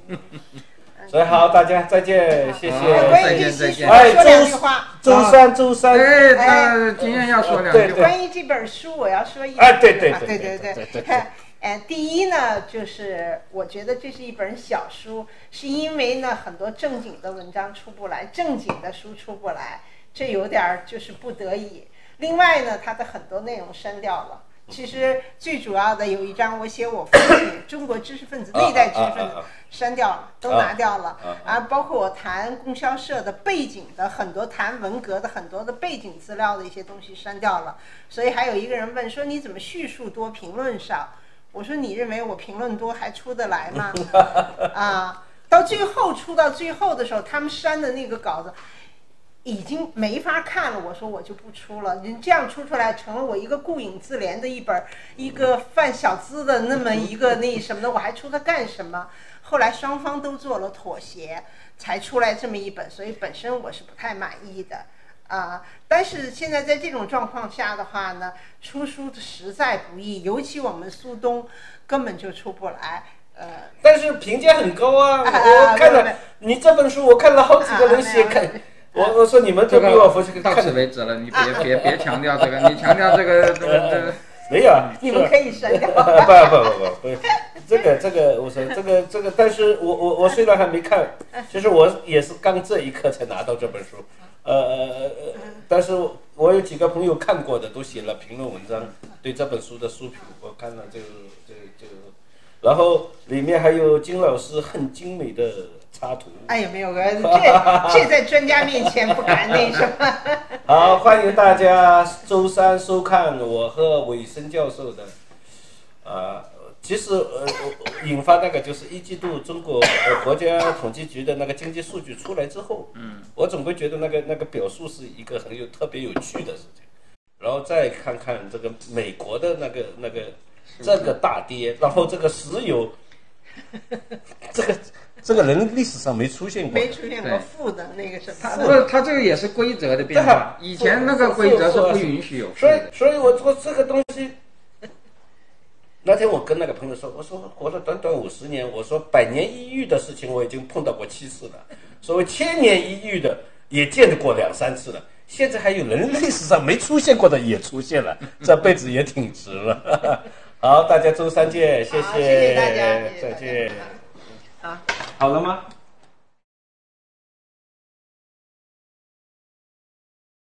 嗯 嗯嗯所以好，大家再见，谢好哎谢。关于再这见再期说说见两句话。哎周三，周三，哎，那今天要说两对句对话。关于这本书，我要说一哎对对句话对对对对对对对 对。呃，第一呢，就是我觉得这是一本小书，是因为呢很多正经的文章出不来，正经的书出不来，这有点儿就是不得已。另外呢，它的很多内容删掉了。其实最主要的有一章，我写我父亲中国知识分子、那一代知识啊分啊啊子啊，删掉了，都啊拿掉了。啊啊啊，包括我谈供销社的背景的很多，谈文革的很多的背景资料的一些东西删掉了。所以还有一个人问说：“你怎么叙述多，评论少？”我说：“你认为我评论多还出得来 吗？”啊，到最后出到最后的时候，他们删的那个稿子。已经没法看了，我说我就不出了。你这样出出来，成了我一个顾影自怜的一本儿，一个犯小资的那么一个那什么的，我还出它干什么？后来双方都做了妥协，才出来这么一本，所以本身我是不太满意的啊、但是现在在这种状况下的话呢，出书实在不易，尤其我们苏东根本就出不来。呃，但是评价很高啊！啊我看没了有你这本书，我看了好几个人写啊没有看，我我说你们这都比我佛个系到看此为止了，你别别别强调这个，你强调这个这个这个没有啊？你是吧们可以删掉。 不不不不不，这个这个，我说这个这个，但是我我我虽然还没看，其实我也是刚这一刻才拿到这本书，呃呃呃呃，但是我我有几个朋友看过的，都写了评论文章，对这本书的书评，我看了就就就，然后里面还有金老师很精美的插图，哎呀，没有个这这在专家面前不敢那什么。好，欢迎大家周三收看我和伟生教授的，啊、其实呃，我引发那个就是一季度中国、呃、国家统计局的那个经济数据出来之后，嗯，我总归觉得那个那个表述是一个很有特别有趣的事情，然后再看看这个美国的那个那个这个大跌，然后这个石油，这个这个人历史上没出现过的。没出现过对负的那个什它么不是它这个也是规则的变 化，以前那个规则是不允许有负啊所以的，，所以我说这个东西，那天我跟那个朋友说，我说活了短短五十年，我说百年一遇的事情我已经碰到过七次了，所谓千年一遇的也见过两三次了。现在还有人历史上没出现过的也出现了，这辈子也挺值了。 好，大家周三见，谢好谢谢大家谢谢再大家见。啊。好了吗？